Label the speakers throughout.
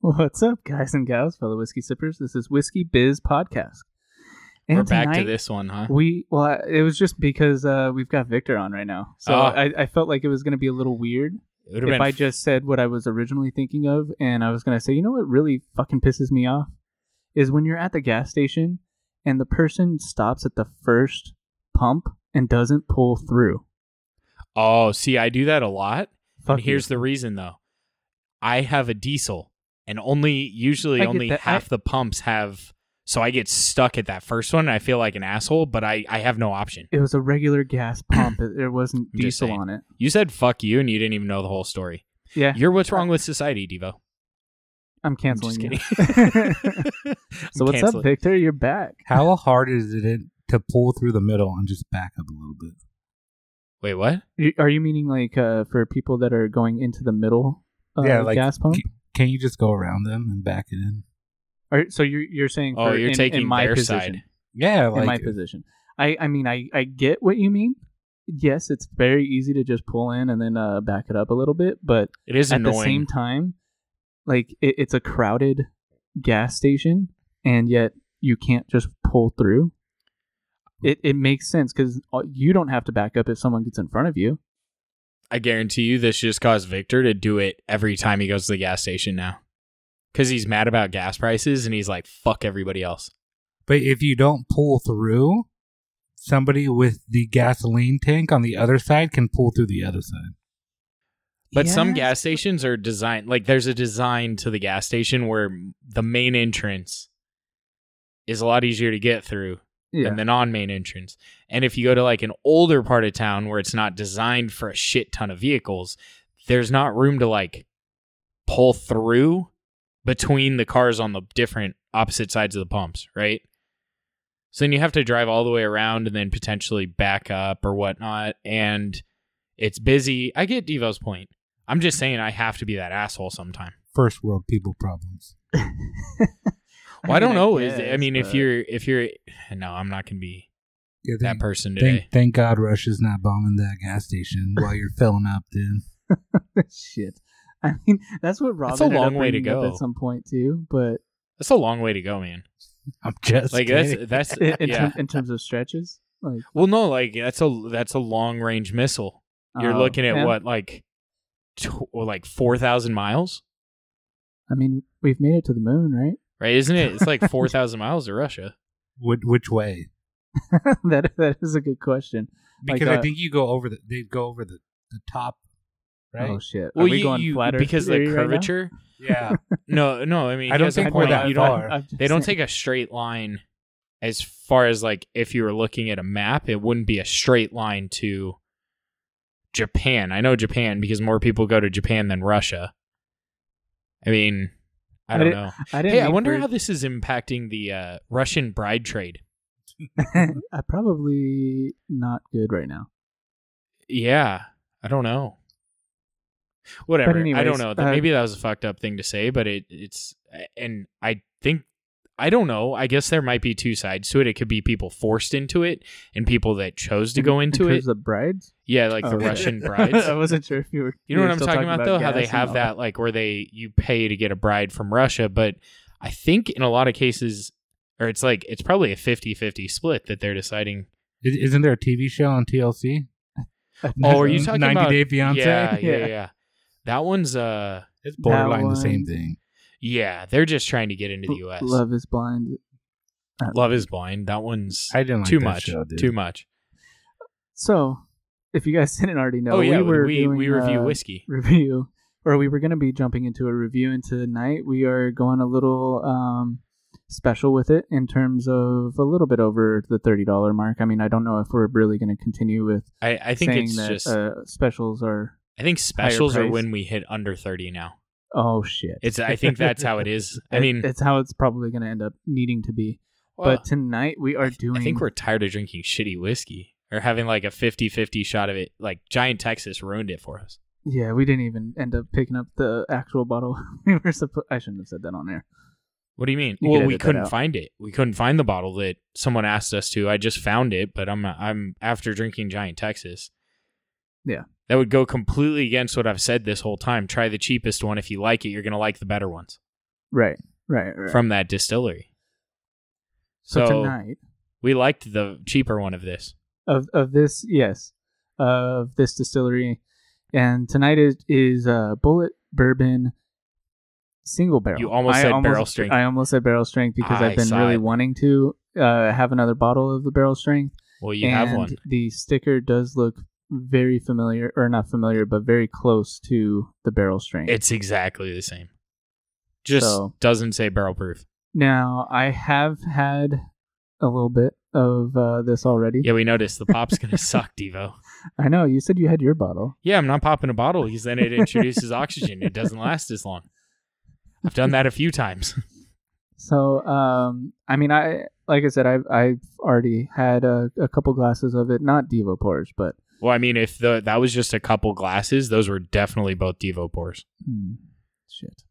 Speaker 1: What's up, guys and gals, fellow whiskey sippers? This is Whiskey Biz Podcast. And
Speaker 2: We're back to
Speaker 1: tonight,
Speaker 2: this one, huh?
Speaker 1: We well, I- it was just because uh, we've got Victor on right now, so
Speaker 2: Oh.
Speaker 1: I, I felt like it was going to be a little weird
Speaker 2: It would
Speaker 1: if I just said what I was originally thinking of, and I was going to say, you know what really fucking pisses me off is when you're at the gas station and the person stops at the first pump and doesn't pull through.
Speaker 2: oh, see, I do that a lot.
Speaker 1: Fuck
Speaker 2: and here's the reason, though. I have a diesel, and only usually
Speaker 1: I get
Speaker 2: only
Speaker 1: that.
Speaker 2: half the pumps have. So I get stuck at that first one, and I feel like an asshole. But I I have no option.
Speaker 1: you. it was a regular gas pump. it, there wasn't
Speaker 2: I'm just
Speaker 1: diesel
Speaker 2: saying.
Speaker 1: on it.
Speaker 2: You said fuck you, and you didn't even know the whole story.
Speaker 1: Yeah,
Speaker 2: You're what's wrong with society, Devo.
Speaker 1: I'm
Speaker 2: I'm just
Speaker 1: canceling. you.
Speaker 2: kidding.
Speaker 1: so what's up, Victor? You're back.
Speaker 3: How hard is it to pull through the middle and just back up a little bit?
Speaker 2: Wait, what?
Speaker 1: You- Are you meaning like uh, for people that are going into the middle uh,
Speaker 3: Yeah, like-
Speaker 1: gas pump?
Speaker 3: Can't you just go around them and back it in?
Speaker 1: Are, so you're you're saying
Speaker 2: Oh,
Speaker 1: for
Speaker 2: you're
Speaker 1: in,
Speaker 2: taking
Speaker 1: in my
Speaker 2: their
Speaker 1: position.
Speaker 2: side.
Speaker 3: Yeah, like
Speaker 1: in my position. I I mean I I get what you mean. Yes, it's very easy to just pull in and then uh, back it up a little bit, but
Speaker 2: It is
Speaker 1: at
Speaker 2: annoying.
Speaker 1: the same time, like it, it's a crowded gas station, and yet you can't just pull through. It it makes sense because you don't have to back up if someone gets in front of you.
Speaker 2: I guarantee you this just caused Victor to do it every time he goes to the gas station now. Cause he's mad about gas prices and he's like, fuck everybody else.
Speaker 3: but if you don't pull through, somebody with the gasoline tank on the other side can pull through the other side.
Speaker 2: But some
Speaker 1: Yes,
Speaker 2: gas stations are designed like there's a design to the gas station where the main entrance is a lot easier to get through
Speaker 1: Yeah.
Speaker 2: than the non main entrance. And if you go to like an older part of town where it's not designed for a shit ton of vehicles, there's not room to like pull through between the cars on the different opposite sides of the pumps, right? So then you have to drive all the way around and then potentially back up or whatnot. And it's busy. I get Devo's point. I'm just saying I have to be that asshole sometime.
Speaker 3: First world people problems.
Speaker 2: Well, I, don't
Speaker 1: mean,
Speaker 2: know. is I
Speaker 1: guess,
Speaker 2: mean, if
Speaker 1: but-
Speaker 2: you're if you're no, I'm not gonna be
Speaker 3: Yeah,
Speaker 2: that
Speaker 3: thank,
Speaker 2: person today.
Speaker 3: thank, thank God Russia's not bombing that gas station while you're filling up, dude.
Speaker 1: shit. I mean, that's what Rob.
Speaker 2: That's a
Speaker 1: ended up
Speaker 2: long way to
Speaker 1: bringing up
Speaker 2: go.
Speaker 1: at some point too, but
Speaker 2: That's a long way to go, man.
Speaker 3: I'm just
Speaker 2: Like that's
Speaker 3: kidding.
Speaker 2: that's
Speaker 1: in, in
Speaker 2: yeah.
Speaker 1: term- in terms of stretches, like
Speaker 2: Well, no, like that's a that's a long range missile. You're
Speaker 1: uh,
Speaker 2: looking at
Speaker 1: yeah.
Speaker 2: what like, tw- or like four thousand miles,
Speaker 1: I mean, we've made it to the moon, right?
Speaker 2: right? Isn't it? It's like four thousand miles to Russia.
Speaker 3: which, which way?
Speaker 1: that that is a good question. Like,
Speaker 3: Because
Speaker 1: uh,
Speaker 3: I think you go over the they go over the the top, right?
Speaker 1: Oh shit!
Speaker 2: Well,
Speaker 1: Are we
Speaker 2: you-
Speaker 1: going
Speaker 2: you-
Speaker 1: flat Earth
Speaker 2: because the
Speaker 1: theory right now?
Speaker 2: curvature.
Speaker 3: yeah.
Speaker 2: no, no. I mean,
Speaker 3: I
Speaker 2: he
Speaker 3: don't
Speaker 2: has a
Speaker 3: think
Speaker 1: I
Speaker 3: we're
Speaker 2: point.
Speaker 1: know,
Speaker 3: that
Speaker 1: I'm
Speaker 2: You
Speaker 1: not-
Speaker 2: don't-
Speaker 3: far.
Speaker 1: I'm just
Speaker 2: They don't
Speaker 1: saying.
Speaker 2: take a straight line as far as like if you were looking at a map, it wouldn't be a straight line to Japan. I know Japan because more people go to Japan than Russia. I mean, I
Speaker 1: I
Speaker 2: don't
Speaker 1: didn't-
Speaker 2: know.
Speaker 1: I didn't.
Speaker 2: Hey, I
Speaker 1: mean
Speaker 2: wonder
Speaker 1: for-
Speaker 2: how this is impacting the uh, Russian bride trade.
Speaker 1: I probably not good right now.
Speaker 2: Yeah, I don't know. Whatever. I
Speaker 1: anyways,
Speaker 2: don't know.
Speaker 1: uh,
Speaker 2: Maybe that was a fucked up thing to say, but it it's and I think I don't know. I guess there might be two sides to it. It could be people forced into it and people that chose to go into
Speaker 1: terms
Speaker 2: it.
Speaker 1: of brides.
Speaker 2: yeah, like
Speaker 1: Oh,
Speaker 2: the
Speaker 1: okay.
Speaker 2: Russian brides.
Speaker 1: I wasn't sure if you were.
Speaker 2: You know
Speaker 1: were
Speaker 2: what I'm
Speaker 1: still
Speaker 2: talking about, though? How they
Speaker 1: gas and
Speaker 2: have
Speaker 1: all
Speaker 2: that like where they you pay to get a bride from Russia, but I think in a lot of cases or it's like it's probably a 50-50 split that they're deciding.
Speaker 3: Is- Isn't there a TV show on TLC?
Speaker 2: Oh, are you talking
Speaker 3: 90
Speaker 2: about-
Speaker 3: Day Fiance?
Speaker 2: Yeah, yeah,
Speaker 1: Yeah.
Speaker 2: yeah, That one's uh
Speaker 3: It's borderline
Speaker 1: That
Speaker 3: the same
Speaker 1: one.
Speaker 3: thing.
Speaker 2: yeah, they're just trying to get into the
Speaker 1: L-
Speaker 2: US.
Speaker 1: Love is blind.
Speaker 2: Love is blind. That one's
Speaker 3: I didn't like
Speaker 2: too
Speaker 3: that
Speaker 2: much.
Speaker 3: show, dude.
Speaker 2: too much.
Speaker 1: So, if you guys didn't already know,
Speaker 2: oh yeah,
Speaker 1: we were
Speaker 2: we,
Speaker 1: doing,
Speaker 2: we review
Speaker 1: uh,
Speaker 2: whiskey.
Speaker 1: review, or we were going to be jumping into a review, and tonight we are going a little um, special with it in terms of a little bit over the thirty dollar mark. I mean, I don't know if we're really going to continue with
Speaker 2: I, I think
Speaker 1: saying
Speaker 2: it's
Speaker 1: that
Speaker 2: just
Speaker 1: uh, specials are.
Speaker 2: I think specials are
Speaker 1: price.
Speaker 2: when we hit under thirty now.
Speaker 1: Oh shit!
Speaker 2: It's I think that's how it is. I mean
Speaker 1: it's how it's probably going to end up needing to be.
Speaker 2: well,
Speaker 1: but tonight we are doing.
Speaker 2: I think we're tired of drinking shitty whiskey or having like a 50-50 shot of it. Like Giant Texas ruined it for us.
Speaker 1: Yeah, we didn't even end up picking up the actual bottle we were supposed. I shouldn't have said that on air.
Speaker 2: What do you mean?
Speaker 1: You could
Speaker 2: well, we
Speaker 1: edit that
Speaker 2: couldn't
Speaker 1: out.
Speaker 2: find it. We couldn't find the bottle that someone asked us to. I just found it, but I'm I'm after drinking Giant Texas.
Speaker 1: Yeah.
Speaker 2: That would go completely against what I've said this whole time. Try the cheapest one. If you like it, you're going to like the better ones.
Speaker 1: Right. Right. Right.
Speaker 2: from that distillery.
Speaker 1: so,
Speaker 2: so-
Speaker 1: tonight
Speaker 2: We liked the cheaper one of this.
Speaker 1: of of this yes of this distillery, and tonight is is uh, bullet bourbon single barrel.
Speaker 2: You almost said barrel strength.
Speaker 1: I almost said barrel strength because
Speaker 2: I
Speaker 1: I've been
Speaker 2: saw
Speaker 1: really
Speaker 2: it.
Speaker 1: wanting to uh, have another bottle of the barrel strength.
Speaker 2: Well, you
Speaker 1: and
Speaker 2: have one.
Speaker 1: The sticker does look very familiar, or not familiar, but very close to the barrel strength.
Speaker 2: It's exactly the same. Just
Speaker 1: So-
Speaker 2: doesn't say barrel proof.
Speaker 1: now, I have had a little bit of uh, this already.
Speaker 2: Yeah, we noticed the pop's gonna suck, Devo.
Speaker 1: I know you said you had your bottle.
Speaker 2: Yeah, I'm not popping a bottle because then it introduces oxygen. It doesn't last as long. I've done that a few times.
Speaker 1: So, um, I mean, I like I said, I've I've already had a, a couple glasses of it, not Devo pours, but
Speaker 2: Well, I mean, if the that was just a couple glasses, those were definitely both Devo pours.
Speaker 1: hmm, shit,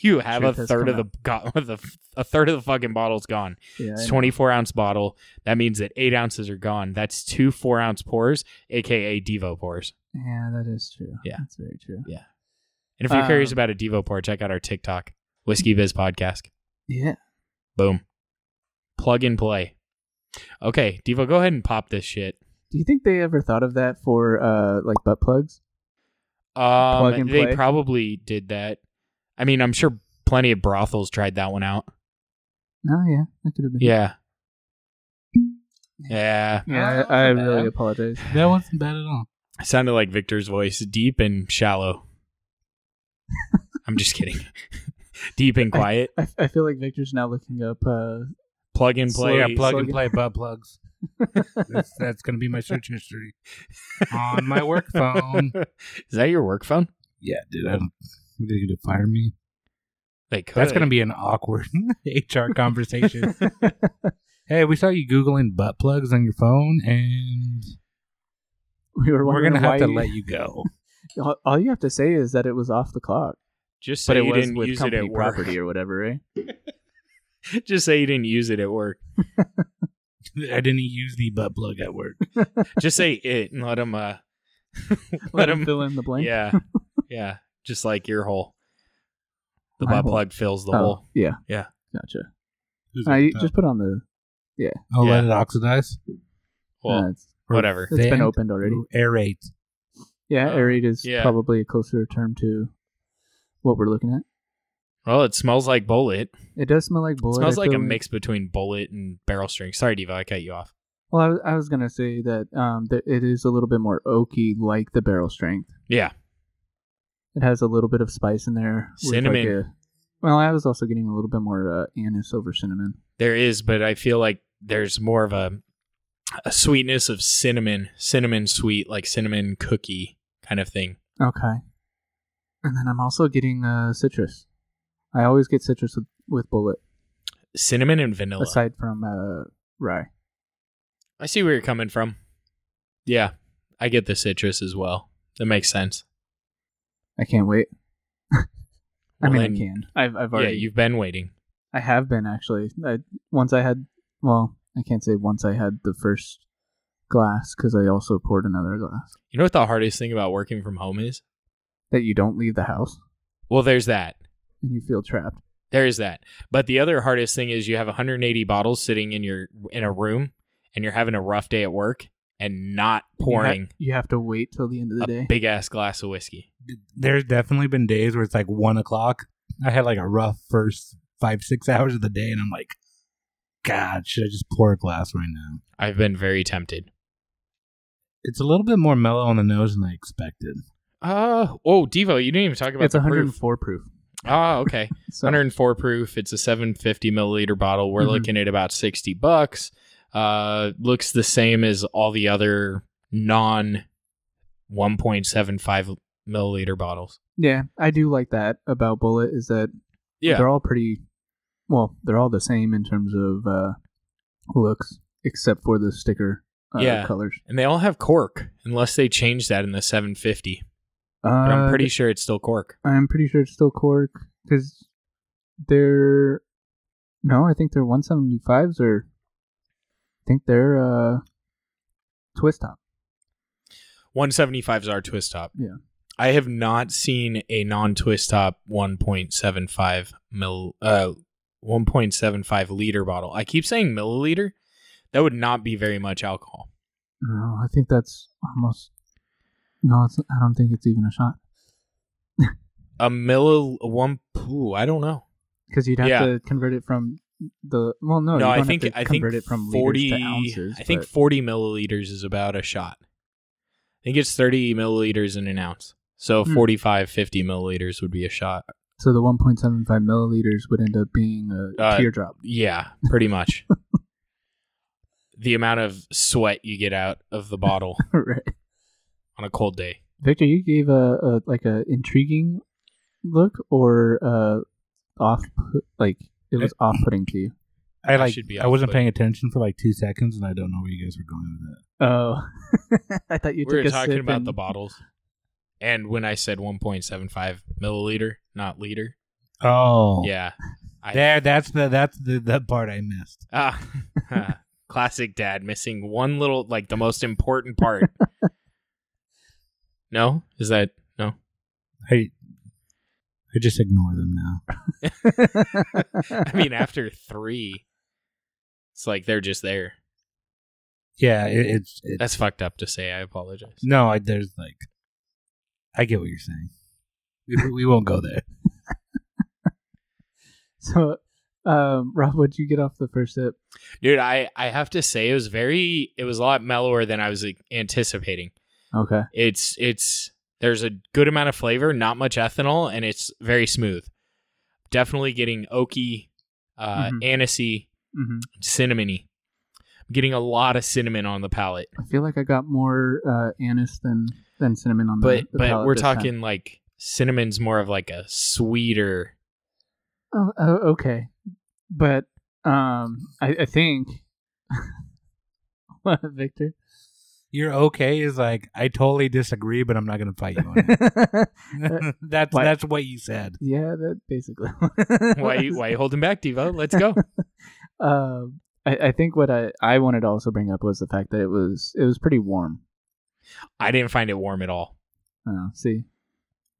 Speaker 2: You have
Speaker 1: Truth
Speaker 2: a
Speaker 1: has
Speaker 2: third of
Speaker 1: come
Speaker 2: the, go- the a third of the fucking bottle's gone.
Speaker 1: yeah, I
Speaker 2: It's
Speaker 1: know.
Speaker 2: 24 ounce bottle. That means that eight ounces are gone. That's two four ounce pours, aka Devo pours.
Speaker 1: yeah, that is true.
Speaker 2: Yeah.
Speaker 1: that's very true.
Speaker 2: And if you're curious
Speaker 1: Um,
Speaker 2: about a Devo pour, check out our TikTok Whiskey Biz podcast.
Speaker 1: Yeah,
Speaker 2: Boom, plug and play. Okay, Devo, go ahead and pop this shit.
Speaker 1: do you think they ever thought of that for uh like butt plugs?
Speaker 2: Um,
Speaker 1: Plug and
Speaker 2: they
Speaker 1: play?
Speaker 2: probably did that. I mean, I'm sure plenty of brothels tried that one out.
Speaker 1: No, yeah, that could have been.
Speaker 2: Yeah. Yeah.
Speaker 1: yeah,
Speaker 3: Oh,
Speaker 1: I, I
Speaker 3: man.
Speaker 1: really apologize.
Speaker 3: That wasn't bad at all.
Speaker 2: It sounded like Victor's voice, deep and shallow. I'm just kidding. deep and quiet.
Speaker 1: I, I feel like Victor's now looking up. Uh,
Speaker 2: Plug and play.
Speaker 3: yeah, plug
Speaker 1: plug
Speaker 3: and
Speaker 1: it.
Speaker 3: play butt plugs. that's that's going to be my search history on my work phone.
Speaker 2: Is that your work phone?
Speaker 3: Yeah, dude, I don't. Are they going to fire me?
Speaker 2: They could.
Speaker 3: That's going to be an awkward HR conversation. hey, we saw you googling butt plugs on your phone, and
Speaker 1: we were
Speaker 3: we're
Speaker 1: wondering
Speaker 3: going to have to
Speaker 1: why
Speaker 3: let you go.
Speaker 1: you- all- all you have to say is that it was off the clock,
Speaker 2: just
Speaker 1: but
Speaker 2: say
Speaker 1: it
Speaker 2: you
Speaker 1: was
Speaker 2: didn't
Speaker 1: with
Speaker 2: use it
Speaker 1: company
Speaker 2: at work.
Speaker 1: property or whatever, right?
Speaker 2: Just say you didn't use it at work.
Speaker 3: I didn't use the butt plug at work.
Speaker 2: Just say it and let them. Uh,
Speaker 1: Let him
Speaker 2: him-
Speaker 1: fill in the blank.
Speaker 2: yeah, yeah. Just like your hole, the
Speaker 1: My
Speaker 2: butt
Speaker 1: hole.
Speaker 2: plug fills the
Speaker 1: Oh,
Speaker 2: hole.
Speaker 1: yeah,
Speaker 2: Yeah.
Speaker 1: Gotcha.
Speaker 3: Who's
Speaker 1: Uh,
Speaker 3: at
Speaker 1: you
Speaker 3: the top?
Speaker 1: just put on the.
Speaker 3: oh,
Speaker 2: yeah.
Speaker 3: let it oxidize.
Speaker 2: Well,
Speaker 1: uh, it's,
Speaker 3: Or
Speaker 2: Whatever.
Speaker 1: it's been
Speaker 3: fan-
Speaker 1: opened already.
Speaker 3: Aerate.
Speaker 1: Yeah,
Speaker 2: Uh,
Speaker 1: aerate is
Speaker 2: yeah.
Speaker 1: probably a closer term to what we're looking at.
Speaker 2: well, it smells like bullet.
Speaker 1: It does smell like
Speaker 2: It
Speaker 1: bullet.
Speaker 2: smells
Speaker 1: I
Speaker 2: like a
Speaker 1: feel
Speaker 2: mix between bullet and barrel string. Sorry, Diva, I cut you off.
Speaker 1: Well, I, was- I was gonna say that um that it is a little bit more oaky, like the barrel strength.
Speaker 2: Yeah,
Speaker 1: It has a little bit of spice in there. with like
Speaker 2: Cinnamon.
Speaker 1: a- well, I was also getting a little bit more uh, anise over cinnamon.
Speaker 2: there is, but I feel like there's more of a a sweetness of cinnamon, cinnamon sweet, like cinnamon cookie kind of thing.
Speaker 1: Okay. And then I'm also getting uh, citrus. I always get citrus with, with bullet,
Speaker 2: Cinnamon and vanilla.
Speaker 1: aside from uh, rye.
Speaker 2: I see where you're coming from. Yeah, I get the citrus as well. That makes sense.
Speaker 1: I can't wait. I
Speaker 2: Well,
Speaker 1: mean,
Speaker 2: then-
Speaker 1: I can. I've, I've
Speaker 2: Yeah,
Speaker 1: already.
Speaker 2: you've been waiting.
Speaker 1: I have been actually. I, once I had, well, I can't say once I had the first glass because I also poured another glass.
Speaker 2: You know what the hardest thing about working from home is?
Speaker 1: That you don't leave the house
Speaker 2: Well, there's that.
Speaker 1: and you feel trapped.
Speaker 2: There is that. But the other hardest thing is you have 180 bottles sitting in your in a room and you're having a rough day at work and not
Speaker 1: You ha-
Speaker 2: pouring
Speaker 1: You, have to wait till the end of the
Speaker 2: a
Speaker 1: day.
Speaker 2: big ass glass of whiskey.
Speaker 3: There's definitely been days where it's like one o'clock. I had like a rough first five, six hours of the day, and I'm like, God, should I just pour a glass right now?
Speaker 2: I've been very tempted.
Speaker 3: It's a little bit more mellow on the nose than I expected.
Speaker 2: Uh oh, Devo, you didn't even talk about
Speaker 1: It's
Speaker 2: the proof.
Speaker 1: 104 proof.
Speaker 2: Oh, okay.
Speaker 1: So,
Speaker 2: 104 proof. It's a 750 milliliter bottle. We're
Speaker 1: Mhm.
Speaker 2: looking at about 60 bucks. Uh, looks the same as all the other non 1.75 milliliter bottles.
Speaker 1: yeah, I do like that about bullet is that
Speaker 2: Yeah,
Speaker 1: they're all pretty well they're all the same in terms of uh looks except for the sticker uh,
Speaker 2: Yeah.
Speaker 1: colors
Speaker 2: and they all have cork, unless they change that in the 750.
Speaker 1: uh,
Speaker 2: But I'm pretty sure it's still cork.
Speaker 1: i'm pretty sure it's still cork because they're no i think they're 175s or i think they're uh twist top
Speaker 2: 175s are twist top.
Speaker 1: Yeah.
Speaker 2: I have not seen a non-twist top 1.75 mil uh 1.75 liter bottle. I keep saying milliliter. That would not be very much alcohol.
Speaker 1: No, I think that's almost. No, it's, I don't think it's even a shot
Speaker 2: A mill one ooh, I don't know.
Speaker 1: because you'd have
Speaker 2: Yeah.
Speaker 1: to convert it from the. Well, no,
Speaker 2: No,
Speaker 1: Oh, you don't
Speaker 2: I
Speaker 1: have
Speaker 2: think
Speaker 1: to
Speaker 2: I think
Speaker 1: convert it from
Speaker 2: forty.
Speaker 1: liters to ounces.
Speaker 2: I think
Speaker 1: but-
Speaker 2: forty milliliters is about a shot. I think it's thirty milliliters in an ounce. So
Speaker 1: Hmm.
Speaker 2: 45, 50 milliliters would be a shot.
Speaker 1: so. The 1.75 milliliters would end up being a
Speaker 2: Uh,
Speaker 1: teardrop.
Speaker 2: Yeah, pretty much. the amount of sweat you get out of the bottle
Speaker 1: right,
Speaker 2: on a cold day.
Speaker 1: Victor, you gave a, a like a intriguing look or uh off like it was
Speaker 2: Eh.
Speaker 1: off putting to you.
Speaker 3: I like.
Speaker 2: should be
Speaker 3: I wasn't
Speaker 2: off-putting.
Speaker 3: paying attention for like two seconds, and I don't know where you guys were going with that.
Speaker 1: Oh, I thought you
Speaker 2: we were
Speaker 1: took a
Speaker 2: talking
Speaker 1: sip
Speaker 2: about the
Speaker 1: and-
Speaker 2: bottles. And when I said 1.75 milliliter, not liter.
Speaker 3: Oh,
Speaker 2: Yeah. I-
Speaker 3: There, that's the that's the, the part I missed.
Speaker 2: Ah, classic dad missing one little, like the most important part. no? Is that no?
Speaker 3: I I just ignore them now.
Speaker 2: I mean, after three, it's like they're just there.
Speaker 3: Yeah, it, it's it,
Speaker 2: That's fucked up to say. I apologize.
Speaker 3: no. I, there's like, I get what you're saying. We, we won't go there.
Speaker 1: so, um, Rob, what'd you get off the first sip?
Speaker 2: Dude, I, I have to say it was very, it was a lot mellower than I was like, anticipating.
Speaker 1: Okay,
Speaker 2: It's it's there's a good amount of flavor, not much ethanol, and it's very smooth. Definitely getting oaky, uh,
Speaker 1: Mhm.
Speaker 2: anisey,
Speaker 1: hmm
Speaker 2: cinnamony. I'm getting a lot of cinnamon on the palate,
Speaker 1: I feel like I got more uh, anise than than cinnamon on
Speaker 2: but
Speaker 1: Mm-hmm. the, the
Speaker 2: but
Speaker 1: palate
Speaker 2: we're
Speaker 1: this time.
Speaker 2: talking like cinnamon's more of like a sweeter.
Speaker 1: Oh, oh, okay, but um, I, I think what Victor.
Speaker 3: You're okay is like I totally disagree, but I'm not gonna fight you on it. that's
Speaker 1: Why-
Speaker 3: that's what you said.
Speaker 1: yeah, that basically.
Speaker 2: Why you, why you holding back, Devo? Let's go.
Speaker 1: Um, I, I think what I, I wanted to also bring up was the fact that it was it was pretty warm.
Speaker 2: I didn't find it warm at all.
Speaker 1: Oh, see,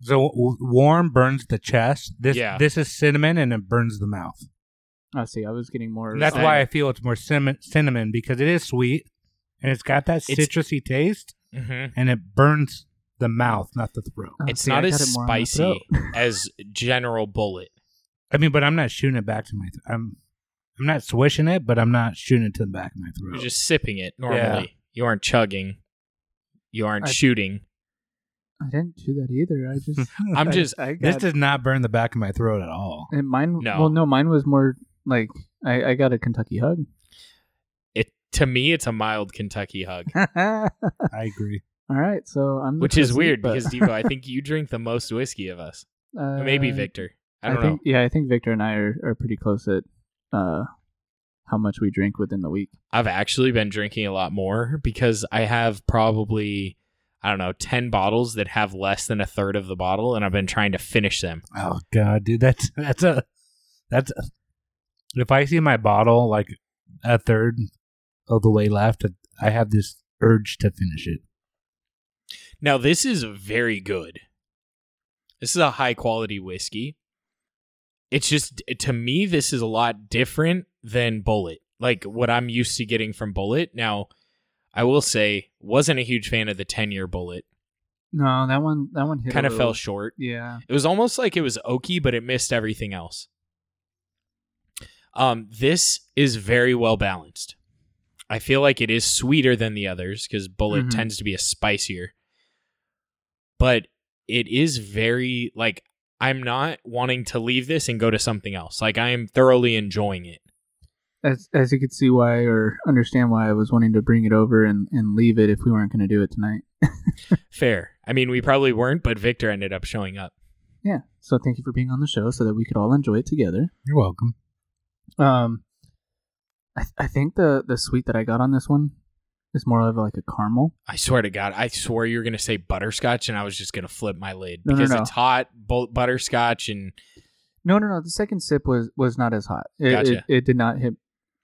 Speaker 3: So w- warm burns the chest. This
Speaker 2: Yeah.
Speaker 3: this is cinnamon, and it burns the mouth.
Speaker 1: I see. I was getting more.
Speaker 3: And that's
Speaker 2: Cinnamon.
Speaker 3: why I feel it's more cinnamon, cinnamon because it is sweet and it's got that
Speaker 2: It's-
Speaker 3: citrusy taste,
Speaker 2: Mm-hmm.
Speaker 3: and it burns the mouth, not the throat.
Speaker 1: Oh,
Speaker 2: It's
Speaker 1: see,
Speaker 2: not
Speaker 1: I
Speaker 2: as
Speaker 1: got it more on the
Speaker 2: spicy as General Bullet.
Speaker 3: I mean, but I'm not shooting it back to my. Th- I'm I'm not swishing it, but I'm not shooting it to the back of my
Speaker 2: You're
Speaker 3: throat.
Speaker 2: just sipping it normally. You aren't chugging. You aren't
Speaker 1: I-
Speaker 2: shooting.
Speaker 1: I didn't do that either. I just.
Speaker 2: I'm
Speaker 1: I-
Speaker 2: just
Speaker 1: I
Speaker 3: this
Speaker 1: got,
Speaker 3: does not burn the back of my throat at all.
Speaker 1: and mine.
Speaker 2: No.
Speaker 1: Well, no, mine was more like I, I got a Kentucky hug.
Speaker 2: it to me it's a mild Kentucky hug,
Speaker 1: All
Speaker 3: I agree.
Speaker 1: right, so I'm. the
Speaker 2: which is
Speaker 1: pussy,
Speaker 2: weird
Speaker 1: but-
Speaker 2: because Devo, I think you drink the most whiskey of us.
Speaker 1: uh,
Speaker 2: Maybe Victor. I don't know.
Speaker 1: think, Yeah, I think Victor and I are, are pretty close at uh, how much we drink within the week.
Speaker 2: I've actually been drinking a lot more because I have probably I don't know, 10 bottles that have less than a third of the bottle and I've been trying to finish them.
Speaker 3: Oh god, dude, that's that's a that's a, if I see my bottle like a third of the way left, I have this urge to finish it.
Speaker 2: Now this is very good. This is a high quality whiskey. It's just to me this is a lot different than Bullet. Like what I'm used to getting from Bullet. Now I will say wasn't a huge fan of the 10-year Bullet.
Speaker 1: No, that one. That one hit a
Speaker 2: Kind of
Speaker 1: little-
Speaker 2: fell short.
Speaker 1: Yeah.
Speaker 2: It was almost like it was oaky but it missed everything else. Um this is very well balanced. I feel like it is sweeter than the others because Bullet
Speaker 1: Mhm.
Speaker 2: tends to be a spicier. But it is very like I'm not wanting to leave this and go to something else. Like I am thoroughly enjoying it.
Speaker 1: As as you could see why or understand why I was wanting to bring it over and, and leave it if we weren't going to do it tonight.
Speaker 2: Fair. I mean, we probably weren't, but Victor ended up showing up.
Speaker 1: Yeah. So thank you for being on the show so that we could all enjoy it together.
Speaker 3: You're welcome.
Speaker 1: Um, I, I think the the sweet that I got on this one is more of like a caramel.
Speaker 2: I swear to God, I swore you were going to say butterscotch, and I was just going to flip my lid
Speaker 1: No, no,
Speaker 2: because
Speaker 1: no.
Speaker 2: it's hot bu- butterscotch and
Speaker 1: No, no, no. The second sip was was not as hot. It
Speaker 2: Gotcha.
Speaker 1: it, it did not hit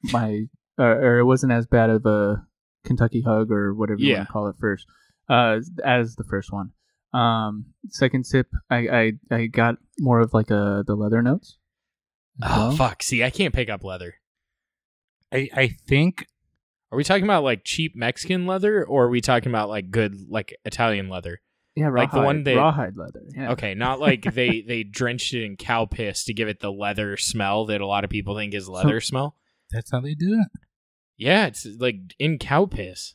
Speaker 1: my uh, or it wasn't as bad of a Kentucky hug or whatever you
Speaker 2: Yeah.
Speaker 1: want to call it first uh, as the first one. Um, second sip, I, I I got more of like a the leather notes. as
Speaker 2: Oh
Speaker 1: well.
Speaker 2: fuck! See, I can't pick up leather.
Speaker 3: I, I think
Speaker 2: Are we talking about like cheap Mexican leather, or are we talking about like good like Italian leather?
Speaker 1: Yeah, rawhide,
Speaker 2: Like the one they-
Speaker 1: rawhide leather. Yeah.
Speaker 2: Okay, not like they they drenched it in cow piss to give it the leather smell that a lot of people think is leather smell.
Speaker 3: that's how they do it.
Speaker 2: Yeah, it's like in cow piss.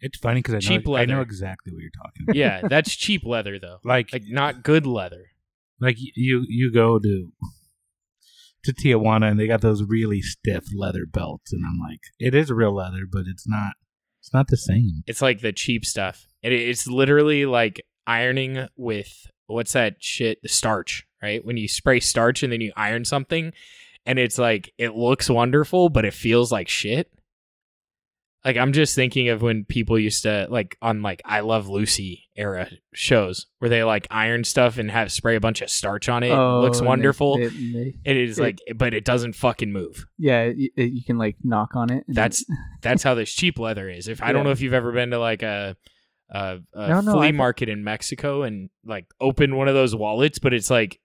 Speaker 3: It's funny because I know
Speaker 2: Cheap
Speaker 3: I know
Speaker 2: leather.
Speaker 3: exactly what you're talking. about.
Speaker 2: Yeah, that's cheap leather though.
Speaker 3: like
Speaker 2: Like not good leather.
Speaker 3: like you you go to to Tijuana and they got those really stiff leather belts and I'm like it is real leather but it's not it's not the same.
Speaker 2: It's like the cheap stuff. It, it's literally like ironing with what's that shit? The starch, right? When you spray starch and then you iron something, and it's like it looks wonderful, but it feels like shit. Like I'm just thinking of when people used to like on like I Love Lucy era shows where they like iron stuff and have spray a bunch of starch on it.
Speaker 1: Oh,
Speaker 2: it looks
Speaker 1: and they-
Speaker 2: wonderful.
Speaker 1: they- and they-
Speaker 2: it is
Speaker 1: it-
Speaker 2: like, but it doesn't fucking move.
Speaker 1: yeah, you, you can like knock on it. and-
Speaker 2: That's that's how this cheap leather is. If I don't
Speaker 1: Yeah.
Speaker 2: know if you've ever been to like a a, a
Speaker 1: No, no,
Speaker 2: flea
Speaker 1: I've-
Speaker 2: market in Mexico and like open one of those wallets, but it's like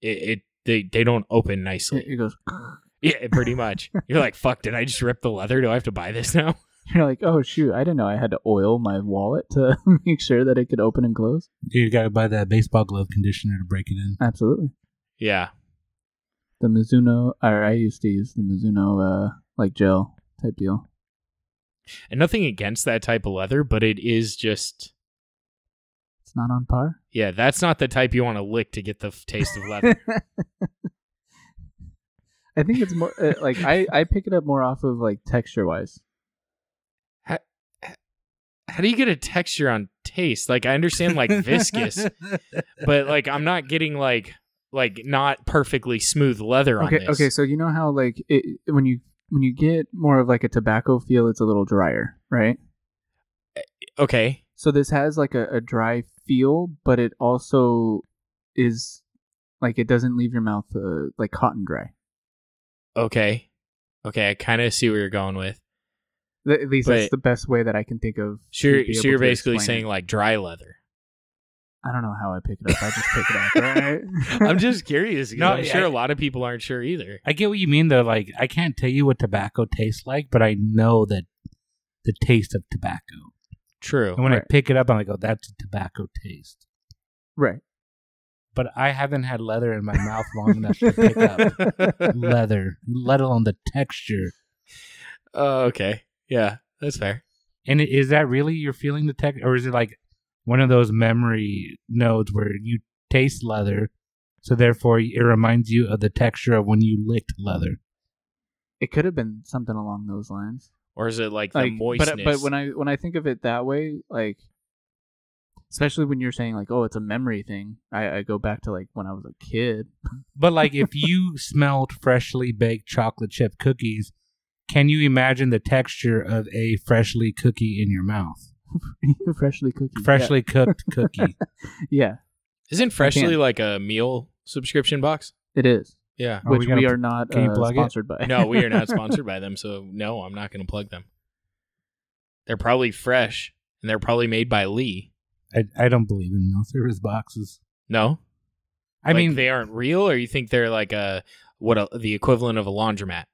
Speaker 2: it, it they they don't open
Speaker 1: it,
Speaker 2: nicely.
Speaker 1: it goes.
Speaker 2: yeah, pretty much. You're like, fuck, did I just rip the leather? Do I have to buy this now?
Speaker 1: You're like, oh shoot, I didn't know I had to oil my wallet to make sure that it could open and close.
Speaker 3: You got to buy that baseball glove conditioner to break it in.
Speaker 1: Absolutely.
Speaker 2: Yeah.
Speaker 1: The Mizuno, or I used to use the Mizuno, uh, like gel type deal.
Speaker 2: And nothing against that type of leather, but it is just
Speaker 1: It's not on par.
Speaker 2: yeah, that's not the type you want to lick to get the f- taste of leather.
Speaker 1: I think it's more uh, like I I pick it up more off of like texture wise.
Speaker 2: How do you get a texture on taste? Like I understand like viscous, but like I'm not getting like like not perfectly smooth leather on
Speaker 1: Okay,
Speaker 2: this.
Speaker 1: okay. So you know how like it, when you when you get more of like a tobacco feel, it's a little drier, right?
Speaker 2: okay.
Speaker 1: So this has like a, a dry feel, but it also is like it doesn't leave your mouth uh, like cotton dry.
Speaker 2: Okay. Okay, I kind of see where you're going with.
Speaker 1: Th- At least
Speaker 2: But-
Speaker 1: that's the best way that I can think of.
Speaker 2: So you're,
Speaker 1: to be
Speaker 2: so
Speaker 1: able
Speaker 2: you're
Speaker 1: to
Speaker 2: basically
Speaker 1: explain
Speaker 2: saying
Speaker 1: it.
Speaker 2: like dry leather.
Speaker 1: I don't know how I pick it up. I just pick it up. Right?
Speaker 2: I'm just curious 'cause
Speaker 3: No,
Speaker 2: I'm sure
Speaker 3: I-
Speaker 2: a lot of people aren't sure either.
Speaker 3: I get what you mean though. Like I can't tell you what tobacco tastes like, but I know that the taste of tobacco.
Speaker 2: True.
Speaker 3: And when I
Speaker 1: Right.
Speaker 3: pick it up, I'm like, oh, that's a tobacco taste.
Speaker 1: right.
Speaker 3: But I haven't had leather in my mouth long enough to pick up leather, let alone the texture.
Speaker 2: Oh, okay. Yeah, that's fair.
Speaker 3: And i- is that really you're feeling the tech, or is it like one of those memory nodes where you taste leather, so therefore it reminds you of the texture of when you licked leather?
Speaker 1: It could have been something along those lines.
Speaker 2: Or is it like the
Speaker 1: like
Speaker 2: moistness?
Speaker 1: But, but when I when I think of it that way, like especially when you're saying like, oh, it's a memory thing, I, I go back to like when I was a kid.
Speaker 3: But like, if you smelled freshly baked chocolate chip cookies, can you imagine the texture of a freshly cookie in your mouth?
Speaker 1: Freshly cooked.
Speaker 3: Freshly cooked cookie.
Speaker 1: Yeah, Yeah,
Speaker 2: Isn't freshly
Speaker 1: can't.
Speaker 2: like a meal subscription box?
Speaker 1: it is.
Speaker 2: Yeah.
Speaker 3: Are we
Speaker 1: Which we,
Speaker 3: gonna
Speaker 1: are not
Speaker 3: can you
Speaker 1: uh,
Speaker 3: plug it?
Speaker 1: sponsored by.
Speaker 2: No, we are not sponsored by them, so no, I'm not going to plug them. They're probably fresh and they're probably made by Lee.
Speaker 3: I, I don't believe in meal service boxes.
Speaker 2: No,
Speaker 3: I mean,
Speaker 2: they aren't real, or you think they're like a what a, the equivalent of a laundromat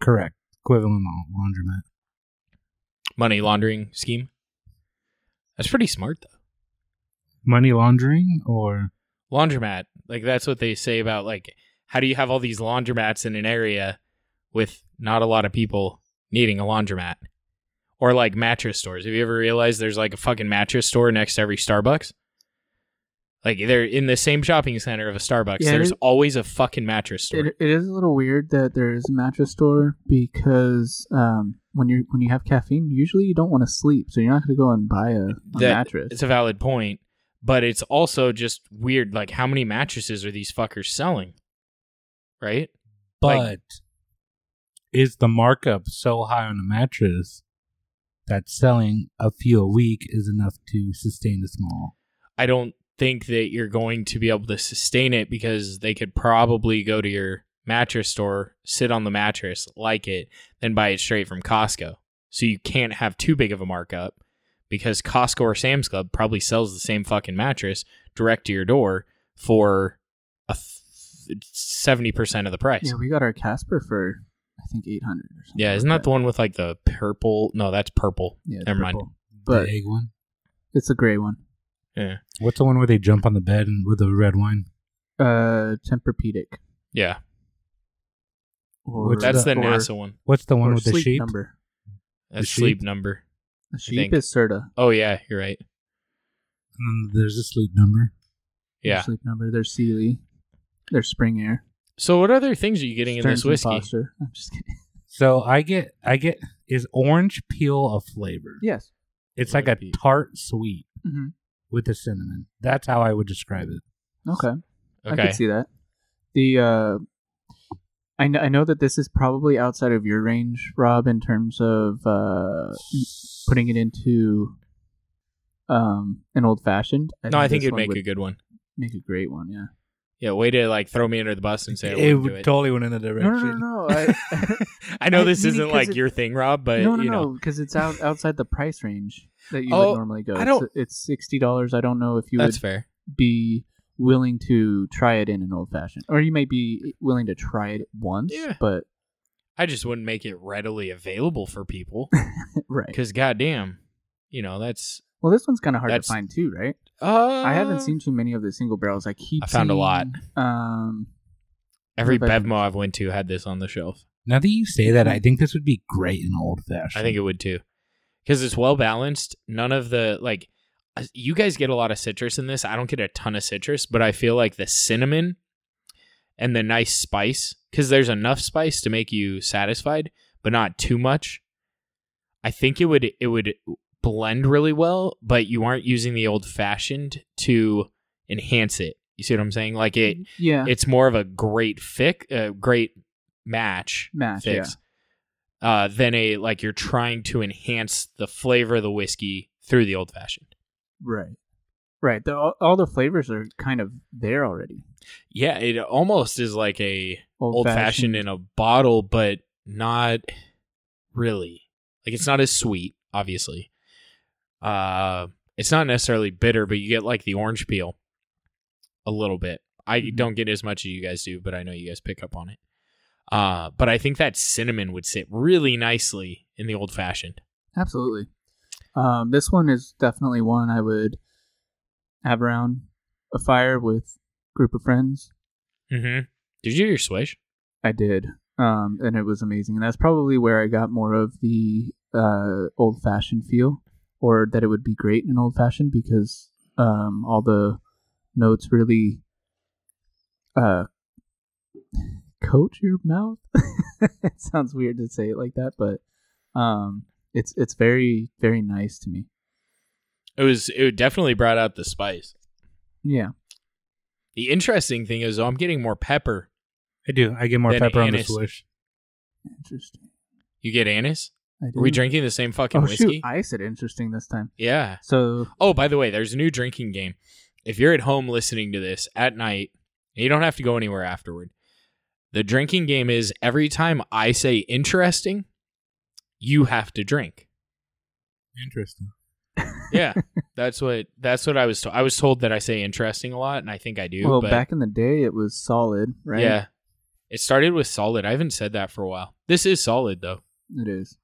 Speaker 3: correct equivalent of laundromat.
Speaker 2: money laundering scheme? That's pretty smart though.
Speaker 3: Money laundering or
Speaker 2: Laundromat, like that's what they say about like how do you have all these laundromats in an area with not a lot of people needing a laundromat, or like mattress stores? Have you ever realized there's like a fucking mattress store next to every Starbucks? Like they're in the same shopping center of a Starbucks.
Speaker 1: Yeah, it
Speaker 2: there's
Speaker 1: is-
Speaker 2: always a fucking mattress store.
Speaker 1: It, it is a little weird that there is a mattress store because um, when you when you have caffeine, usually you don't want to sleep, so you're not going to go and buy a, a
Speaker 2: That-
Speaker 1: mattress.
Speaker 2: It's a valid point, but it's also just weird. Like, how many mattresses are these fuckers selling? Right?
Speaker 3: but
Speaker 2: Like-
Speaker 3: is the markup so high on a mattress that selling a few a week is enough to sustain a small?
Speaker 2: I don't think that you're going to be able to sustain it because they could probably go to your mattress store, sit on the mattress, like it, then buy it straight from Costco. So you can't have too big of a markup because Costco or Sam's Club probably sells the same fucking mattress direct to your door for a seventy percent of the price.
Speaker 1: Yeah, we got our Casper for I think eight hundred or something.
Speaker 2: Yeah,
Speaker 1: like
Speaker 2: isn't that the one with like the purple? No, that's purple.
Speaker 1: Yeah, it's
Speaker 2: Never mind.
Speaker 1: purple. But
Speaker 3: the egg one.
Speaker 1: it's a gray one.
Speaker 2: Yeah.
Speaker 3: What's the one where they jump on the bed and with the red wine?
Speaker 1: Uh, Tempur-Pedic.
Speaker 2: Yeah.
Speaker 1: Or-
Speaker 3: Which
Speaker 2: That's the
Speaker 1: or-
Speaker 2: NASA one.
Speaker 3: What's the one
Speaker 1: or
Speaker 3: with the
Speaker 1: sleep
Speaker 3: sheep?
Speaker 1: number.
Speaker 2: That's
Speaker 3: sheep?
Speaker 2: sleep number.
Speaker 1: The
Speaker 2: think.
Speaker 1: sheep is Serta.
Speaker 2: Oh yeah, you're right.
Speaker 3: And Um, there's a sleep number.
Speaker 2: Yeah.
Speaker 1: Sleep number. There's Sealy. There's Spring Air.
Speaker 2: So what other things are you getting in
Speaker 1: Stearns
Speaker 2: this
Speaker 1: and
Speaker 2: whiskey?
Speaker 1: Foster. I'm just kidding.
Speaker 3: So I get I get is orange peel a flavor.
Speaker 1: Yes.
Speaker 3: It's like a
Speaker 2: Orange peel.
Speaker 3: tart sweet
Speaker 1: hmm
Speaker 3: with the cinnamon. That's how I would describe it.
Speaker 1: Okay. I
Speaker 2: Okay.
Speaker 1: could see that. The uh, I know, I know that this is probably outside of your range, Rob, in terms of uh, putting it into um an old fashioned.
Speaker 2: No, I think
Speaker 1: this
Speaker 2: it'd
Speaker 1: one
Speaker 2: make
Speaker 1: would
Speaker 2: a good one.
Speaker 1: make a great one. Yeah.
Speaker 2: Yeah, way to like throw me under the bus and say I
Speaker 3: It
Speaker 2: wouldn't
Speaker 3: would
Speaker 2: do it.
Speaker 3: totally went in a
Speaker 1: No,
Speaker 3: direction.
Speaker 1: no, no, no. I,
Speaker 2: I know
Speaker 1: I-
Speaker 2: this
Speaker 1: meaning
Speaker 2: isn't
Speaker 1: 'cause
Speaker 2: like
Speaker 1: it-
Speaker 2: your thing, Rob, but
Speaker 1: no, no,
Speaker 2: you know,
Speaker 1: no, because it's out outside the price range that you
Speaker 2: Oh,
Speaker 1: would normally go.
Speaker 2: I don't-
Speaker 1: It's, it's sixty dollars. I don't know if you would
Speaker 2: that's fair.
Speaker 1: be willing to try it in an old fashioned, or you may be willing to try it once.
Speaker 2: Yeah.
Speaker 1: But
Speaker 2: I just wouldn't make it readily available for people
Speaker 1: right.
Speaker 2: because goddamn, you know that's.
Speaker 1: Well, this one's kind of hard
Speaker 2: That's-
Speaker 1: to find too, right?
Speaker 2: Uh,
Speaker 1: I haven't seen too many of the single barrels. I keep.
Speaker 2: I found a lot.
Speaker 1: seeing, Um,
Speaker 2: every
Speaker 1: what about-
Speaker 2: Bevmo I've went to had this on the shelf.
Speaker 3: Now that you say that, I think this would be great in old fashioned.
Speaker 2: I think it would too, because it's well balanced. None of the like, uh, you guys get a lot of citrus in this. I don't get a ton of citrus, but I feel like the cinnamon and the nice spice, because there's enough spice to make you satisfied, but not too much. I think it would it would blend really well, but you aren't using the old fashioned to enhance it. You see what I'm saying? Like it,
Speaker 1: yeah,
Speaker 2: it's more of a great fic, a great match
Speaker 1: match.
Speaker 2: fix uh, than a like you're trying to enhance the flavor of the whiskey through the old fashioned.
Speaker 1: Yeah, right, right. The, all, all the flavors are kind of there already.
Speaker 2: Yeah, it almost is like a old fashioned in a bottle, but not really. Like it's not as sweet, obviously. Uh, it's not necessarily bitter, but you get like the orange peel a little bit. I
Speaker 1: Mhm.
Speaker 2: don't get as much as you guys do, but I know you guys pick up on it. Uh, but I think that cinnamon would sit really nicely in the old fashioned.
Speaker 1: Absolutely. Um, this one is definitely one I would have around a fire with group of friends.
Speaker 2: Mm-hmm. Did you do your swish?
Speaker 1: I did, um, and it was amazing. And that's probably where I got more of the uh, old fashioned feel, or that it would be great in old fashioned because um, all the notes really uh, coat your mouth. it sounds weird to say it like that, but um, it's it's very very nice to me.
Speaker 2: It was. It definitely brought out the spice.
Speaker 1: Yeah,
Speaker 2: The interesting thing is, I'm getting more pepper.
Speaker 3: I do. I get more
Speaker 2: Then
Speaker 3: pepper on the
Speaker 2: anise.
Speaker 3: swish.
Speaker 1: interesting.
Speaker 2: You get anise.
Speaker 1: I
Speaker 2: Are we
Speaker 1: didn't-
Speaker 2: drinking the same fucking
Speaker 1: Mm-hmm. Oh
Speaker 2: whiskey?
Speaker 1: shoot! I said interesting this time.
Speaker 2: yeah.
Speaker 1: So
Speaker 2: Oh, by the way, there's a new drinking game. If you're at home listening to this at night, you don't have to go anywhere afterward. The drinking game is every time I say interesting, you have to drink.
Speaker 3: Interesting.
Speaker 2: Yeah, that's what that's what I was told. I was told that I say interesting a lot, and I think I do.
Speaker 1: well,
Speaker 2: but
Speaker 1: back in the day, it was solid, right?
Speaker 2: Yeah. It started with solid. I haven't said that for a while. This is solid though.
Speaker 1: It is.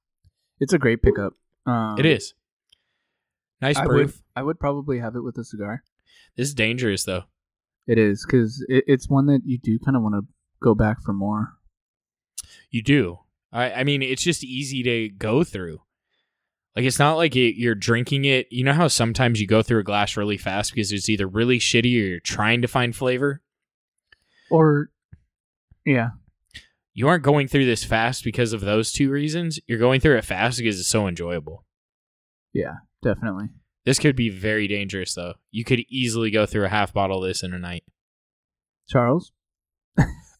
Speaker 1: It's a great pickup. Um,
Speaker 2: it is. Nice
Speaker 1: I
Speaker 2: proof.
Speaker 1: would, I would probably have it with a cigar.
Speaker 2: This is dangerous though.
Speaker 1: It is because it, it's one that you do kind of want to go back for more.
Speaker 2: You do. I, I mean, it's just easy to go through. Like it's not like it, you're drinking it. You know how sometimes you go through a glass really fast because it's either really shitty or you're trying to find flavor.
Speaker 1: Or, yeah,
Speaker 2: You aren't going through this fast because of those two reasons. You're going through it fast because it's so enjoyable.
Speaker 1: definitely.
Speaker 2: This could be very dangerous though. You could easily go through a half bottle of this in a night.
Speaker 1: Charles,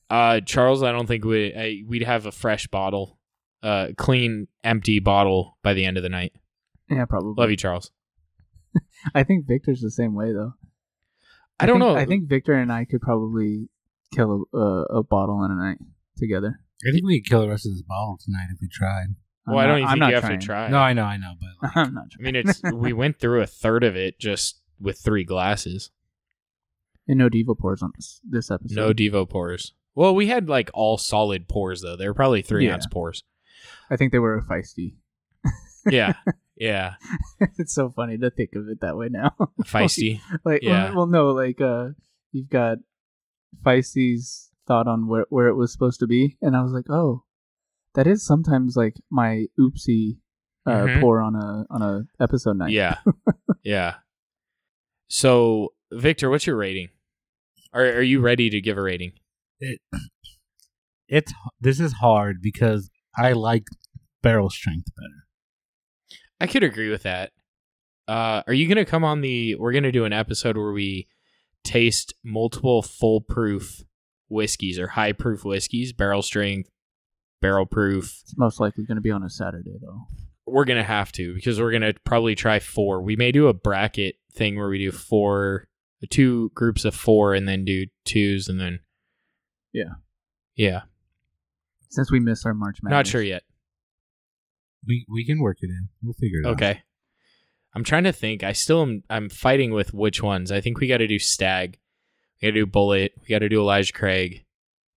Speaker 2: Uh, Charles, I don't think we I, we'd have a fresh bottle, uh, clean, empty bottle by the end of the night.
Speaker 1: yeah, probably.
Speaker 2: Love you, Charles.
Speaker 1: I think Victor's the same way though.
Speaker 2: I, don't
Speaker 1: think-
Speaker 2: know.
Speaker 1: I think Victor and I could probably kill a, a, a bottle in a night together.
Speaker 3: I think we could kill the rest of this bottle tonight if we tried.
Speaker 1: I'm
Speaker 2: Well, I
Speaker 1: not-
Speaker 2: don't even
Speaker 1: I'm
Speaker 2: think
Speaker 1: not
Speaker 2: you have
Speaker 1: trying.
Speaker 2: to try.
Speaker 3: No, I know, I know, but like,
Speaker 1: I'm not
Speaker 2: I
Speaker 1: trying.
Speaker 2: mean, it's we went through a third of it just with three glasses.
Speaker 1: And no diva pours on this this episode.
Speaker 2: No Devo pours. Well, we had like all solid pours though. They were probably three
Speaker 1: Yeah.
Speaker 2: ounce pours.
Speaker 1: I think they were feisty.
Speaker 2: Yeah, yeah,
Speaker 1: it's so funny to think of it that way now.
Speaker 2: feisty.
Speaker 1: like,
Speaker 2: Yeah.
Speaker 1: well, no, like, uh, you've got feisty's thought on where where it was supposed to be, and I was like, oh, that is sometimes like my oopsie uh,
Speaker 2: Mhm.
Speaker 1: pour on a on a episode night.
Speaker 2: Yeah, yeah. So, Victor, what's your rating? Are Are you ready to give a rating?
Speaker 3: it's this is hard because I like barrel strength better.
Speaker 2: I could agree with that. Uh, are you going to come on the? We're going to do an episode where we taste multiple full proof whiskeys or high proof whiskeys, barrel strength, barrel proof.
Speaker 1: It's most likely going to be on a Saturday though.
Speaker 2: We're going to have to because we're going to probably try four. We may do a bracket thing where we do four, two groups of four, and then do twos, and then
Speaker 1: Yeah.
Speaker 2: yeah.
Speaker 1: Since we missed our March Madness,
Speaker 2: Not sure yet.
Speaker 3: We we can work it in. We'll figure it out.
Speaker 2: Okay. I'm trying to think. I still am I'm fighting with which ones. I think we gotta do Stag. We gotta do Bullet. We gotta do Elijah Craig.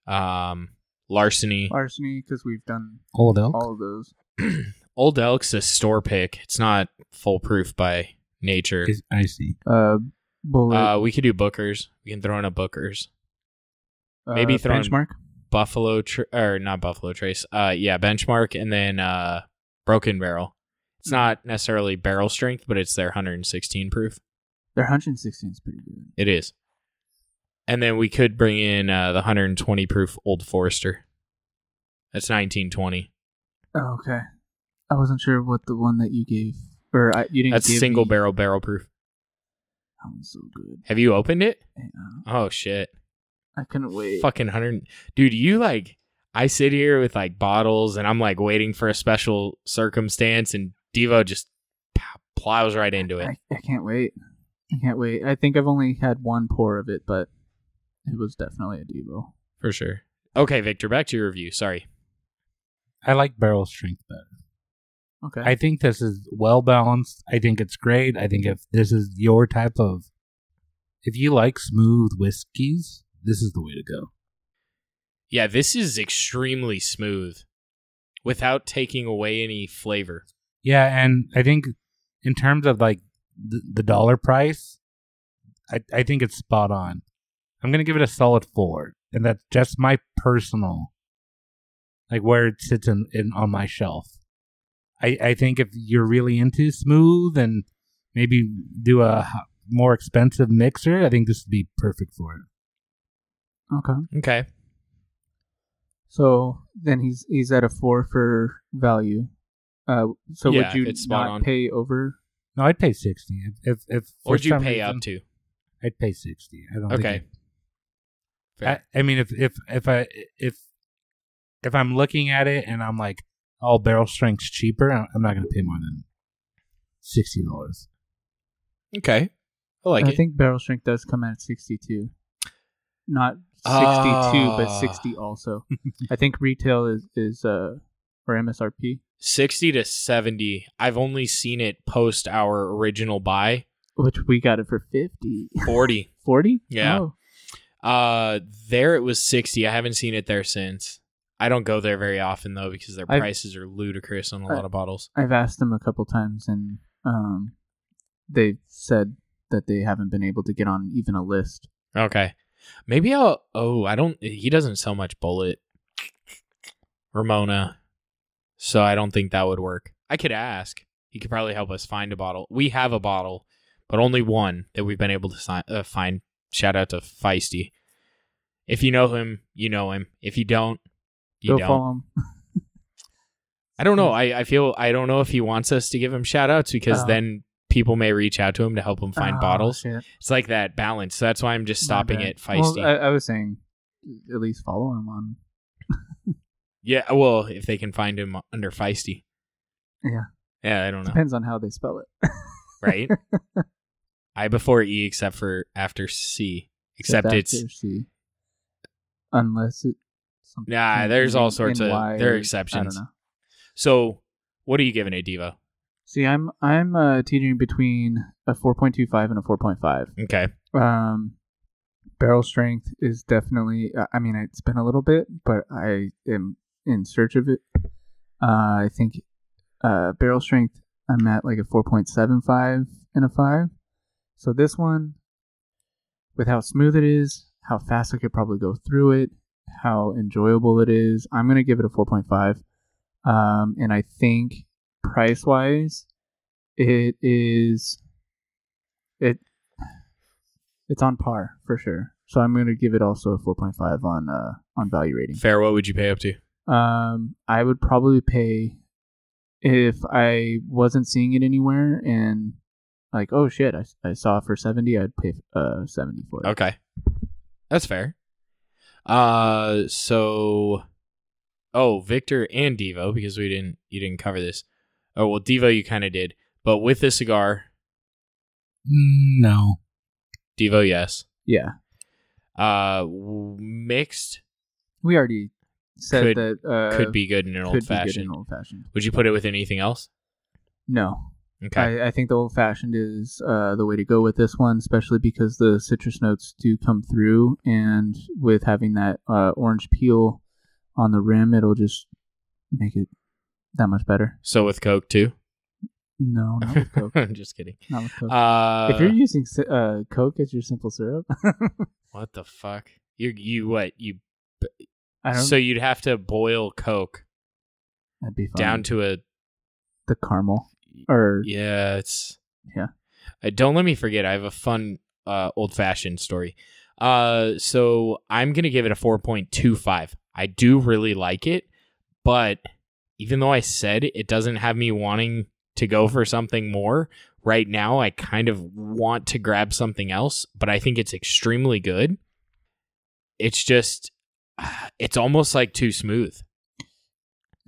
Speaker 2: Um Larceny.
Speaker 1: Larceny because we've done
Speaker 3: Hold on.
Speaker 1: all of those.
Speaker 2: Old Elk's a store pick. It's not foolproof by nature.
Speaker 3: Is- I see.
Speaker 1: Uh, bullet.
Speaker 2: Uh, we could do Bookers. We can throw in a Bookers. maybe
Speaker 1: uh,
Speaker 2: throw in-
Speaker 1: benchmark.
Speaker 2: Buffalo Tr or not Buffalo Trace. Uh yeah, benchmark and then uh Broken Barrel. It's
Speaker 1: Hmm.
Speaker 2: not necessarily barrel strength, but it's their 116 proof.
Speaker 1: Their 116 is pretty good.
Speaker 2: It is. And then we could bring in uh, the 120 proof Old Forester. That's 1920.
Speaker 1: Oh, okay. I wasn't sure what the one that you gave or I, you didn't.
Speaker 2: That's
Speaker 1: give
Speaker 2: single
Speaker 1: me.
Speaker 2: barrel barrel proof.
Speaker 1: That one's so good.
Speaker 2: Have you opened it?
Speaker 1: Yeah.
Speaker 2: Oh shit.
Speaker 1: I couldn't wait.
Speaker 2: Fucking 100 Dude, you like I sit here with like bottles and I'm like waiting for a special circumstance and Devo just p- plows right into it.
Speaker 1: I, I can't wait. I can't wait. I think I've only had one pour of it, but it was definitely a Devo.
Speaker 2: For sure. Okay, Victor, back to your review. Sorry.
Speaker 3: I like barrel strength better.
Speaker 1: Okay.
Speaker 3: I think this is well balanced. I think it's great. I think if this is your type of, if you like smooth whiskeys, this is the way to go.
Speaker 2: Yeah, this is extremely smooth without taking away any flavor.
Speaker 3: Yeah, and I think in terms of like the, the dollar price, I I think it's spot on. I'm gonna give it a solid four, and that's just my personal, like where it sits in, in on my shelf. I I think if you're really into smooth and maybe do a h- more expensive mixer, I think this would be perfect for it.
Speaker 1: okay.
Speaker 2: Okay.
Speaker 1: So then he's he's at a four for value. Uh, so
Speaker 2: Yeah,
Speaker 1: would you
Speaker 2: it's spot
Speaker 1: not
Speaker 2: on.
Speaker 1: pay over?
Speaker 3: No, I'd pay sixty if if. if for
Speaker 2: What'd you
Speaker 3: some
Speaker 2: pay up
Speaker 3: reason-
Speaker 2: to?
Speaker 3: I'd pay sixty. I don't. Think
Speaker 2: Okay.
Speaker 3: I, I mean, if if if I if if I'm looking at it and I'm like, oh, barrel strength's cheaper, I- I'm not going to pay more than sixty dollars.
Speaker 2: okay. I like
Speaker 1: I
Speaker 2: it.
Speaker 1: think barrel strength does come out at sixty-two, not sixty-two, but
Speaker 2: Ah.
Speaker 1: sixty also. I think retail is is uh or MSRP.
Speaker 2: 60 to 70. I've only seen it post our original buy.
Speaker 1: which we got it for 50
Speaker 2: 40.
Speaker 1: 40
Speaker 2: Yeah.
Speaker 1: oh,
Speaker 2: uh there it was 60. I haven't seen it there since. I don't go there very often though because their
Speaker 1: I've-
Speaker 2: prices are ludicrous on a
Speaker 1: I-
Speaker 2: lot of bottles.
Speaker 1: i've asked them a couple times and um they've said that they haven't been able to get on even a list
Speaker 2: Okay. Maybe I'll Oh, I don't he doesn't sell much bullet. Ramona. So I don't think that would work. I could ask. He could probably help us find a bottle. We have a bottle, but only one that we've been able to si- uh, find. Shout out to Feisty. If you know him, you know him. If you don't, you
Speaker 1: go
Speaker 2: don't.
Speaker 1: follow 'em.
Speaker 2: I don't know. I, I feel I don't know if he wants us to give him shout outs because
Speaker 1: Hmm. Oh.
Speaker 2: then people may reach out to him to help him find
Speaker 1: Oh,
Speaker 2: bottles.
Speaker 1: shit. My
Speaker 2: It's like that balance. So that's why I'm just stopping
Speaker 1: bad.
Speaker 2: it, Feisty.
Speaker 1: well, I, I was saying at least follow him on
Speaker 2: Yeah, well, if they can find him under feisty.
Speaker 1: Yeah.
Speaker 2: Yeah, I don't know.
Speaker 1: depends on how they spell it
Speaker 2: right? I before E except for after C. Except
Speaker 1: If
Speaker 2: it's
Speaker 1: after C. unless it something
Speaker 2: Nah, there's all sorts of-
Speaker 1: NY,
Speaker 2: there are
Speaker 1: I don't
Speaker 2: exceptions.
Speaker 1: know.
Speaker 2: so What are you giving it, Devo?
Speaker 1: See, I'm I'm uh, teetering between a 4.25 and a 4.5.
Speaker 2: Okay.
Speaker 1: Um, barrel strength is definitely. I- I mean, it's been a little bit, but I am in search of it. Uh, I think uh, barrel strength. I'm at like a 4.75 and a five. So this one, with how smooth it is, how fast I could probably go through it, how enjoyable it is, I'm gonna give it a 4.5. Um, and I think price wise, it is. It it's on par for sure. So I'm gonna give it also a 4.5 on uh on value rating.
Speaker 2: Fair. What would you pay up to?
Speaker 1: Um, I would probably pay if I wasn't seeing it anywhere and like oh shit I, I saw it for 70 I'd pay uh 70 for it.
Speaker 2: Okay. That's fair. Uh so oh, Victor and Devo because we didn't you didn't cover this. Oh, well Devo you kind of did. But with the cigar,
Speaker 3: No.
Speaker 2: Devo yes.
Speaker 1: Yeah.
Speaker 2: Uh w- mixed
Speaker 1: We already said
Speaker 2: Could-
Speaker 1: that uh
Speaker 2: could be good in an
Speaker 1: could
Speaker 2: old
Speaker 1: be good in
Speaker 2: fashioned.
Speaker 1: old fashioned.
Speaker 2: Would you put it with anything else?
Speaker 1: No.
Speaker 2: Okay.
Speaker 1: I, I think the old fashioned is uh, the way to go with this one, especially because the citrus notes do come through, and with having that uh, orange peel on the rim, it'll just make it that much better.
Speaker 2: so with Coke too?
Speaker 1: No, not with Coke.
Speaker 2: I'm just kidding.
Speaker 1: not with Coke.
Speaker 2: Uh
Speaker 1: if you're using si- uh, Coke as your simple syrup,
Speaker 2: what the fuck? You you what? You
Speaker 1: I don't.
Speaker 2: so you'd have to boil Coke
Speaker 1: that'd be fine.
Speaker 2: down to a
Speaker 1: the caramel, or
Speaker 2: Yeah, it's
Speaker 1: Yeah.
Speaker 2: Uh, don't let me forget. I have a fun uh, old fashioned story. Uh, so I'm gonna give it a four point two five. I do really like it, but even though I said it doesn't have me wanting to go for something more right now, I kind of want to grab something else. But I think it's extremely good. It's just, it's almost like too smooth.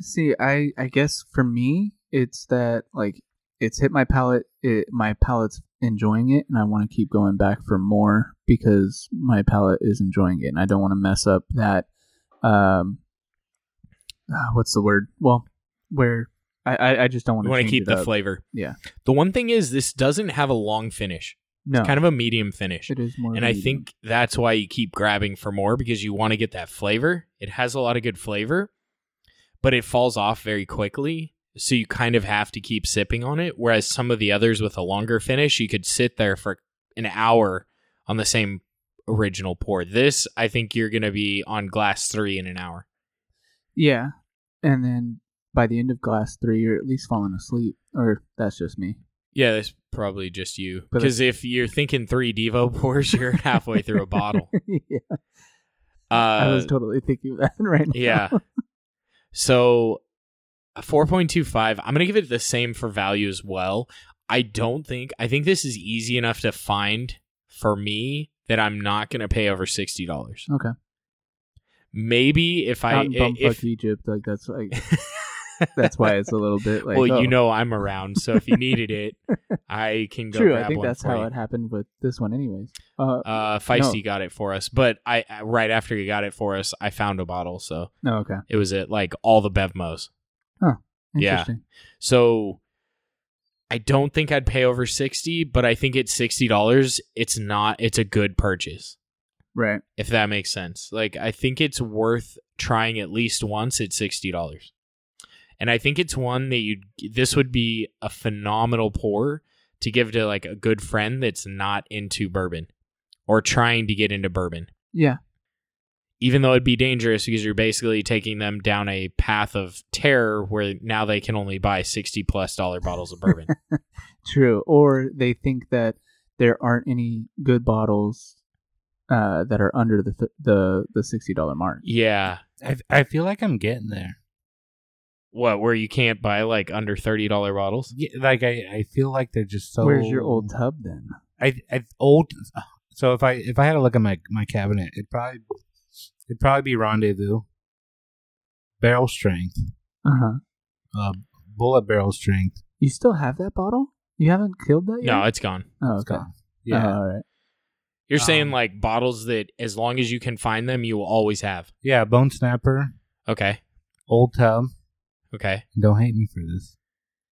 Speaker 1: See, I I guess for me, it's that like it's hit my palate. It my palate's enjoying it, and I want to keep going back for more because my palate is enjoying it, and I don't want to mess up that. Um, ah, what's the word? Well, where I I, I just don't want
Speaker 2: You
Speaker 1: to
Speaker 2: want to keep the flavor.
Speaker 1: Yeah.
Speaker 2: The one thing is, this doesn't have a long finish.
Speaker 1: No,
Speaker 2: kind of a medium finish.
Speaker 1: it is more.
Speaker 2: And I think that's why you keep grabbing for more because you want to get that flavor. It has a lot of good flavor, but it falls off very quickly. So you kind of have to keep sipping on it. Whereas some of the others with a longer finish, you could sit there for an hour on the same original pour. This, I think you're going to be on glass three in an hour.
Speaker 1: yeah, and then by the end of glass three, you're at least falling asleep, or that's just me.
Speaker 2: Yeah, that's probably just you.
Speaker 1: But
Speaker 2: Because if you're thinking three Devo pours, you're halfway through a bottle.
Speaker 1: yeah,
Speaker 2: Uh,
Speaker 1: I was totally thinking that right now.
Speaker 2: Yeah. So a 4.25, I'm going to give it the same for value as well. I don't think I think this is easy enough to find for me that I'm not going to pay over $60.
Speaker 1: Okay.
Speaker 2: Maybe if I
Speaker 1: out in
Speaker 2: if,
Speaker 1: bumfuck Egypt, like that's like that's why it's a little bit like.
Speaker 2: well,
Speaker 1: oh.
Speaker 2: you know I'm around, so if you needed it, I can go
Speaker 1: true.
Speaker 2: grab
Speaker 1: I think
Speaker 2: one
Speaker 1: that's
Speaker 2: for
Speaker 1: how
Speaker 2: you.
Speaker 1: it happened with this one, anyways. Uh,
Speaker 2: Uh, Feisty got it for us, but I I- right after he got it for us, I found a bottle, so
Speaker 1: no, oh, okay,
Speaker 2: it was at like all the Bevmos. Yeah.
Speaker 1: interesting.
Speaker 2: So I don't think I'd pay over 60, but I think at $60, it's not it's a good purchase,
Speaker 1: Right.
Speaker 2: if that makes sense. Like I think it's worth trying at least once at $60. And I think it's one that you this would be a phenomenal pour to give to like a good friend that's not into bourbon or trying to get into bourbon.
Speaker 1: Yeah.
Speaker 2: Even though it'd be dangerous because you're basically taking them down a path of terror where now they can only buy 60 plus dollar bottles of bourbon.
Speaker 1: True. Or they think that there aren't any good bottles uh, that are under the th- the the sixty dollar mark.
Speaker 2: Yeah.
Speaker 3: I I feel like I'm getting there.
Speaker 2: What, where you can't buy like under $30 bottles?
Speaker 3: Yeah, like I, I feel like they're just so.
Speaker 1: Where's your old tub then?
Speaker 3: I, I old. So if I if I had a look at my my cabinet, it probably it'd probably be rendezvous, barrel strength,
Speaker 1: Uh huh.
Speaker 3: uh, bullet barrel strength.
Speaker 1: You still have that bottle? You haven't killed that yet?
Speaker 2: No, it's gone.
Speaker 1: Oh,
Speaker 3: It's
Speaker 1: okay.
Speaker 3: gone. Yeah,
Speaker 1: Oh, all right.
Speaker 2: You're
Speaker 3: Um,
Speaker 2: saying like bottles that as long as you can find them, you will always have.
Speaker 3: yeah. Bone snapper,
Speaker 2: Okay.
Speaker 3: old tub.
Speaker 2: Okay.
Speaker 3: Don't hate me for this.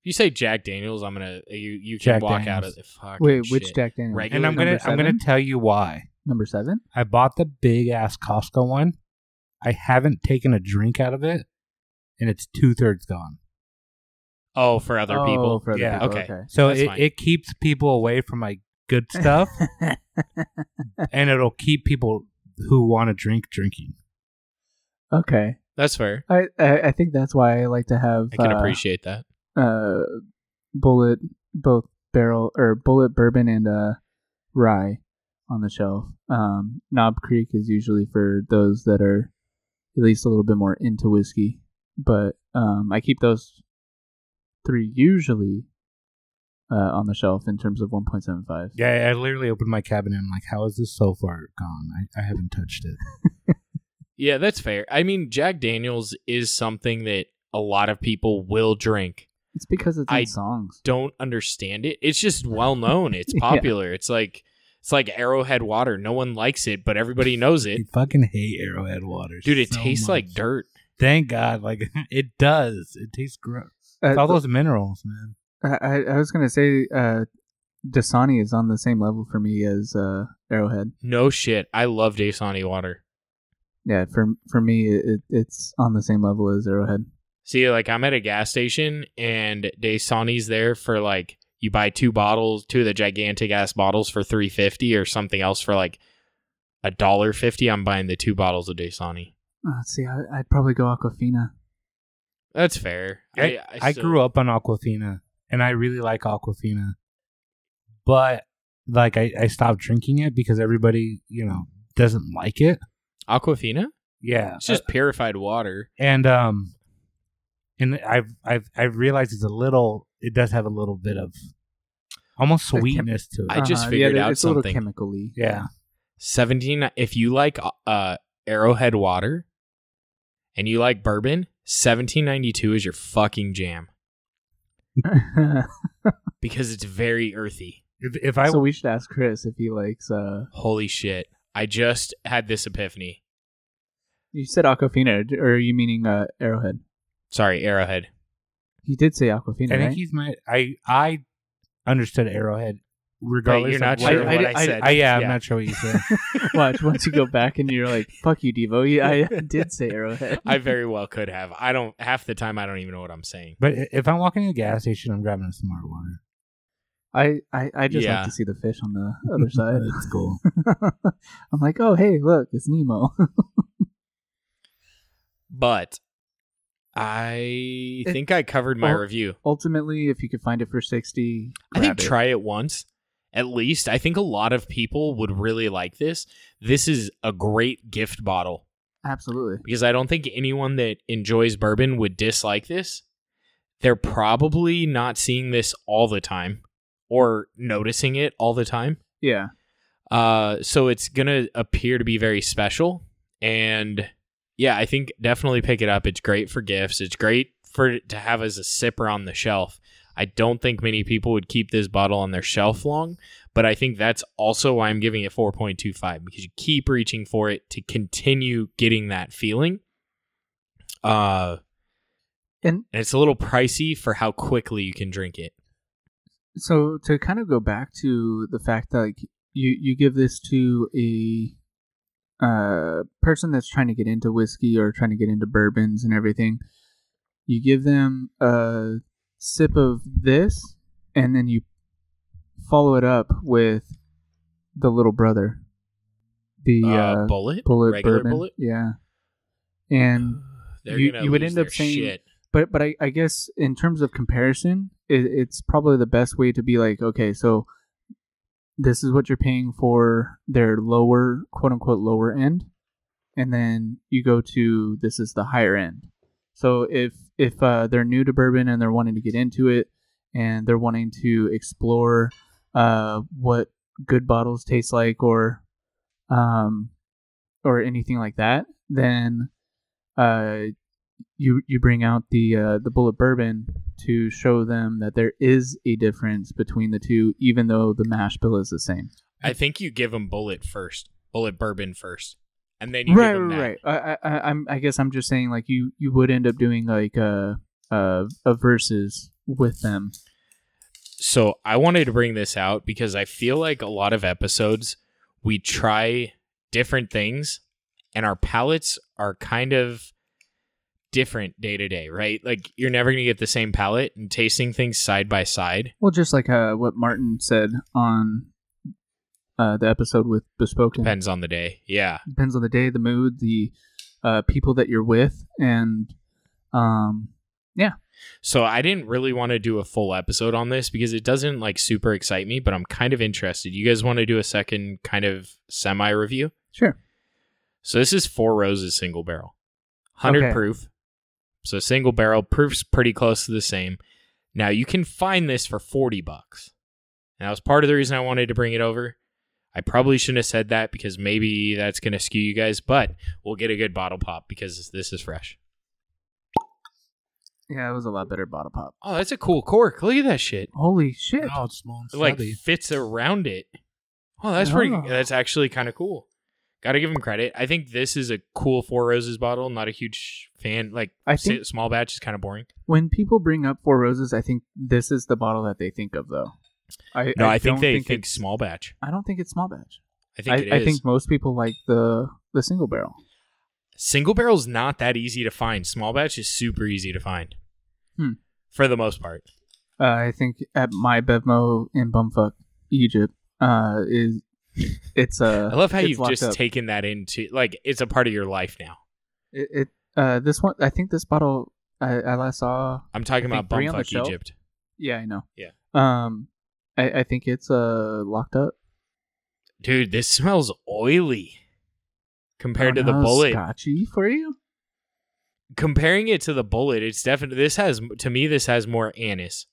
Speaker 2: You say Jack Daniels, I'm gonna uh, you you can
Speaker 3: Jack
Speaker 2: walk out of
Speaker 3: Daniels.
Speaker 2: the fucking
Speaker 1: Wait, which
Speaker 2: shit.
Speaker 1: Jack Daniels?
Speaker 2: Regular
Speaker 3: and I'm gonna
Speaker 1: Number
Speaker 3: I'm gonna
Speaker 1: seven?
Speaker 3: tell you why.
Speaker 1: Number seven.
Speaker 3: I bought the big ass Costco one. I haven't taken a drink out of it, and it's two thirds gone.
Speaker 2: Oh, for other
Speaker 1: Oh,
Speaker 2: people.
Speaker 1: for other
Speaker 3: Yeah.
Speaker 1: people,
Speaker 2: Okay.
Speaker 3: So
Speaker 2: That's
Speaker 3: it,
Speaker 2: fine.
Speaker 3: it keeps people away from my good stuff,
Speaker 1: okay.
Speaker 3: and it'll keep people who want to drink drinking.
Speaker 1: okay.
Speaker 2: That's fair.
Speaker 1: I, I I think that's why I like to have
Speaker 2: I can
Speaker 1: uh,
Speaker 2: appreciate that.
Speaker 1: uh, bullet both barrel or bullet bourbon and uh, rye on the shelf. Um, Knob Creek is usually for those that are at least a little bit more into whiskey, but um, I keep those three usually uh, on the shelf in terms of one point seven five.
Speaker 3: Yeah, I- I literally opened my cabinet. I'm like, how is this so far gone? I, I haven't touched it.
Speaker 2: Yeah, that's fair. I mean, Jack Daniels is something that a lot of people will drink.
Speaker 1: It's because it's in
Speaker 2: I-
Speaker 1: songs.
Speaker 2: Don't understand it. It's just
Speaker 3: Mm-hmm.
Speaker 2: well known. It's
Speaker 1: Yeah.
Speaker 2: popular. It's like it's like Arrowhead water. No one likes it, but everybody knows
Speaker 3: I
Speaker 2: it.
Speaker 3: fucking hate Arrowhead water.
Speaker 2: Dude, it
Speaker 3: so
Speaker 2: tastes
Speaker 3: much.
Speaker 2: like dirt.
Speaker 3: Thank God, like it does. It tastes gross.
Speaker 1: Uh,
Speaker 3: It's all those minerals, man.
Speaker 1: I, I I was gonna say uh, Dasani is on the same level for me as uh, Arrowhead.
Speaker 2: No shit. I love Dasani water.
Speaker 1: Yeah, for for me, it, it's on the same level as Arrowhead.
Speaker 2: See, like I'm at a gas station and Dasani's there for like you buy two bottles, two of the gigantic ass bottles for three fifty or something else for like a dollar fifty. I'm buying the two bottles of Dasani.
Speaker 1: Uh, see, I, I'd probably go Aquafina.
Speaker 2: That's fair.
Speaker 3: I, I, grew up on Aquafina and I really like Aquafina. But like I, I stopped drinking it because everybody, you know, doesn't like it.
Speaker 2: Aquafina.
Speaker 3: Yeah.
Speaker 2: It's just purified water.
Speaker 3: and um and I've I've I've realized it's a little it does have a little bit of almost
Speaker 1: The chem-
Speaker 3: sweetness to
Speaker 2: I
Speaker 3: it.
Speaker 2: just
Speaker 1: Uh-huh,
Speaker 2: figured
Speaker 1: yeah,
Speaker 2: out
Speaker 1: it's a
Speaker 2: something.
Speaker 1: little chemically.
Speaker 3: Yeah.
Speaker 2: Seventeen. If you like uh, Arrowhead water, and you like bourbon, seventeen ninety two is your fucking jam because it's very earthy.
Speaker 3: If, if I
Speaker 1: so we should ask Chris if he likes. Uh,
Speaker 2: Holy shit! I just had this epiphany.
Speaker 1: you said Aquafina, or are you meaning uh, Arrowhead?
Speaker 2: Sorry, Arrowhead.
Speaker 1: He did say
Speaker 3: I
Speaker 1: Aquafina,
Speaker 3: think
Speaker 1: right?
Speaker 3: he's my I I understood Arrowhead regardless
Speaker 2: Wait, you're not
Speaker 3: of what
Speaker 2: sure
Speaker 3: it
Speaker 1: I-
Speaker 2: what
Speaker 3: was.
Speaker 2: I,
Speaker 1: I-
Speaker 2: said.
Speaker 3: I, yeah, I'm not sure what you said.
Speaker 1: Watch once you go back and you're like, "Fuck you, Devo." Yeah, I did say Arrowhead.
Speaker 2: I very well could have. I don't. Half the time, I don't even know what I'm saying.
Speaker 3: but i- if I'm walking to the gas station, I'm grabbing a smart water.
Speaker 1: I I, I just
Speaker 2: Yeah.
Speaker 1: like to see the fish on the other side.
Speaker 3: That's cool.
Speaker 1: I'm like, oh hey, look, it's Nemo.
Speaker 2: But I think I covered my
Speaker 1: Well,
Speaker 2: review.
Speaker 1: Ultimately, if you could find it for sixty,
Speaker 2: I think
Speaker 1: grab it.
Speaker 2: try it once, at least. I think a lot of people would really like this. This is a great gift bottle
Speaker 1: absolutely.
Speaker 2: because I don't think anyone that enjoys bourbon would dislike this. They're probably not seeing this all the time or noticing it all the time.
Speaker 1: Yeah,
Speaker 2: Uh, so it's gonna appear to be very special, and yeah, I think definitely pick it up. It's great for gifts. It's great for to have as a sipper on the shelf. I don't think many people would keep this bottle on their shelf long, but I think that's also why I'm giving it 4.25 because you keep reaching for it to continue getting that feeling. Uh,
Speaker 1: and
Speaker 2: and it's a little pricey for how quickly you can drink it.
Speaker 1: so to kind of go back to the fact that like you you give this to a uh person that's trying to get into whiskey or trying to get into bourbons and everything you give them a sip of this and then you follow it up with the little brother the
Speaker 2: Uh,
Speaker 1: uh,
Speaker 2: bullet,
Speaker 1: bullet
Speaker 2: regular
Speaker 1: bourbon
Speaker 2: bullet.
Speaker 1: yeah and
Speaker 2: They're
Speaker 1: you-
Speaker 2: gonna
Speaker 1: you would
Speaker 2: lose
Speaker 1: end up
Speaker 2: their
Speaker 1: saying-
Speaker 2: shit.
Speaker 1: but but I, I guess in terms of comparison, it, it's probably the best way to be like, okay, so this is what you're paying for their lower quote unquote lower end, and then you go to this is the higher end. So if if uh, they're new to bourbon and they're wanting to get into it, and they're wanting to explore uh, what good bottles taste like, or um, or anything like that, then uh, you you bring out the uh, the bullet bourbon to show them that there is a difference between the two, even though the mash bill is the same.
Speaker 2: I think you give them bullet first, bullet bourbon first, and then you
Speaker 1: right,
Speaker 2: give them that.
Speaker 1: right, right. I, I, I- I'm I guess I'm just saying like you you would end up doing like uh, a a, a versus with them.
Speaker 2: so I wanted to bring this out because I feel like a lot of episodes we try different things and our palettes are kind of different day to day, right? Like you're never going to get the same palette and tasting things side by side.
Speaker 1: Well, just like uh, what Martin said on uh, the episode with Bespoken.
Speaker 2: Depends on the day. Yeah.
Speaker 1: depends on the day, the mood, the uh, people that you're with, and um,
Speaker 2: So I didn't really want to do a full episode on this because it doesn't like super excite me, but I'm kind of interested. You guys want to do a second kind of semi review?
Speaker 1: sure,
Speaker 2: So this is Four Roses single barrel, 100
Speaker 1: Okay.
Speaker 2: proof. So single barrel proof's pretty close to the same. Now you can find this for 40 bucks. And that was part of the reason I wanted to bring it over. I probably shouldn't have said that because maybe that's going to skew you guys, but we'll get a good bottle pop because this is fresh.
Speaker 1: yeah, it was a lot better bottle pop.
Speaker 2: Oh, that's a cool cork. Look at that shit.
Speaker 1: Holy shit!
Speaker 3: Oh, it's small and
Speaker 2: It like
Speaker 3: stubby.
Speaker 2: fits around it. Oh, that's pretty.
Speaker 1: Oh.
Speaker 2: That's actually kind of cool. Got to give him credit. I think this is a cool Four Roses bottle. Not a huge fan. Like
Speaker 1: I
Speaker 2: si-
Speaker 1: think-
Speaker 2: small batch is kind of boring.
Speaker 1: When people bring up Four Roses, I think this is the bottle that they think of, though. I
Speaker 2: No, I, think
Speaker 1: don't
Speaker 2: they think,
Speaker 1: it's-
Speaker 2: small batch.
Speaker 1: I don't think it's small batch.
Speaker 2: I think it is.
Speaker 1: I think most people like the the single barrel.
Speaker 2: single barrel's not that easy to find. Small batch is super easy to find,
Speaker 1: Hmm.
Speaker 2: for the most part.
Speaker 1: Uh, I think at my Bevmo in Bumfuck, Egypt, uh, is it's uh,
Speaker 2: I love how
Speaker 1: it's
Speaker 2: you've
Speaker 1: locked
Speaker 2: just
Speaker 1: up.
Speaker 2: taken that into like it's a part of your life now.
Speaker 1: it, it uh this one. I think this bottle I, I last saw
Speaker 2: I'm talking
Speaker 1: I
Speaker 2: about
Speaker 1: think three on the
Speaker 2: bumfuck
Speaker 1: shelf.
Speaker 2: Egypt.
Speaker 1: Yeah, I know.
Speaker 2: Yeah.
Speaker 1: Um, I, I think it's uh locked up
Speaker 2: Dude, this smells oily compared
Speaker 1: Oh,
Speaker 2: to the
Speaker 1: no,
Speaker 2: bullet.
Speaker 1: Scotchy for you?
Speaker 2: comparing it to the bullet, it's definitely this has to me this has more anise.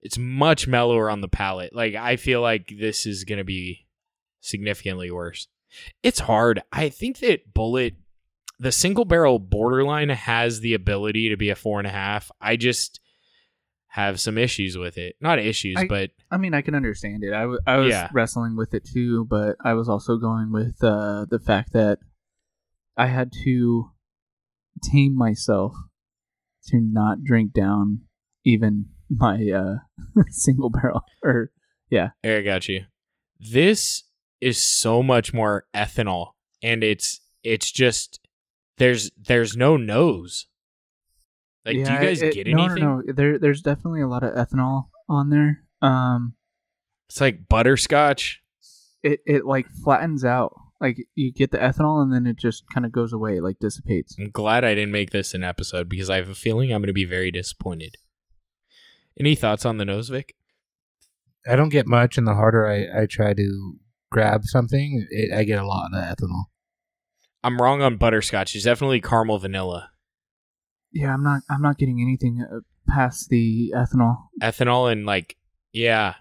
Speaker 2: It's much mellower on the palate. Like I feel like this is gonna be significantly worse. It's hard. I think that bullet, the single barrel borderline has the ability to be a four and a half. I just have some issues with it. Not issues,
Speaker 1: I-
Speaker 2: but
Speaker 1: I mean, I can understand it. I wa- I was
Speaker 2: Yeah.
Speaker 1: wrestling with it too, but I was also going with uh, the fact that I had to tame myself to not drink down even my uh, single barrel. Or
Speaker 2: Eric got you. This is so much more ethanol, and it's it's just there's there's no nose. Like, do
Speaker 1: Yeah,
Speaker 2: you guys
Speaker 1: it-
Speaker 2: get
Speaker 1: no,
Speaker 2: anything?
Speaker 1: No, no, There, there's definitely a lot of ethanol on there. Um,
Speaker 2: It's like butterscotch.
Speaker 1: it it like flattens out. Like you get the ethanol and then it just kind of goes away, like dissipates.
Speaker 2: I'm glad I didn't make this an episode because I have a feeling I'm going to be very disappointed. Any thoughts on the nose, Vic?
Speaker 3: I don't get much, and the harder I, I try to grab something, it, I get a lot of ethanol.
Speaker 2: I'm wrong on butterscotch. It's definitely caramel vanilla.
Speaker 1: Yeah, I'm not. I'm not getting anything uh, past the ethanol.
Speaker 2: Ethanol and like yeah,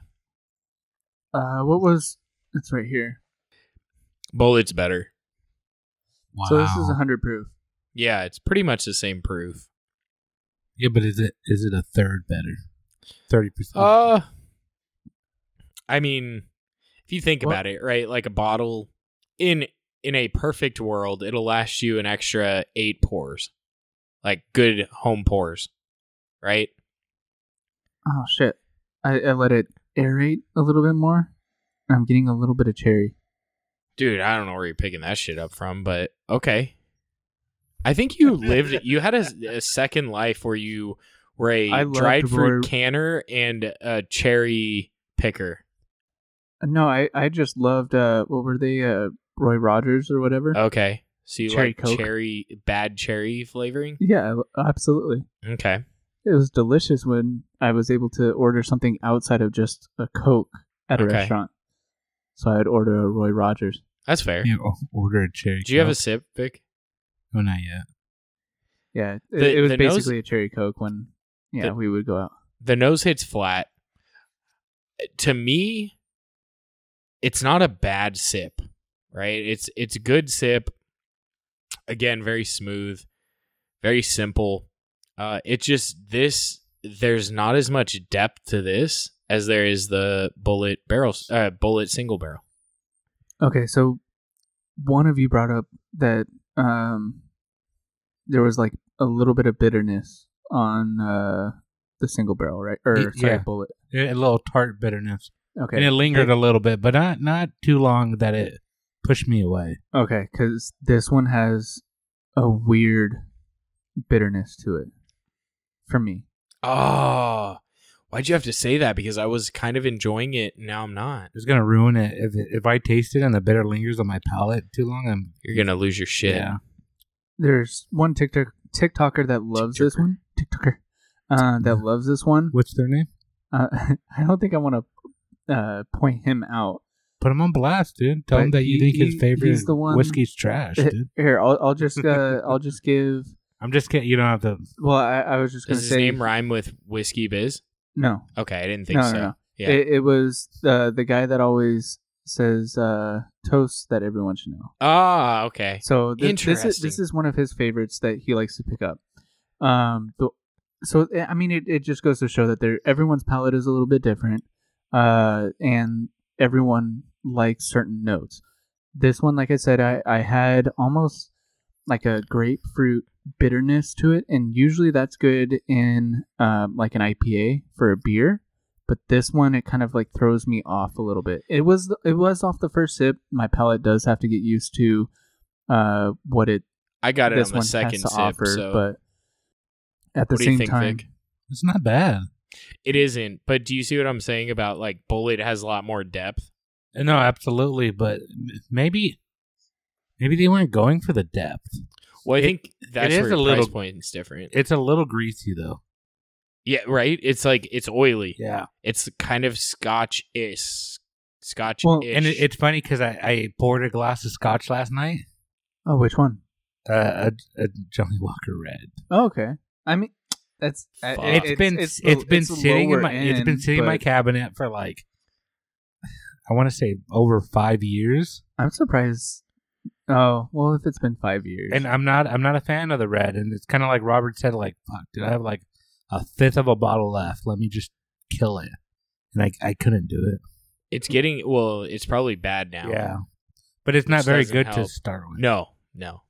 Speaker 1: Uh, what was? It's right here.
Speaker 2: bullet's better.
Speaker 3: Wow.
Speaker 1: So this is 100 proof.
Speaker 2: Yeah, it's pretty much the same proof.
Speaker 3: yeah, but is it is it a third better? Thirty percent.
Speaker 2: Uh, I mean, if you think
Speaker 1: Well-
Speaker 2: about it, right? Like a bottle in in a perfect world, it'll last you an extra eight pours, like good home pours, right?
Speaker 1: Oh shit! I, I let it aerate a little bit more. I'm getting a little bit of cherry.
Speaker 2: Dude, I don't know where you're picking that shit up from, but okay. I think you lived. You had a, a second life where you were
Speaker 1: I
Speaker 2: a
Speaker 1: loved
Speaker 2: dried fruit
Speaker 1: Roy-
Speaker 2: canner and a cherry picker.
Speaker 1: Uh, No, I I just loved uh what were they uh Roy Rogers or whatever.
Speaker 2: Okay, so you
Speaker 1: Cherry
Speaker 2: like
Speaker 1: Coke.
Speaker 2: cherry bad cherry flavoring.
Speaker 1: Yeah, absolutely.
Speaker 2: Okay.
Speaker 1: It was delicious when I was able to order something outside of just a Coke at a
Speaker 2: Okay.
Speaker 1: restaurant. So I'd order a Roy Rogers.
Speaker 2: That's fair.
Speaker 3: you order a cherry.
Speaker 2: Do you have a
Speaker 3: Coke?
Speaker 2: sip, Vic?
Speaker 3: Oh, not yet.
Speaker 1: Yeah, it,
Speaker 2: The-
Speaker 1: it was
Speaker 2: the nose-
Speaker 1: basically a cherry Coke when yeah
Speaker 2: The-
Speaker 1: we would go out.
Speaker 2: The nose hits flat. To me, it's not a bad sip, right? It's it's a good sip. Again, very smooth, very simple. Uh, it just this there's not as much depth to this as there is the bullet barrel uh, bullet single barrel.
Speaker 1: Okay, so one of you brought up that um there was like a little bit of bitterness on uh the single barrel, right? Or
Speaker 3: Y-
Speaker 1: sorry,
Speaker 3: yeah.
Speaker 1: bullet.
Speaker 3: A little tart bitterness,
Speaker 1: Okay.
Speaker 3: and it lingered a little bit, but not not too long that it pushed me away.
Speaker 1: Okay, because this one has a weird bitterness to it for me.
Speaker 2: Oh, why'd you have to say that? Because I was kind of enjoying it. and Now I'm not.
Speaker 3: It's gonna ruin it if it, if I taste it and the bitter lingers on my palate too long. I'm
Speaker 2: You're gonna lose your shit.
Speaker 3: yeah.
Speaker 1: There's one TikTok TikToker that loves this
Speaker 2: TikToker.
Speaker 1: one. TikToker uh, that loves this one.
Speaker 3: What's their name?
Speaker 1: Uh, I don't think I want to uh, point him out.
Speaker 3: Put him on blast, dude. Tell
Speaker 1: But
Speaker 3: him that you
Speaker 1: he-
Speaker 3: think
Speaker 1: he-
Speaker 3: his favorite
Speaker 1: he's the one-
Speaker 3: whiskey's trash, dude.
Speaker 1: Here, I'll, I'll just uh, I'll just give.
Speaker 3: I'm just kidding. You don't have to.
Speaker 1: Well, I, I was just gonna
Speaker 2: Does his
Speaker 1: say
Speaker 2: name rhyme with whiskey biz?
Speaker 1: no,
Speaker 2: Okay, I didn't think
Speaker 1: no,
Speaker 2: so.
Speaker 1: no, no.
Speaker 2: Yeah.
Speaker 1: It, it was uh, the guy that always says uh, toasts that everyone should know.
Speaker 2: Ah, okay.
Speaker 1: So thi- this is this
Speaker 2: Interesting.
Speaker 1: is one of his favorites that he likes to pick up. Um, the, so eh, I mean, it, it just goes to show that there everyone's palate is a little bit different, uh, and everyone likes certain notes. This one, like I said, I I had almost like a grapefruit bitterness to it, and usually that's good in um, like an IPA for a beer. But this one, it kind of like throws me off a little bit. It was it was off the first sip. My palate does have to get used to uh what it
Speaker 2: I got it
Speaker 1: this
Speaker 2: on
Speaker 1: one
Speaker 2: the second
Speaker 1: has to
Speaker 2: sip.
Speaker 1: offer,
Speaker 2: so
Speaker 1: but at the
Speaker 2: what do
Speaker 1: same
Speaker 2: you think,
Speaker 1: time,
Speaker 2: Vic?
Speaker 3: It's not bad.
Speaker 2: It isn't. But do you see what I'm saying about like bullet has a lot more depth?
Speaker 3: Uh, No, absolutely, but m- maybe maybe they weren't going for the depth.
Speaker 2: Well, I
Speaker 3: It-
Speaker 2: think that's
Speaker 3: is
Speaker 2: where
Speaker 3: a
Speaker 2: your
Speaker 3: little-
Speaker 2: price point is different.
Speaker 3: It's a little greasy though.
Speaker 2: yeah, right. It's like it's oily.
Speaker 3: Yeah,
Speaker 2: It's kind of Scotch ish. Scotch ish.
Speaker 1: Well,
Speaker 3: and it, it's funny because I, I poured a glass of scotch last night,
Speaker 1: oh, which one?
Speaker 3: uh, a, a Johnny Walker Red.
Speaker 1: Oh, okay, I mean that's I-
Speaker 2: Fuck.
Speaker 1: it-
Speaker 2: It's
Speaker 3: it's been
Speaker 1: Uh, it's
Speaker 3: it's
Speaker 1: the-
Speaker 3: been
Speaker 1: it's the
Speaker 3: sitting in
Speaker 1: lower
Speaker 3: my it's been
Speaker 1: end,
Speaker 3: sitting in my
Speaker 1: but
Speaker 3: cabinet for like I want to say over five years,
Speaker 1: I'm surprised. Oh well, if it's been five years,
Speaker 3: and I'm not I'm not a fan of the red, and it's kind of like Robert said, like fuck, did I have like a fifth of a bottle left? Let me just kill it, and I I couldn't do it.
Speaker 2: it's getting well. It's probably bad now.
Speaker 3: Yeah, but it's not
Speaker 2: Which
Speaker 3: very
Speaker 2: doesn't
Speaker 3: good to
Speaker 2: help.
Speaker 3: start with.
Speaker 2: No, no,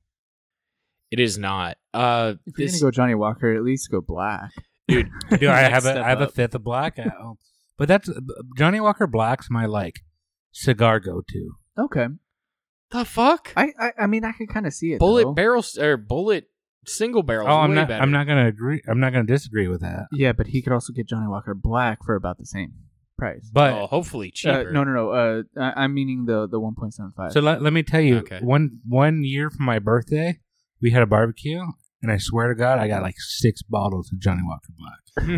Speaker 2: it is not. Uh,
Speaker 1: if you're
Speaker 2: this
Speaker 1: gonna go Johnny Walker, at least go black.
Speaker 2: dude,
Speaker 3: Do I
Speaker 2: Next
Speaker 3: have a
Speaker 2: step
Speaker 3: I have a
Speaker 2: up.
Speaker 3: fifth of black? I- oh. but that's Johnny Walker Black's my like cigar go to.
Speaker 1: Okay,
Speaker 2: the fuck?
Speaker 1: I I, I mean I could kind of see it.
Speaker 2: bullet
Speaker 1: though.
Speaker 2: barrel s- or bullet single barrel.
Speaker 3: Oh, I'm
Speaker 2: way
Speaker 3: not
Speaker 2: Better.
Speaker 3: I'm not gonna agree. I'm not gonna disagree with that.
Speaker 1: yeah, but he could also get Johnny Walker black for about the same price.
Speaker 3: But
Speaker 2: oh, hopefully
Speaker 1: Uh,
Speaker 2: cheaper.
Speaker 1: no, no, no. Uh, I, I'm meaning the the 1.75.
Speaker 3: so let, let me tell you,
Speaker 2: Okay.
Speaker 3: one one year for my birthday, we had a barbecue, and I swear to God, I got like six bottles of Johnny Walker Black.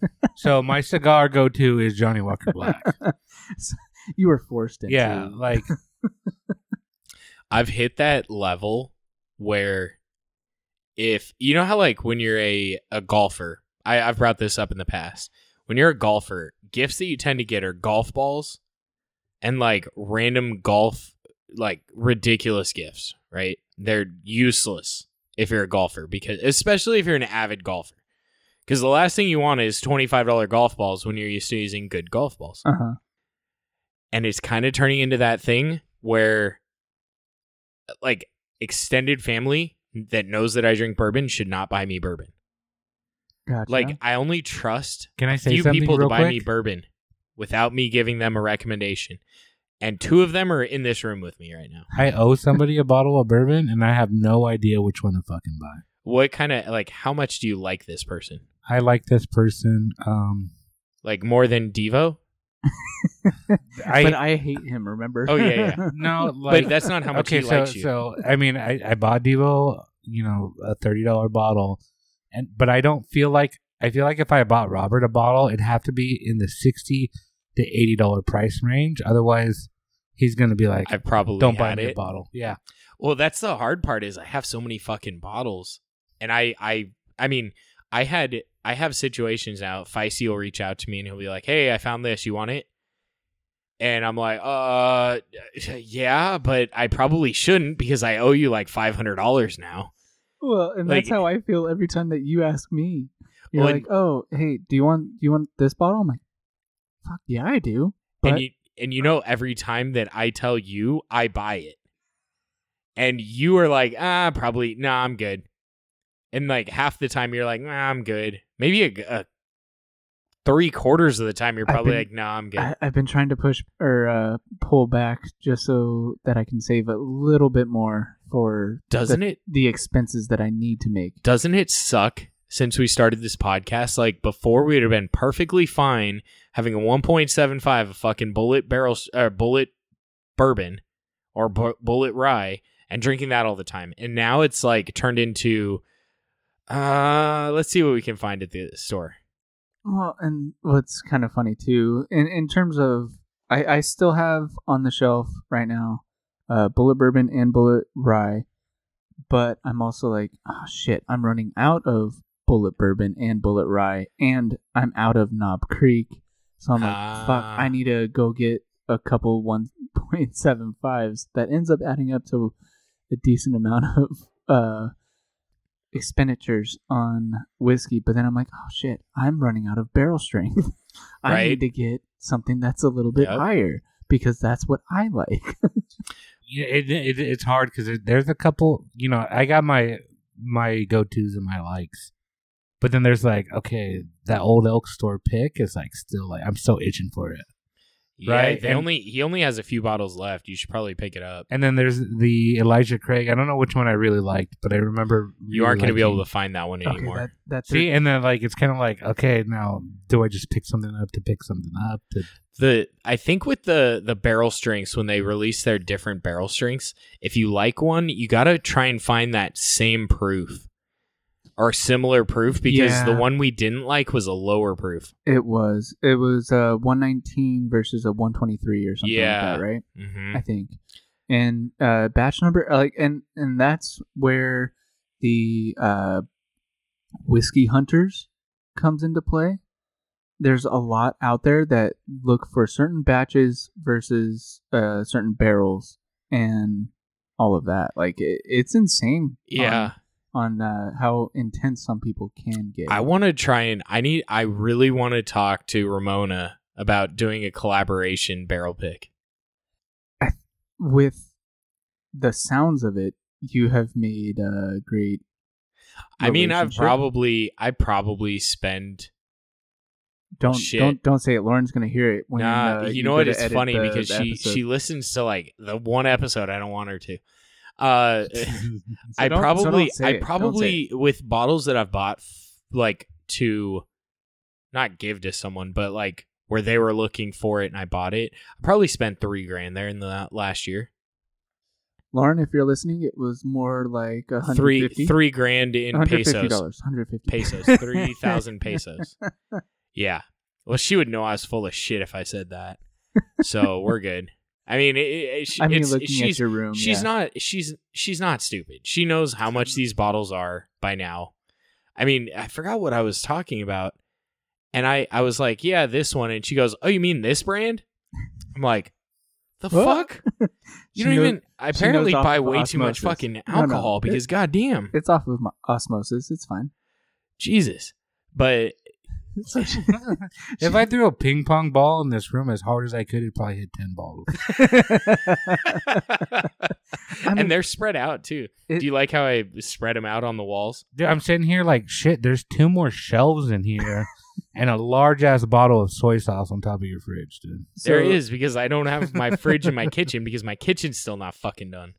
Speaker 2: no.
Speaker 3: so my cigar go to is Johnny Walker Black.
Speaker 1: you were forced into.
Speaker 3: yeah, like
Speaker 2: I've hit that level where if you know how like when you're a, a golfer, I, I've brought this up in the past. When you're a golfer, gifts that you tend to get are golf balls and like random golf like ridiculous gifts, right? They're useless if you're a golfer because especially if you're an avid golfer. Because the last thing you want is $25 golf balls when you're used to using good golf balls
Speaker 1: Uh huh.
Speaker 2: and it's kind of turning into that thing where like extended family that knows that I drink bourbon should not buy me bourbon.
Speaker 1: Gotcha.
Speaker 2: Like I only trust
Speaker 3: can I say
Speaker 2: few
Speaker 3: something
Speaker 2: people to
Speaker 3: real
Speaker 2: buy
Speaker 3: quick?
Speaker 2: me bourbon without me giving them a recommendation. And two of them are in this room with me right now.
Speaker 3: I owe somebody a bottle of bourbon, and I have no idea which one to fucking buy.
Speaker 2: What kind of like how much do you like this person?
Speaker 3: I like this person. Um,
Speaker 2: Like more than Devo?
Speaker 3: I,
Speaker 1: but I hate him. Remember?
Speaker 2: Oh, yeah, yeah.
Speaker 3: no, like
Speaker 2: but that's not how much
Speaker 3: okay.
Speaker 2: he
Speaker 3: so
Speaker 2: likes you.
Speaker 3: so I mean, I, I bought Devo, you know, a thirty dollar bottle, and but I don't feel like I feel like if I bought Robert a bottle, it'd have to be in the sixty to eighty dollar price range. Otherwise, he's gonna be like,
Speaker 2: I probably
Speaker 3: "Don't buy
Speaker 2: had
Speaker 3: me
Speaker 2: it.
Speaker 3: a bottle." Yeah,
Speaker 2: Well, that's the hard part is I have so many fucking bottles, and I, I, I mean, I had, I have situations now. Feisty will reach out to me and he'll be like, "Hey, I found this. You want it?" And I'm like, "Uh, yeah, but I probably shouldn't because I owe you like five hundred dollars now."
Speaker 1: Well, and that's
Speaker 2: Like-
Speaker 1: how I feel every time that you ask me. You're
Speaker 2: Well,
Speaker 1: like, "Oh, hey, do you want do you want this bottle?" I'm like, "Fuck yeah, I do." But
Speaker 2: and you, and you know, every time that I tell you, I buy it, and you are like, "Ah, probably, nah, I'm good." And like half the time, you're like, "Nah, I'm good." "Ah, Maybe a, a three quarters of the time you're
Speaker 1: I've
Speaker 2: probably
Speaker 1: been-
Speaker 2: like, nah, I'm good.
Speaker 1: I, I've been trying to push or uh, pull back just so that I can save a little bit more for
Speaker 2: doesn't it
Speaker 1: the expenses that I need to make.
Speaker 2: doesn't it suck since we started this podcast? Like before, we would have been perfectly fine having a 1.75 of fucking bullet barrel or bullet bourbon or bu- bullet rye and drinking that all the time. And now it's like turned into, uh, let's see what we can find at the store.
Speaker 1: Well, and what's kind of funny too, in in terms of, I I still have on the shelf right now, uh, bullet bourbon and bullet rye, but I'm also like, oh shit, I'm running out of bullet bourbon and bullet rye, and I'm out of Knob Creek, so I'm like, fuck,
Speaker 2: Ah.
Speaker 1: I need to go get a couple 1.75s. That ends up adding up to a decent amount of uh expenditures on whiskey, but then I'm like, oh shit, I'm running out of barrel strength. I
Speaker 2: Right.
Speaker 1: need to get something that's a little bit
Speaker 2: Yep.
Speaker 1: higher because that's what I like.
Speaker 3: Yeah, it, it, it's hard because there's a couple. You know, I got my my go tos and my likes, but then there's like okay, that old elk store pick is like still like I'm so itching for it.
Speaker 2: Yeah,
Speaker 3: Right,
Speaker 2: They
Speaker 3: and-
Speaker 2: only he only has a few bottles left. You should probably pick it up.
Speaker 3: And then there's the Elijah Craig. I don't know which one I really liked, but I remember
Speaker 2: You aren't going to be able to find that one anymore.
Speaker 1: that, that's
Speaker 3: see. And then like it's kind of like okay, now do I just pick something up to pick something up? To,
Speaker 2: the I think with the the barrel strengths when they release their different barrel strengths, if you like one, you got to try and find that same proof or similar proof because the
Speaker 1: Yeah.
Speaker 2: one we didn't like was a lower proof.
Speaker 1: it was. It was uh 119 versus a 123 or something
Speaker 2: Yeah.
Speaker 1: like that, right?
Speaker 2: hmm
Speaker 1: I think. And uh batch number like and and that's where the uh whiskey hunters comes into play. There's a lot out there that look for certain batches versus uh certain barrels and all of that. Like it, it's insane. Um,
Speaker 2: Yeah,
Speaker 1: On, on uh, how intense some people can get.
Speaker 2: I want to try and I need I really want to talk to Ramona about doing a collaboration barrel pick.
Speaker 1: with the sounds of it, you have made a great.
Speaker 2: I mean, I've
Speaker 1: relationship.
Speaker 2: probably I probably spend
Speaker 1: Don't
Speaker 2: Shit.
Speaker 1: don't don't say it. Lauren's gonna hear it. When,
Speaker 2: nah,
Speaker 1: uh,
Speaker 2: you,
Speaker 1: you
Speaker 2: know
Speaker 1: go
Speaker 2: what?
Speaker 1: to
Speaker 2: It's
Speaker 1: edit
Speaker 2: funny
Speaker 1: the-
Speaker 2: because
Speaker 1: the
Speaker 2: she
Speaker 1: episode.
Speaker 2: she listens to like the one episode. I don't want her to. Uh,
Speaker 1: So
Speaker 2: I
Speaker 1: don't- so
Speaker 2: probably
Speaker 1: don't say
Speaker 2: I
Speaker 1: it. Don't say
Speaker 2: probably with bottles that I've bought f- like to not give to someone, but like where they were looking for it and I bought it. I probably spent three grand there in the last year.
Speaker 1: Lauren, if you're listening, it was more like a hundred
Speaker 2: Three
Speaker 1: fifty-
Speaker 2: three grand in pesos.
Speaker 1: dollars, hundred fifty
Speaker 2: Pesos. Three thousand pesos. Yeah. Well, she would know I was full of shit if I said that. So we're good. I mean, it, it, she,
Speaker 1: I mean,
Speaker 2: it's,
Speaker 1: looking
Speaker 2: she's
Speaker 1: at your room,
Speaker 2: she's
Speaker 1: yeah.
Speaker 2: not she's she's not stupid. She knows how much these bottles are by now. I mean, I forgot what I was talking about. And I I was like, "Yeah, this one." And she goes, "Oh, you mean this brand?" I'm like, "The
Speaker 1: What?
Speaker 2: fuck?
Speaker 1: She
Speaker 2: You don't
Speaker 1: knows-
Speaker 2: even I apparently
Speaker 1: off
Speaker 2: buy
Speaker 1: of
Speaker 2: way too much
Speaker 1: osmosis.
Speaker 2: fucking
Speaker 1: no.
Speaker 2: alcohol because goddamn.
Speaker 1: It's off of mo- osmosis. It's fine.
Speaker 2: Jesus. But
Speaker 3: if I threw a ping pong ball in this room as hard as I could, it'd probably hit ten balls.
Speaker 1: mean-
Speaker 2: and they're spread out too.
Speaker 1: It-
Speaker 2: Do you like how I spread them out on the walls?
Speaker 3: Dude, I'm sitting here like shit. There's two more shelves in here, and a large ass bottle of soy sauce on top of your fridge, dude.
Speaker 2: there
Speaker 1: So-
Speaker 2: is because I don't have my fridge in my kitchen because my kitchen's still not fucking done.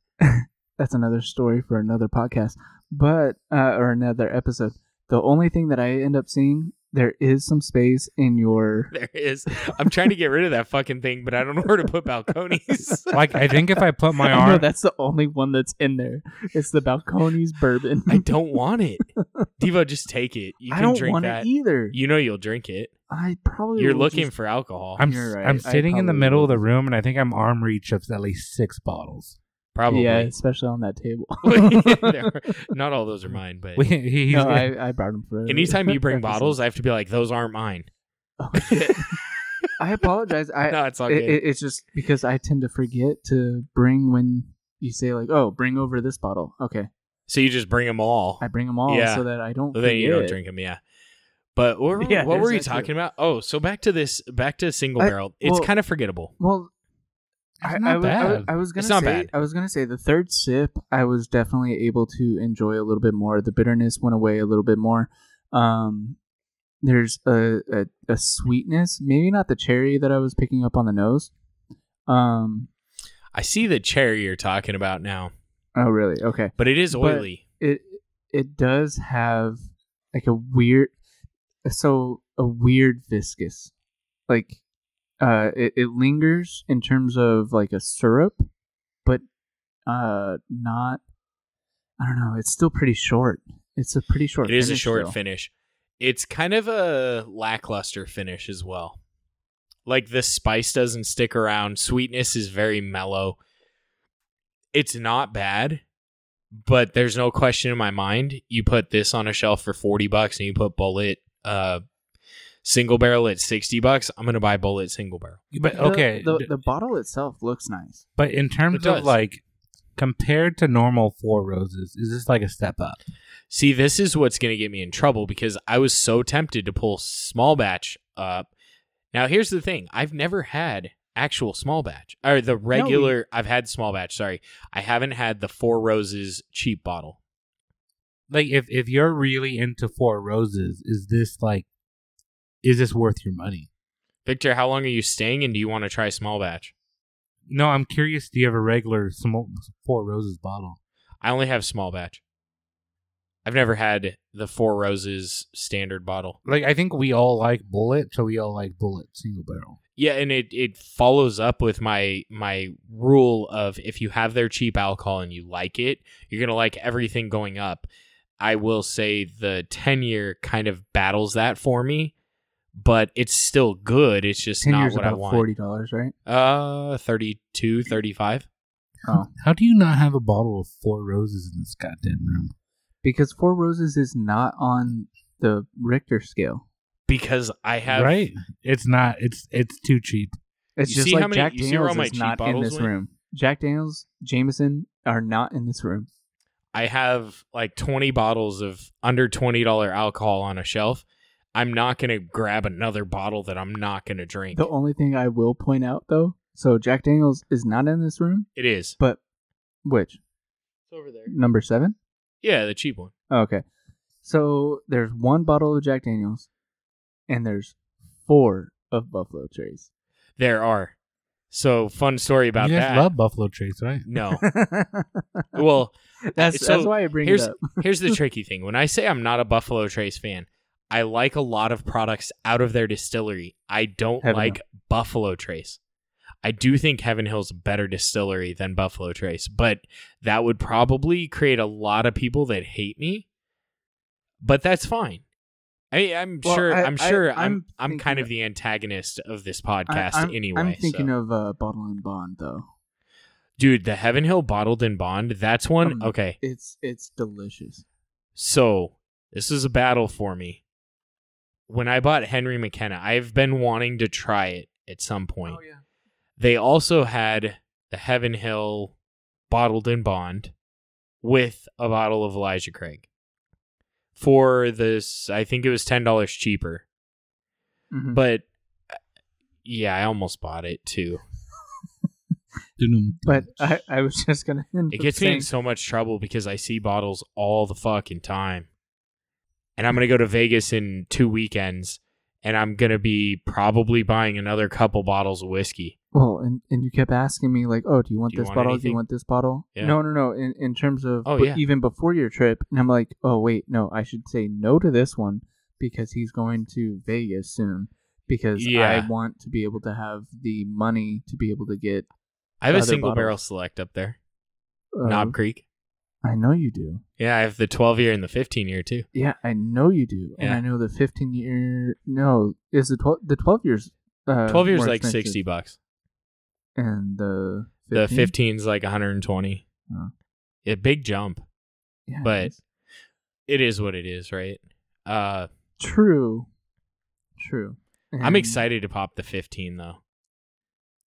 Speaker 1: that's another story for another podcast, but uh, or another episode. The only thing that I end up seeing there is some space in your.
Speaker 2: There is. I'm trying to get rid of that fucking thing, but I don't know where to put balconies.
Speaker 3: Like I think if I put my
Speaker 1: I know
Speaker 3: arm,
Speaker 1: that's the only one that's in there. It's the balconies bourbon.
Speaker 2: I don't want it. Devo, just take it. You
Speaker 1: I
Speaker 2: can
Speaker 1: don't
Speaker 2: drink
Speaker 1: want
Speaker 2: that.
Speaker 1: it either.
Speaker 2: You know you'll drink it.
Speaker 1: I probably
Speaker 2: You're
Speaker 1: will
Speaker 2: looking
Speaker 1: just-
Speaker 2: for alcohol.
Speaker 3: I'm
Speaker 1: You're right.
Speaker 3: I'm
Speaker 1: I
Speaker 3: sitting in the
Speaker 1: probably
Speaker 3: middle of
Speaker 1: will.
Speaker 3: the room, and I think I'm arm reach of at least six bottles.
Speaker 2: probably.
Speaker 1: yeah, especially on that table.
Speaker 2: There- not all those are mine, but
Speaker 3: We, he- he's,
Speaker 1: no, I, I brought them for
Speaker 2: anytime you bring bottles, I have to be like, those aren't mine.
Speaker 1: Oh, shit. I apologize. I
Speaker 2: no, it's all
Speaker 1: it,
Speaker 2: good.
Speaker 1: it- it's just because I tend to forget to bring when you say like, "Oh, bring over this bottle." Okay,
Speaker 2: so you just bring them all.
Speaker 1: I bring them all
Speaker 2: Yeah.
Speaker 1: so that I don't.
Speaker 2: Well, then you don't
Speaker 1: forget.
Speaker 2: drink them, yeah. But what, were-
Speaker 1: Yeah,
Speaker 2: what were you
Speaker 1: there's that too.
Speaker 2: talking about? Oh, so back to this, back to single
Speaker 1: I-
Speaker 2: barrel. It's
Speaker 1: well-
Speaker 2: kind of forgettable.
Speaker 1: Well,
Speaker 3: It's
Speaker 1: I,
Speaker 3: not
Speaker 1: I, was, I, was,
Speaker 3: bad.
Speaker 1: I was gonna
Speaker 2: It's not
Speaker 1: say
Speaker 2: bad.
Speaker 1: I was gonna say the third sip I was definitely able to enjoy a little bit more. The bitterness went away a little bit more. Um, there's a, a, a sweetness, maybe not the cherry that I was picking up on the nose. Um.
Speaker 2: I see the cherry you're talking about now,
Speaker 1: Oh, really? Okay.
Speaker 2: but it is
Speaker 1: But-
Speaker 2: oily.
Speaker 1: It it does have like a weird, so a weird viscous, like, uh, it, it lingers in terms of like a syrup, but uh, not. I don't know. It's still pretty short. It's a pretty short.
Speaker 2: it is a
Speaker 1: finish,
Speaker 2: short
Speaker 1: though.
Speaker 2: finish. It's kind of a lackluster finish as well. Like the spice doesn't stick around. Sweetness is very mellow. It's not bad, but there's no question in my mind. You put this on a shelf for 40 bucks and you put bullet uh single barrel at 60 bucks, I'm going to buy bullet single barrel.
Speaker 3: But
Speaker 1: The-
Speaker 3: okay,
Speaker 1: The,
Speaker 3: d-
Speaker 1: the bottle itself looks nice.
Speaker 3: but in terms
Speaker 2: It
Speaker 3: of
Speaker 2: does.
Speaker 3: like compared to normal four roses, is this like a step up?
Speaker 2: See, this is what's going to get me in trouble because I was so tempted to pull small batch up. Now, here's the thing I've never had actual small batch or the regular, I've had small batch, sorry. I haven't had the Four Roses cheap bottle.
Speaker 3: Like if if you're really into four roses, is this like is this worth your money?
Speaker 2: Victor, how long are you staying and do you want to try small batch?
Speaker 3: No, I'm curious. Do you have a regular small four roses bottle?
Speaker 2: I only have small batch. I've never had the Four Roses standard bottle.
Speaker 3: Like I think we all like bullet, so we all like bullet single barrel.
Speaker 2: Yeah, and it, it follows up with my my rule of if you have their cheap alcohol and you like it, you're gonna like everything going up. I will say the ten year kind of battles that for me, but it's still good. It's just
Speaker 1: Ten
Speaker 2: not
Speaker 1: years
Speaker 2: what I
Speaker 1: about
Speaker 2: want.
Speaker 1: forty dollars, right?
Speaker 2: Uh, 32, 35.
Speaker 1: Oh.
Speaker 3: How do you not have a bottle of four roses in this goddamn room?
Speaker 1: Because Four Roses is not on the Richter scale.
Speaker 2: because I have
Speaker 3: right? It's not. It's it's too cheap.
Speaker 1: It's
Speaker 2: You
Speaker 1: just
Speaker 2: see
Speaker 1: like
Speaker 2: how many-
Speaker 1: Jack
Speaker 2: you see where all
Speaker 1: Daniels
Speaker 2: my
Speaker 1: is
Speaker 2: cheap
Speaker 1: not in
Speaker 2: bottles
Speaker 1: this
Speaker 2: went?
Speaker 1: room. Jack Daniels, Jameson are not in this room.
Speaker 2: I have like twenty bottles of under twenty dollar alcohol on a shelf. I'm not gonna grab another bottle that I'm not gonna drink.
Speaker 1: The only thing I will point out though, so Jack Daniels is not in this room,
Speaker 2: it is.
Speaker 1: but which?
Speaker 2: It's over there.
Speaker 1: Number 7?
Speaker 2: Yeah, the cheap one.
Speaker 1: Okay. So there's one bottle of Jack Daniels and there's four of Buffalo Trace.
Speaker 2: There are. So fun story about
Speaker 3: you guys
Speaker 2: that.
Speaker 3: love Buffalo Trace, right?
Speaker 2: no.
Speaker 1: that's
Speaker 2: Well,
Speaker 1: that's
Speaker 2: so
Speaker 1: why I bring it
Speaker 2: here's-
Speaker 1: up.
Speaker 2: here's the tricky thing. When I say I'm not a Buffalo Trace fan, I like a lot of products out of their distillery. I don't
Speaker 1: Heaven
Speaker 2: like Buffalo Trace. I do think Heaven Hill's a better distillery than Buffalo Trace, but that would probably create a lot of people that hate me. But that's fine. I, I'm
Speaker 1: Well,
Speaker 2: sure.
Speaker 1: I-
Speaker 2: I, am
Speaker 1: I-
Speaker 2: sure.
Speaker 1: I'm
Speaker 2: I, am I'm
Speaker 1: thinking
Speaker 2: kind of
Speaker 1: of-
Speaker 2: the antagonist of this
Speaker 1: I-
Speaker 2: podcast
Speaker 1: I'm,
Speaker 2: anyway.
Speaker 1: I'm thinking
Speaker 2: so.
Speaker 1: of uh, Bottle and Bond though.
Speaker 2: Dude, the Heaven Hill bottled in bond, that's one.
Speaker 1: Um,
Speaker 2: okay.
Speaker 1: It's it's delicious.
Speaker 2: So, this is a battle for me. When I bought Henry McKenna, I've been wanting to try it at some point.
Speaker 1: Oh, yeah.
Speaker 2: They also had the Heaven Hill bottled in bond with a bottle of Elijah Craig for this, I think it was $10 cheaper.
Speaker 1: Mhm.
Speaker 2: But uh, yeah, I almost bought it too.
Speaker 1: But I, I was just gonna. end
Speaker 2: It
Speaker 1: up
Speaker 2: gets me in
Speaker 1: saying-
Speaker 2: so much trouble because I see bottles all the fucking time. And I'm going to go to Vegas in two weekends and I'm going to be probably buying another couple bottles of whiskey.
Speaker 1: Well, and, and you kept asking me like, oh, do you want
Speaker 2: Do you
Speaker 1: this
Speaker 2: want
Speaker 1: bottle? Do
Speaker 2: anything?
Speaker 1: you want this bottle?
Speaker 2: Yeah.
Speaker 1: No, no, no. In in terms of
Speaker 2: Oh,
Speaker 1: but
Speaker 2: yeah.
Speaker 1: even before your trip, and I'm like, oh wait, no, I should say no to this one because he's going to Vegas soon because
Speaker 2: Yeah.
Speaker 1: I want to be able to have the money to be able to get.
Speaker 2: I have a
Speaker 1: Other
Speaker 2: single barrel
Speaker 1: bottles.
Speaker 2: select up there,
Speaker 1: Uh,
Speaker 2: Knob Creek.
Speaker 1: I know you do.
Speaker 2: Yeah, I have the 12 year and the 15 year too.
Speaker 1: Yeah, I know you do, and
Speaker 2: Yeah.
Speaker 1: I know the 15 year. No, is the 12 the 12 years. Uh,
Speaker 2: 12 years
Speaker 1: more
Speaker 2: like
Speaker 1: expensive,
Speaker 2: 60 bucks.
Speaker 1: and the
Speaker 2: The
Speaker 1: 15?
Speaker 2: 15's like 120.
Speaker 1: Huh.
Speaker 2: A big jump.
Speaker 1: Yeah,
Speaker 2: but-
Speaker 1: it's
Speaker 2: It is what it is, right? Uh,
Speaker 1: true, true.
Speaker 2: I'm
Speaker 1: And
Speaker 2: excited to pop the 15 though.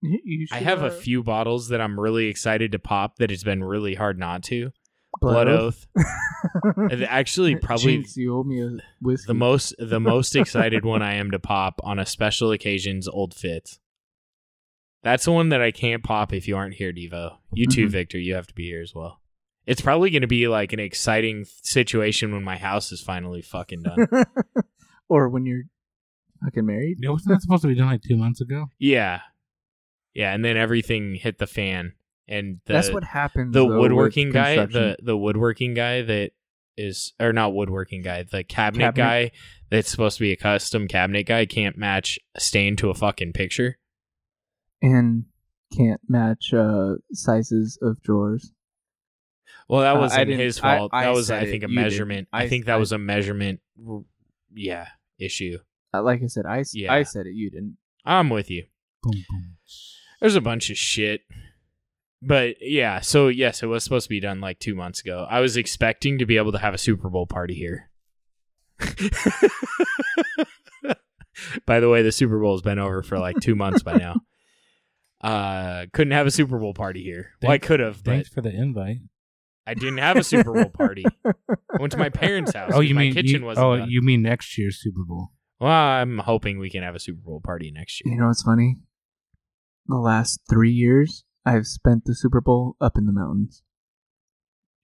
Speaker 1: You, you
Speaker 2: I
Speaker 1: should,
Speaker 2: have
Speaker 1: uh,
Speaker 2: a few bottles that I'm really excited to pop that it's been really hard not to.
Speaker 1: Blood
Speaker 2: Blood
Speaker 1: Oath.
Speaker 2: Oath. Actually, probably
Speaker 1: Jinx, you owe me a whiskey.
Speaker 2: the most the most excited one I am to pop on a special occasions old fit. That's the one that I can't pop if you aren't here, Devo. You too,
Speaker 1: Mhm.
Speaker 2: Victor. You have to be here as well. It's probably going to be like an exciting situation when my house is finally fucking done.
Speaker 1: or when you're fucking married.
Speaker 3: It wasn't that supposed to be done like two months ago?
Speaker 2: Yeah. Yeah, and then everything hit the fan and the
Speaker 1: That's what happens.
Speaker 2: the
Speaker 1: though, with
Speaker 2: woodworking guy,
Speaker 1: construction.
Speaker 2: the the woodworking guy that is or not woodworking guy, the cabinet,
Speaker 1: Cabinet.
Speaker 2: guy that's supposed to be a custom cabinet guy can't match stain to a fucking picture.
Speaker 1: and can't match uh, sizes of drawers.
Speaker 2: Well, that
Speaker 1: Uh, I
Speaker 2: wasn't
Speaker 1: didn't-
Speaker 2: his
Speaker 1: I-
Speaker 2: fault.
Speaker 1: I
Speaker 2: that was,
Speaker 1: said
Speaker 2: I
Speaker 1: it.
Speaker 2: think, a
Speaker 1: You did.
Speaker 2: measurement. I,
Speaker 1: I-
Speaker 2: think that
Speaker 1: I-
Speaker 2: was a measurement. Yeah, issue.
Speaker 1: Uh, Like I said, I, s-
Speaker 2: Yeah.
Speaker 1: I said it. You didn't.
Speaker 2: I'm with you.
Speaker 3: Boom, boom.
Speaker 2: There's a bunch of shit. But yeah, so yes, it was supposed to be done like two months ago. I was expecting to be able to have a Super Bowl party here. by the way, the Super Bowl has been over for like two months by now. Uh, couldn't have a Super Bowl party here. well, I
Speaker 3: Thanks-
Speaker 2: could have, but
Speaker 3: Thanks for the invite.
Speaker 2: I didn't have a Super Bowl party. I went to my parents' house.
Speaker 3: Oh, you
Speaker 2: 'cause my
Speaker 3: mean
Speaker 2: kitchen
Speaker 3: you,
Speaker 2: wasn't
Speaker 3: Oh,
Speaker 2: done.
Speaker 3: you mean next year's Super Bowl?
Speaker 2: Well, I'm hoping we can have a Super Bowl party next
Speaker 1: You
Speaker 2: year.
Speaker 1: know what's funny? The last three years, I've spent the Super Bowl up in the mountains.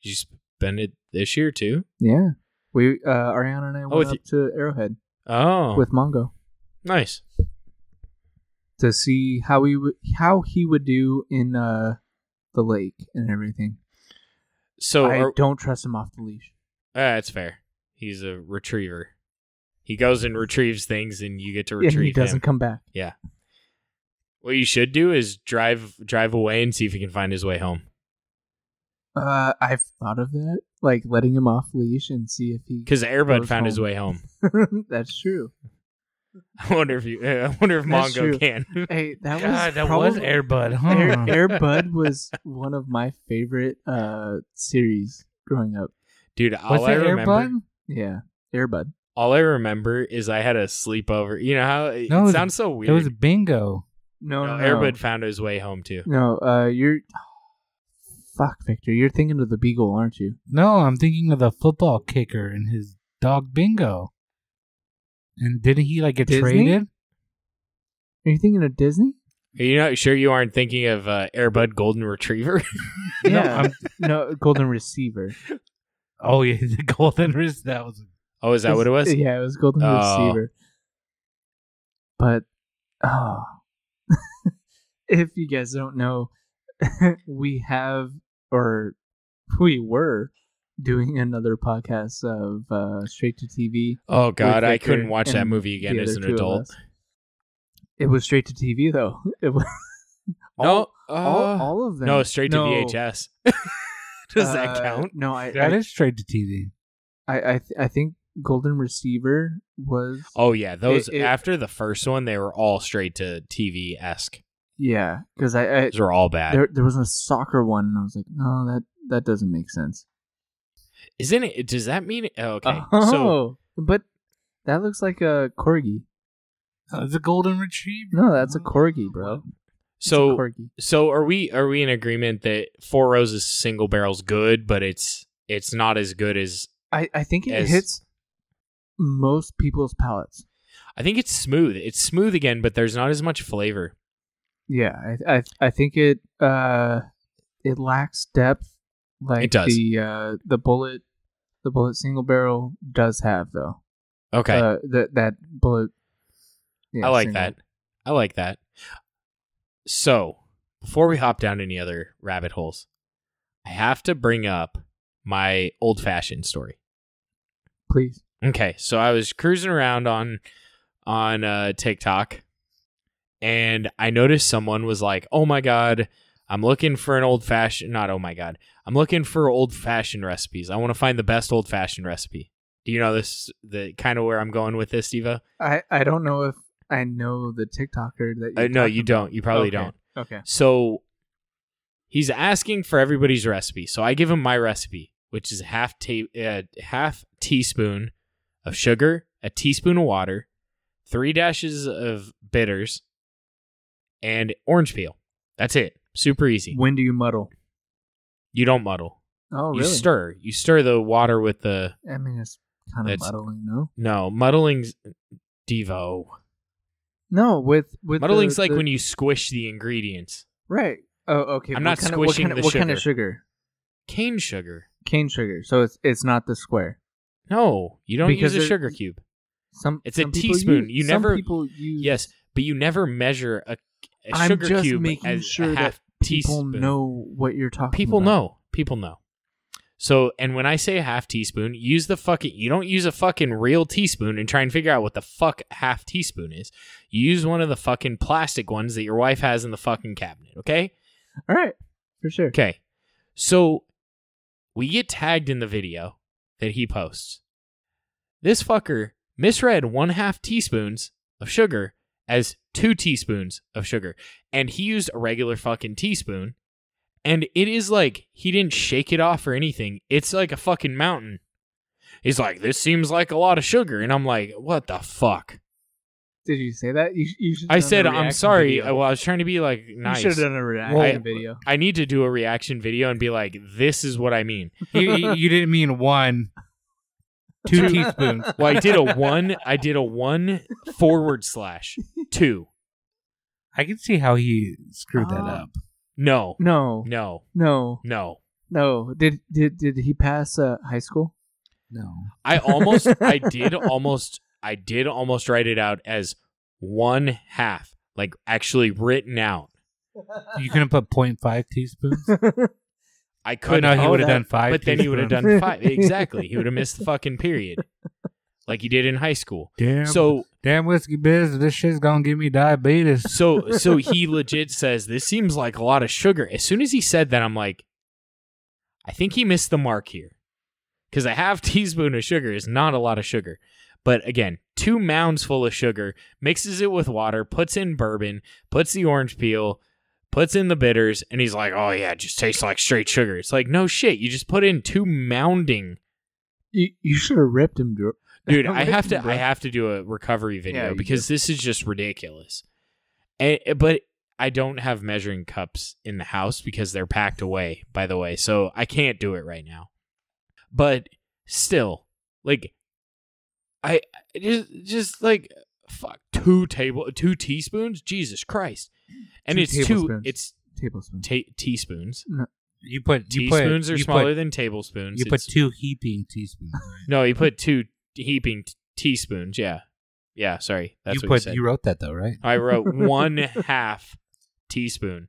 Speaker 2: Did you spend it this year too?
Speaker 1: Yeah, we uh, Ariana and I went
Speaker 2: Oh, with
Speaker 1: up
Speaker 2: y-
Speaker 1: to Arrowhead
Speaker 2: Oh,
Speaker 1: with Mongo
Speaker 2: nice.
Speaker 1: to see how he would how he would do in uh, the lake and everything.
Speaker 2: So
Speaker 1: I
Speaker 2: are-
Speaker 1: don't trust him off the leash.
Speaker 2: Ah, that's fair. He's a retriever. He goes and retrieves things, and you get to
Speaker 1: And he
Speaker 2: retrieve
Speaker 1: doesn't
Speaker 2: him.
Speaker 1: come back.
Speaker 2: What you should do is drive drive away and see if he can find his way home.
Speaker 1: Uh, I've thought of that, like letting him off leash and see if he.
Speaker 2: Because Airbud
Speaker 1: Goes
Speaker 2: found his
Speaker 1: home.
Speaker 2: way home.
Speaker 1: That's true.
Speaker 2: I wonder if you. I wonder if
Speaker 1: That's
Speaker 2: Mongo
Speaker 1: true.
Speaker 2: can.
Speaker 1: Hey, that was
Speaker 3: God, that
Speaker 1: probably,
Speaker 3: was Hmm. Airbud, huh?
Speaker 1: Air, Air Bud was one of my favorite uh series growing up.
Speaker 2: Dude, all I
Speaker 3: it
Speaker 2: remember.
Speaker 3: Airbud?
Speaker 1: Yeah, Air Bud.
Speaker 2: All I remember is I had a sleepover. You know how it,
Speaker 3: No, it
Speaker 2: it
Speaker 3: was-
Speaker 2: sounds so weird.
Speaker 3: It was bingo.
Speaker 1: No,
Speaker 2: no,
Speaker 1: no, no.
Speaker 2: Airbud found his way home too.
Speaker 1: No, uh, you're. Fuck, Victor. You're thinking of the Beagle, aren't you?
Speaker 3: No, I'm thinking of the football kicker and his dog bingo. And didn't he like get
Speaker 1: Disney?
Speaker 3: traded?
Speaker 1: Are you thinking of Disney?
Speaker 2: Are you not sure you aren't thinking of uh, Airbud Golden Retriever?
Speaker 3: No,
Speaker 1: Yeah.
Speaker 3: I'm,
Speaker 1: no, Golden Receiver.
Speaker 3: oh yeah, the golden wrist. That was
Speaker 2: oh, is that what it was?
Speaker 1: Yeah, it was Golden
Speaker 2: Oh.
Speaker 1: Receiver. But, oh. if you guys don't know, we have, or we were, doing another podcast of uh, Straight to TV.
Speaker 2: Oh God, I
Speaker 1: Victor
Speaker 2: couldn't watch that
Speaker 1: and
Speaker 2: movie again
Speaker 1: the
Speaker 2: as
Speaker 1: other
Speaker 2: an
Speaker 1: two of
Speaker 2: adult.
Speaker 1: us. It was straight to TV, though. It was, all,
Speaker 2: no,
Speaker 1: all,
Speaker 2: uh,
Speaker 1: all of them.
Speaker 2: no, straight to
Speaker 1: No,
Speaker 2: VHS. Does that
Speaker 1: uh,
Speaker 2: count?
Speaker 1: No, I,
Speaker 3: that
Speaker 1: I,
Speaker 3: is straight to TV.
Speaker 1: I, I, th- I think Golden Receiver was.
Speaker 2: Oh yeah, those
Speaker 1: It- it-
Speaker 2: after the first one, they were all straight to TV esque.
Speaker 1: Yeah, because I, I
Speaker 2: Those were all bad.
Speaker 1: there, there was a soccer one, and I was like, no, that that doesn't make sense.
Speaker 2: Isn't it? Does that mean? oh, okay,
Speaker 1: Oh,
Speaker 2: so
Speaker 1: but that looks like a corgi.
Speaker 3: Oh, it's a golden retriever.
Speaker 1: No, that's a corgi, bro. It's a
Speaker 2: so
Speaker 1: corgi.
Speaker 2: so are we? Are we in agreement that Four Roses single barrel's good, but it's it's not as good as
Speaker 1: I, I think it
Speaker 2: Yes.
Speaker 1: hits most people's palates.
Speaker 2: I think it's smooth. It's smooth again, but there's not as much flavor.
Speaker 1: Yeah, I, I I think it uh it lacks depth like
Speaker 2: It does.
Speaker 1: the uh the bullet the bullet single barrel does have though.
Speaker 2: Okay,
Speaker 1: Uh that that bullet yeah,
Speaker 2: I like
Speaker 1: single.
Speaker 2: that. I like that. So, before we hop down any other rabbit holes, I have to bring up my old fashioned story.
Speaker 1: Please.
Speaker 2: Okay, so I was cruising around on on uh, TikTok, and I noticed someone was like, "Oh my god, I'm looking for an old fashioned. Not oh my god, I'm looking for old fashioned recipes. I want to find the best old fashioned recipe." Do you know this? The kind of where I'm going with this, Diva?
Speaker 1: I I don't know if I know the TikToker that you
Speaker 2: Uh, no, you don't. You probably
Speaker 1: Okay.
Speaker 2: don't.
Speaker 1: Okay.
Speaker 2: So he's asking for everybody's recipe. So I give him my recipe, which is half ta- uh, half teaspoon of sugar, a teaspoon of water, three dashes of bitters, and orange peel. That's it. Super easy.
Speaker 1: When do you muddle?
Speaker 2: You don't muddle.
Speaker 1: Oh
Speaker 2: You
Speaker 1: really?
Speaker 2: stir. You stir the water with the
Speaker 1: I mean it's kind of
Speaker 2: That's-
Speaker 1: muddling, no?
Speaker 2: no muddling's Devo.
Speaker 1: No, with with
Speaker 2: Muddling's
Speaker 1: the,
Speaker 2: like
Speaker 1: the,
Speaker 2: when you squish the ingredients.
Speaker 1: Right. Oh okay.
Speaker 2: I'm
Speaker 1: what
Speaker 2: not
Speaker 1: kind
Speaker 2: squishing
Speaker 1: of, what kind
Speaker 2: the
Speaker 1: of, what kind of sugar?
Speaker 2: Cane sugar.
Speaker 1: Cane sugar. So it's it's not the square.
Speaker 2: No, you don't
Speaker 1: Because
Speaker 2: use
Speaker 1: there-
Speaker 2: a sugar cube.
Speaker 1: Some
Speaker 2: It's a
Speaker 1: some people
Speaker 2: teaspoon.
Speaker 1: use-
Speaker 2: You
Speaker 1: some
Speaker 2: never-
Speaker 1: people use
Speaker 2: Yes, but you never measure a, a
Speaker 1: I'm
Speaker 2: sugar
Speaker 1: just
Speaker 2: cube
Speaker 1: making
Speaker 2: as
Speaker 1: sure
Speaker 2: a
Speaker 1: that
Speaker 2: half
Speaker 1: people
Speaker 2: teaspoon.
Speaker 1: know what you're talking.
Speaker 2: people
Speaker 1: about.
Speaker 2: know. People know. So, and when I say a half teaspoon, use the fucking. You don't use a fucking real teaspoon and try and figure out what the fuck a half teaspoon is. You use one of the fucking plastic ones that your wife has in the fucking cabinet. Okay.
Speaker 1: All right, for sure.
Speaker 2: Okay. So we get tagged in the video that he posts. This fucker misread one half teaspoons of sugar as two teaspoons of sugar. And he used a regular fucking teaspoon. And it is like he didn't shake it off or anything. It's like a fucking mountain. He's like, this seems like a lot of sugar. And I'm like, what the fuck?
Speaker 1: Did you say that? You, sh- you should.
Speaker 2: I
Speaker 1: have done
Speaker 2: said,
Speaker 1: a
Speaker 2: I'm
Speaker 1: reaction
Speaker 2: sorry.
Speaker 1: video.
Speaker 2: Well, I was trying to be like nice.
Speaker 1: You should have done a reaction
Speaker 2: I-
Speaker 1: video.
Speaker 2: I need to do a reaction video and be like, this is what I mean.
Speaker 3: you, you- you didn't mean one, two teaspoons.
Speaker 2: Well, I did a one, I did a one forward slash two.
Speaker 3: I can see how he screwed that
Speaker 1: Oh.
Speaker 3: up.
Speaker 2: No,
Speaker 1: No,
Speaker 2: no,
Speaker 1: no,
Speaker 2: no.
Speaker 1: no. Did did did he pass uh, high school?
Speaker 3: No.
Speaker 2: I almost, I did almost, I did almost write it out as one half, like actually written out.
Speaker 3: You couldn't put 0.5 teaspoons?
Speaker 2: I
Speaker 3: Oh,
Speaker 2: could
Speaker 3: no, he
Speaker 1: all
Speaker 3: would have
Speaker 1: that-
Speaker 3: done five.
Speaker 2: but then he would have done
Speaker 3: teaspoons.
Speaker 2: five. Exactly. He would have missed the fucking period like he did in high school.
Speaker 3: Damn,
Speaker 2: So,
Speaker 3: damn whiskey biz, this shit's going to give me diabetes.
Speaker 2: so so he legit says this seems like a lot of sugar as soon as he said that i'm like i think he missed the mark here because a half teaspoon of sugar is not a lot of sugar but again two mounds full of sugar mixes it with water puts in bourbon puts the orange peel puts in the bitters and he's like oh yeah it just tastes like straight sugar it's like no shit you just put in two mounding
Speaker 1: You you should have ripped him, Drew.
Speaker 2: dude i have to
Speaker 1: Ripped him, bro.
Speaker 2: i have to do a recovery video
Speaker 1: Yeah, you
Speaker 2: because this is just ridiculous and, eh, but i don't have measuring cups in the house because they're packed away by the way so i can't do it right now but still like i I just just like fuck two table two teaspoons jesus christ and
Speaker 1: Two
Speaker 2: it's two
Speaker 1: tablespoons.
Speaker 2: it's
Speaker 1: tablespoon.
Speaker 2: ta- teaspoons
Speaker 3: You put you put-
Speaker 2: teaspoons are
Speaker 3: you
Speaker 2: smaller
Speaker 3: put-
Speaker 2: than tablespoons
Speaker 3: You put
Speaker 2: It's-
Speaker 3: two heaping teaspoons.
Speaker 2: no, you put two heaping t- teaspoons. Yeah, yeah. Sorry, that's
Speaker 3: you
Speaker 2: what
Speaker 3: put
Speaker 2: you said.
Speaker 3: you wrote that though, right?
Speaker 2: I wrote one half teaspoon.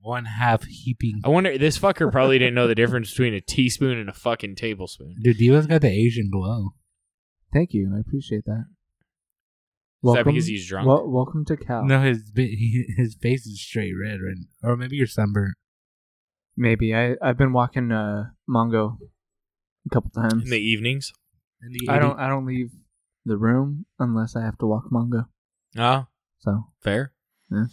Speaker 3: One half heaping.
Speaker 2: I wonder this fucker probably didn't know the difference between a teaspoon and a fucking tablespoon.
Speaker 3: Dude, Diva's got the Asian glow.
Speaker 1: Thank you. I appreciate that.
Speaker 2: Is that because he's drunk?
Speaker 1: wel- welcome to Cal.
Speaker 3: No, his bi- he, his face is straight red, right? Or maybe you're sunburned.
Speaker 1: Maybe I I've been walking uh Mongo a couple
Speaker 2: In
Speaker 1: times.
Speaker 2: the evenings?
Speaker 3: In the
Speaker 1: I
Speaker 3: 80
Speaker 1: don't I don't leave the room unless I have to walk Mongo.
Speaker 2: Ah,
Speaker 1: So
Speaker 2: fair.
Speaker 1: Yeah.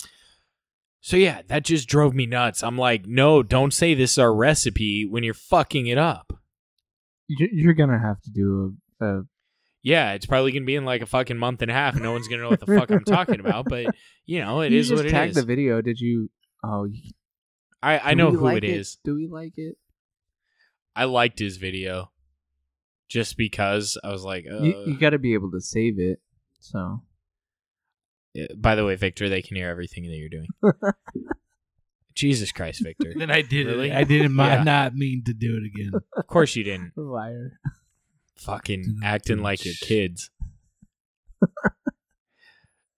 Speaker 2: So yeah, that just drove me nuts. I'm like, no, don't say this is our recipe when you're fucking it up.
Speaker 1: you- you're gonna have to do a, a
Speaker 2: Yeah, it's probably gonna be in like a fucking month and a half. and No one's gonna know what the fuck I'm talking about, but you know, it
Speaker 1: you
Speaker 2: is
Speaker 1: just
Speaker 2: what it
Speaker 1: tagged
Speaker 2: is.
Speaker 1: the video. Did you? Oh, you-
Speaker 2: I, I
Speaker 1: do
Speaker 2: know
Speaker 1: we
Speaker 2: who
Speaker 1: like
Speaker 2: it is.
Speaker 1: Do we like it?
Speaker 2: I liked his video just because I was like, uh,
Speaker 1: you you got to be able to save it. So
Speaker 2: by the way, Victor, they can hear everything that you're doing. Jesus Christ, Victor.
Speaker 3: Then I did
Speaker 2: Really?
Speaker 3: it. I didn't mi-
Speaker 2: Yeah.
Speaker 3: not mean to do it again.
Speaker 2: Of course you didn't.
Speaker 1: liar.
Speaker 2: Fucking acting like your kids.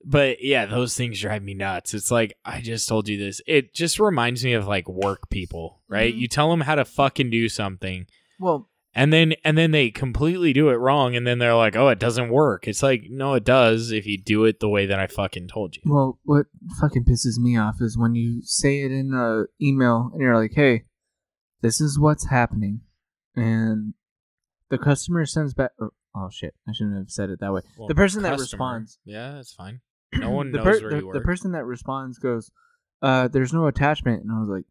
Speaker 2: But yeah, those things drive me nuts. It's like, I just told you this. It just reminds me of like work people, right?
Speaker 1: Mhm.
Speaker 2: You tell them how to fucking do something
Speaker 1: Well,
Speaker 2: and then and then they completely do it wrong and then they're like oh it doesn't work it's like no it does if you do it the way that i fucking told you
Speaker 1: well, what fucking pisses me off is when you say it in a email and you're like, "Hey, this is what's happening," and the customer sends back. or- Oh shit! I shouldn't have said it that way.
Speaker 2: Well,
Speaker 1: the person that
Speaker 2: customer.
Speaker 1: responds.
Speaker 2: yeah that's fine no one
Speaker 1: the per-
Speaker 2: knows where
Speaker 1: the,
Speaker 2: you
Speaker 1: the
Speaker 2: were
Speaker 1: person that responds goes, uh, "There's no attachment," and I was like,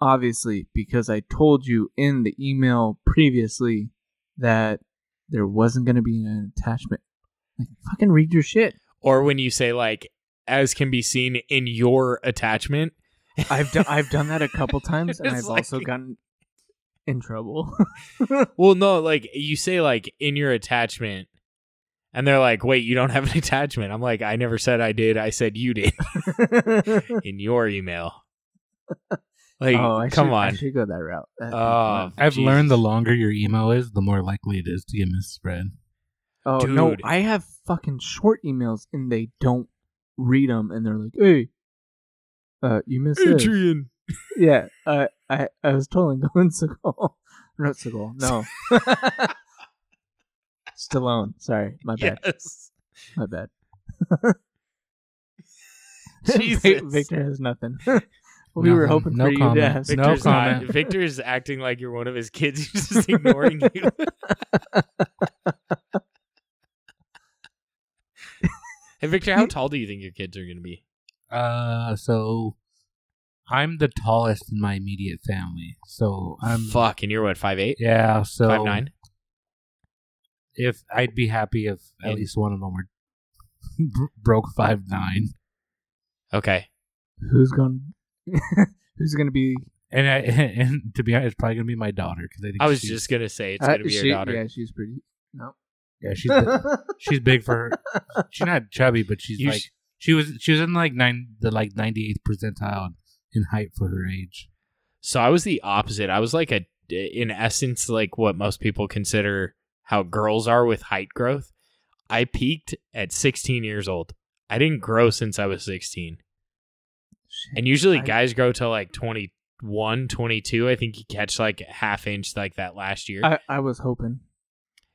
Speaker 1: "Obviously, because I told you in the email previously that there wasn't going to be an attachment." Like, fucking read your shit.
Speaker 2: or when you say like as can be seen in your attachment
Speaker 1: I've done I've done that a couple times, and
Speaker 2: It's
Speaker 1: I've
Speaker 2: like-
Speaker 1: also gotten in trouble.
Speaker 2: well no like you say like in your attachment and they're like wait you don't have an attachment i'm like i never said i did i said you did in your email like
Speaker 1: oh, I
Speaker 2: come
Speaker 1: should, I
Speaker 2: on
Speaker 1: should go that route. That-
Speaker 2: Oh,
Speaker 3: I've
Speaker 2: Jesus.
Speaker 3: learned the longer your email is, the more likely it is to get misread.
Speaker 1: Oh no,
Speaker 2: Dude.
Speaker 1: I have fucking short emails and they don't read them, and they're like, "Hey, uh, you missed this."
Speaker 2: Adrian.
Speaker 1: Yeah, I I I was totally going Seagal, not Seagal. No, Stallone. Sorry, my bad.
Speaker 2: Yes.
Speaker 1: My bad.
Speaker 2: Jesus.
Speaker 1: Victor has nothing. we were
Speaker 3: Nothing.
Speaker 1: hoping
Speaker 3: No
Speaker 1: for you to
Speaker 3: comment.
Speaker 1: have.
Speaker 3: No
Speaker 2: Victor's not-
Speaker 3: comment.
Speaker 2: Victor is acting like you're one of his kids. He's just ignoring you. hey, Victor, how tall do you think your kids are going to be?
Speaker 3: Uh, so I'm the tallest in my immediate family. So I'm
Speaker 2: Fuck, and you're what, 5'8?
Speaker 3: yeah. So
Speaker 2: 5'9?
Speaker 3: If I'd be happy if at
Speaker 2: And-
Speaker 3: least one of them were bro- broke five nine,
Speaker 2: Okay.
Speaker 1: Who's going? who's going to be?
Speaker 3: and I and to be honest, it's probably gonna be my daughter because I think
Speaker 2: I was
Speaker 3: she's-
Speaker 2: just going to say it's
Speaker 1: Uh,
Speaker 2: going to be
Speaker 1: she-
Speaker 2: your daughter.
Speaker 1: Yeah, she's pretty. No,
Speaker 3: yeah she's big, she's big for her. She's not chubby, but she's
Speaker 2: You
Speaker 3: like
Speaker 2: sh-
Speaker 3: she was she was in like nine the like ninety eighth percentile in height for her age.
Speaker 2: So I was the opposite. I was like a, in essence, like what most people consider how girls are with height growth. I peaked at 16 years old. I didn't grow since I was 16. And usually
Speaker 1: I-
Speaker 2: guys grow to like 21, 22. I think you catch like a half inch like that last year.
Speaker 1: I, I was hoping.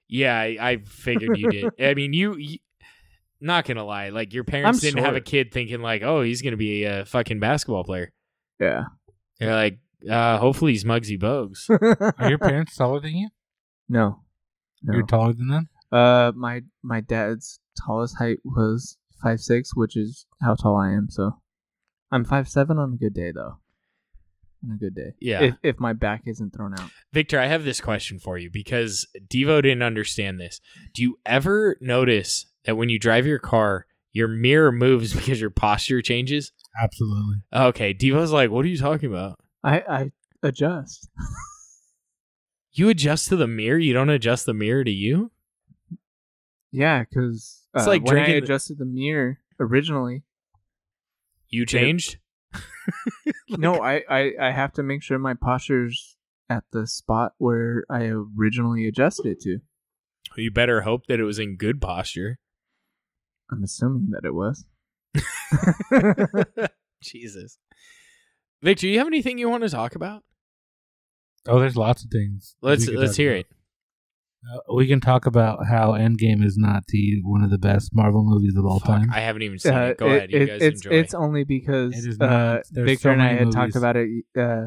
Speaker 2: yeah, I, I figured you did. I mean, you, you not going to lie, like your parents didn't have a
Speaker 1: short.
Speaker 2: kid thinking like, "Oh, he's going to be a fucking basketball player."
Speaker 1: Yeah.
Speaker 2: They're like, uh, hopefully he's Muggsy Bogues.
Speaker 3: Are your parents taller than you?
Speaker 1: no, no.
Speaker 3: You're taller than them.
Speaker 1: uh, my my dad's tallest height was five six, which is how tall I am. So, I'm five seven on a good day, though. On a good day,
Speaker 2: Yeah.
Speaker 1: If if my back isn't thrown out,
Speaker 2: Victor, I have this question for you because Devo didn't understand this. Do you ever notice that when you drive your car, your mirror moves because your posture changes?
Speaker 3: Absolutely.
Speaker 2: Okay, Devo's like, "What are you talking about?
Speaker 1: I I adjust.
Speaker 2: You adjust to the mirror. You don't adjust the mirror to you."
Speaker 1: Yeah, because uh,
Speaker 2: It's like
Speaker 1: when I
Speaker 2: drinking-
Speaker 1: adjusted the mirror originally.
Speaker 2: You changed.
Speaker 1: no, I, I I have to make sure my posture's at the spot where I originally adjusted it to.
Speaker 2: You better hope that it was in good posture.
Speaker 1: I'm assuming that it was.
Speaker 2: Jesus, Victor, you have anything you want to talk about?
Speaker 3: Oh, there's lots of things.
Speaker 2: Let's
Speaker 3: we could
Speaker 2: let's
Speaker 3: talk
Speaker 2: hear
Speaker 3: about.
Speaker 2: it.
Speaker 3: Uh, we can talk about how Endgame is not the one of the best Marvel movies of all
Speaker 2: Fuck,
Speaker 3: time.
Speaker 2: I haven't even seen
Speaker 1: Uh,
Speaker 2: it. Go
Speaker 1: it-
Speaker 2: ahead. You
Speaker 1: it-
Speaker 2: guys
Speaker 1: it's
Speaker 2: enjoy.
Speaker 1: it's only because
Speaker 3: It is
Speaker 1: uh,
Speaker 3: not. There's
Speaker 1: Victor
Speaker 3: so
Speaker 1: and I
Speaker 3: many
Speaker 1: had talked
Speaker 3: movies.
Speaker 1: about it uh,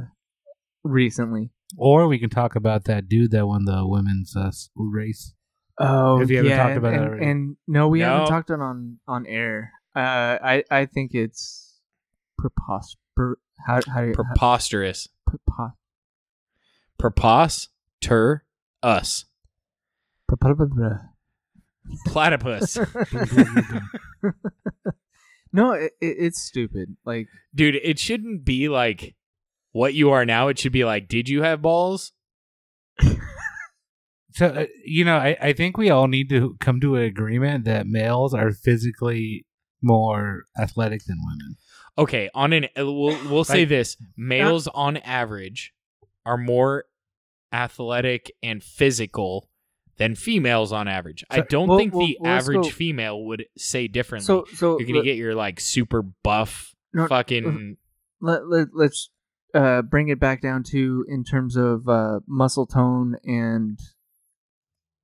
Speaker 1: recently.
Speaker 3: or we can talk about that dude that won the women's uh, s- race.
Speaker 1: Oh,
Speaker 3: If you haven't
Speaker 1: yeah,
Speaker 3: talked
Speaker 1: and-
Speaker 3: about it
Speaker 1: and,
Speaker 3: already.
Speaker 1: and no, we
Speaker 2: No.
Speaker 1: haven't talked it on on air. Uh, I I think it's preposterous. How how do you how-
Speaker 2: preposterous.
Speaker 1: prepos-
Speaker 2: Preposter us.
Speaker 1: prepos-
Speaker 2: Platypus.
Speaker 1: no, it, it, it's stupid. Like
Speaker 2: Dude, it shouldn't be like what you are now. It should be like, did you have balls?
Speaker 3: So uh, you know, I, I think we all need to come to an agreement that males are physically more athletic than women.
Speaker 2: Okay, on an uh, we'll we'll say
Speaker 3: Like-
Speaker 2: this. Males
Speaker 1: uh,
Speaker 2: on average are more athletic and physical than females on average. I
Speaker 3: So-
Speaker 2: don't
Speaker 1: Well,
Speaker 2: think
Speaker 1: well,
Speaker 2: the
Speaker 1: let's
Speaker 2: average
Speaker 1: go-
Speaker 2: female would say differently.
Speaker 1: so so
Speaker 2: You're gonna get your like super buff
Speaker 1: No, uh,
Speaker 2: fucking
Speaker 1: let, let, let's uh, bring it back down to in terms of uh, muscle tone and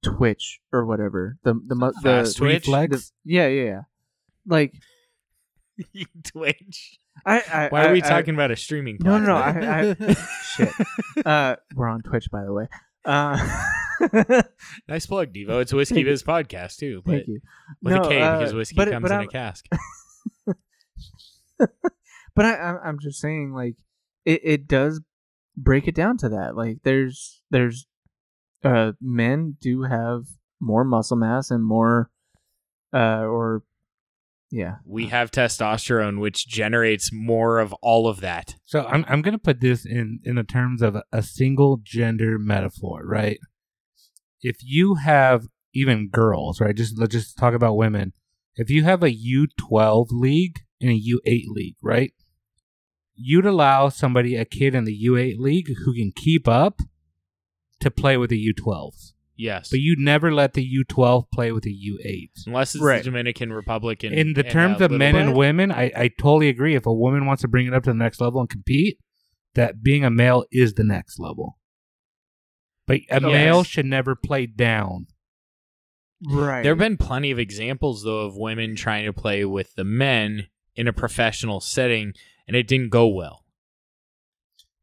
Speaker 1: twitch or whatever the the mu- the,
Speaker 2: Fast Twitch?
Speaker 1: the
Speaker 3: Reflex.
Speaker 1: yeah yeah yeah like
Speaker 2: you twitch.
Speaker 1: I, I
Speaker 2: Why are
Speaker 1: I-
Speaker 2: we
Speaker 1: I-
Speaker 2: talking about a streaming
Speaker 1: No, no, no,
Speaker 2: platform?
Speaker 1: Oh, I- shit uh, we're on Twitch by the way uh,
Speaker 2: nice plug, Devo. It's Whiskey
Speaker 1: Thank
Speaker 2: Biz podcast too, but
Speaker 1: thank you
Speaker 2: with
Speaker 1: no,
Speaker 2: a K
Speaker 1: uh,
Speaker 2: because whiskey
Speaker 1: but,
Speaker 2: comes
Speaker 1: but
Speaker 2: in
Speaker 1: I'm,
Speaker 2: a cask.
Speaker 1: but I, I'm I'm just saying, like it, it does break it down to that. Like there's there's uh men do have more muscle mass and more uh or yeah
Speaker 2: we have testosterone, which generates more of all of that.
Speaker 3: So I'm I'm gonna put this in in the terms of a, a single gender metaphor, right? If you have even girls, right? Just let's just talk about women. If you have a U12 league and a U8 league, right? You'd allow somebody, a kid in the U8 league who can keep up, to play with the U12s.
Speaker 2: Yes.
Speaker 3: But you never let the U12 play with a U8.
Speaker 2: Unless it's
Speaker 1: Right.
Speaker 2: the Dominican Republic. And,
Speaker 3: In the
Speaker 2: Mm-hmm. and uh,
Speaker 3: terms
Speaker 2: that
Speaker 3: of
Speaker 2: little
Speaker 3: men
Speaker 2: bit.
Speaker 3: and women, I, I totally agree. If a woman wants to bring it up to the next level and compete, that being a male is the next level. But a
Speaker 2: Yes.
Speaker 3: male should never play down.
Speaker 1: Right.
Speaker 2: There have been plenty of examples, though, of women trying to play with the men in a professional setting, and it didn't go well.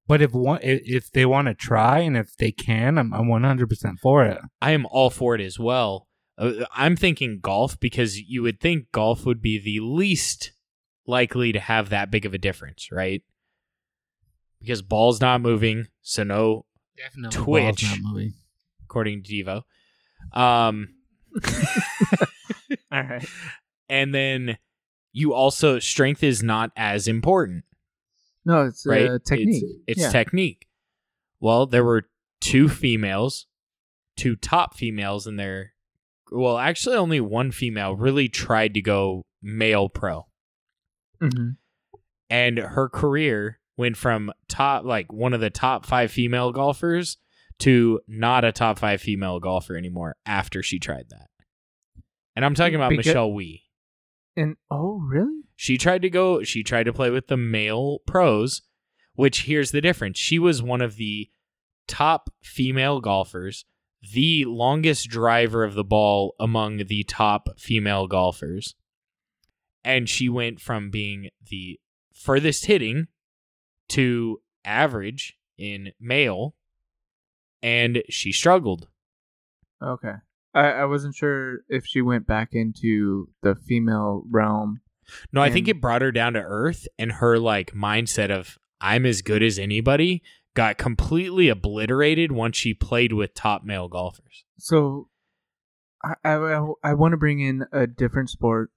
Speaker 3: But if one, i- if they want to try and if they can, I'm I'm 100% for it.
Speaker 2: I am all for it as well. Uh, I'm thinking golf because you would think golf would be the least likely to have that big of a difference, right? Because ball's not moving, so no,
Speaker 3: Definitely.
Speaker 2: Twitch. according to Devo. Um,
Speaker 1: All right.
Speaker 2: and then you also strength is not as important.
Speaker 1: No, it's
Speaker 2: right?
Speaker 1: uh,
Speaker 2: It's-
Speaker 1: technique.
Speaker 2: It's,
Speaker 1: yeah.
Speaker 2: technique. Well, there were two females, two top females in there. Well, actually, only one female really tried to go male pro,
Speaker 1: Mhm.
Speaker 2: and her career went from top like one of the top five female golfers to not a top five female golfer anymore after she tried that. And I'm talking about
Speaker 1: Because-
Speaker 2: Michelle Wee.
Speaker 1: And oh, really?
Speaker 2: She tried to go, she tried to play with the male pros, which here's the difference. She was one of the top female golfers, the longest driver of the ball among the top female golfers. And she went from being the furthest hitting to average in male, and she struggled.
Speaker 1: Okay. I, I wasn't sure if she went back into the female realm.
Speaker 2: No, I think
Speaker 1: And-
Speaker 2: it brought her down to earth and her like mindset of I'm as good as anybody got completely obliterated once she played with top male golfers.
Speaker 1: So, I I, want to bring in a different sport,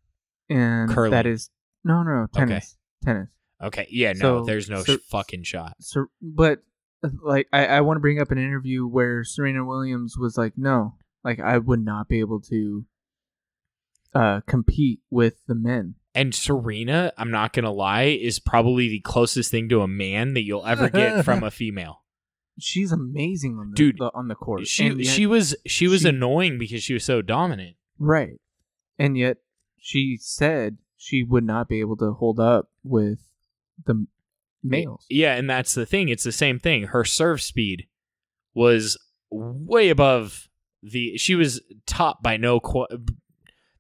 Speaker 1: and
Speaker 2: Curling.
Speaker 1: that is no, no, no tennis, tennis.
Speaker 2: Okay, yeah, no,
Speaker 1: So-
Speaker 2: there's no
Speaker 1: so-
Speaker 2: sh- fucking shot.
Speaker 1: So, but uh, like I, I want to bring up an interview where Serena Williams was like, no, like I would not be able to uh compete with the men.
Speaker 2: And Serena, I'm not going to lie, is probably the closest thing to a man that you'll ever get from a female.
Speaker 1: She's amazing on the,
Speaker 2: Dude,
Speaker 1: the- on the court.
Speaker 2: She
Speaker 1: and yet-
Speaker 2: she was she was
Speaker 1: she-
Speaker 2: annoying because she was so dominant.
Speaker 1: Right. And yet she said she would not be able to hold up with the m- males.
Speaker 2: Yeah, and that's the thing. It's the same thing. Her serve speed was way above the. She was top by no. Qu-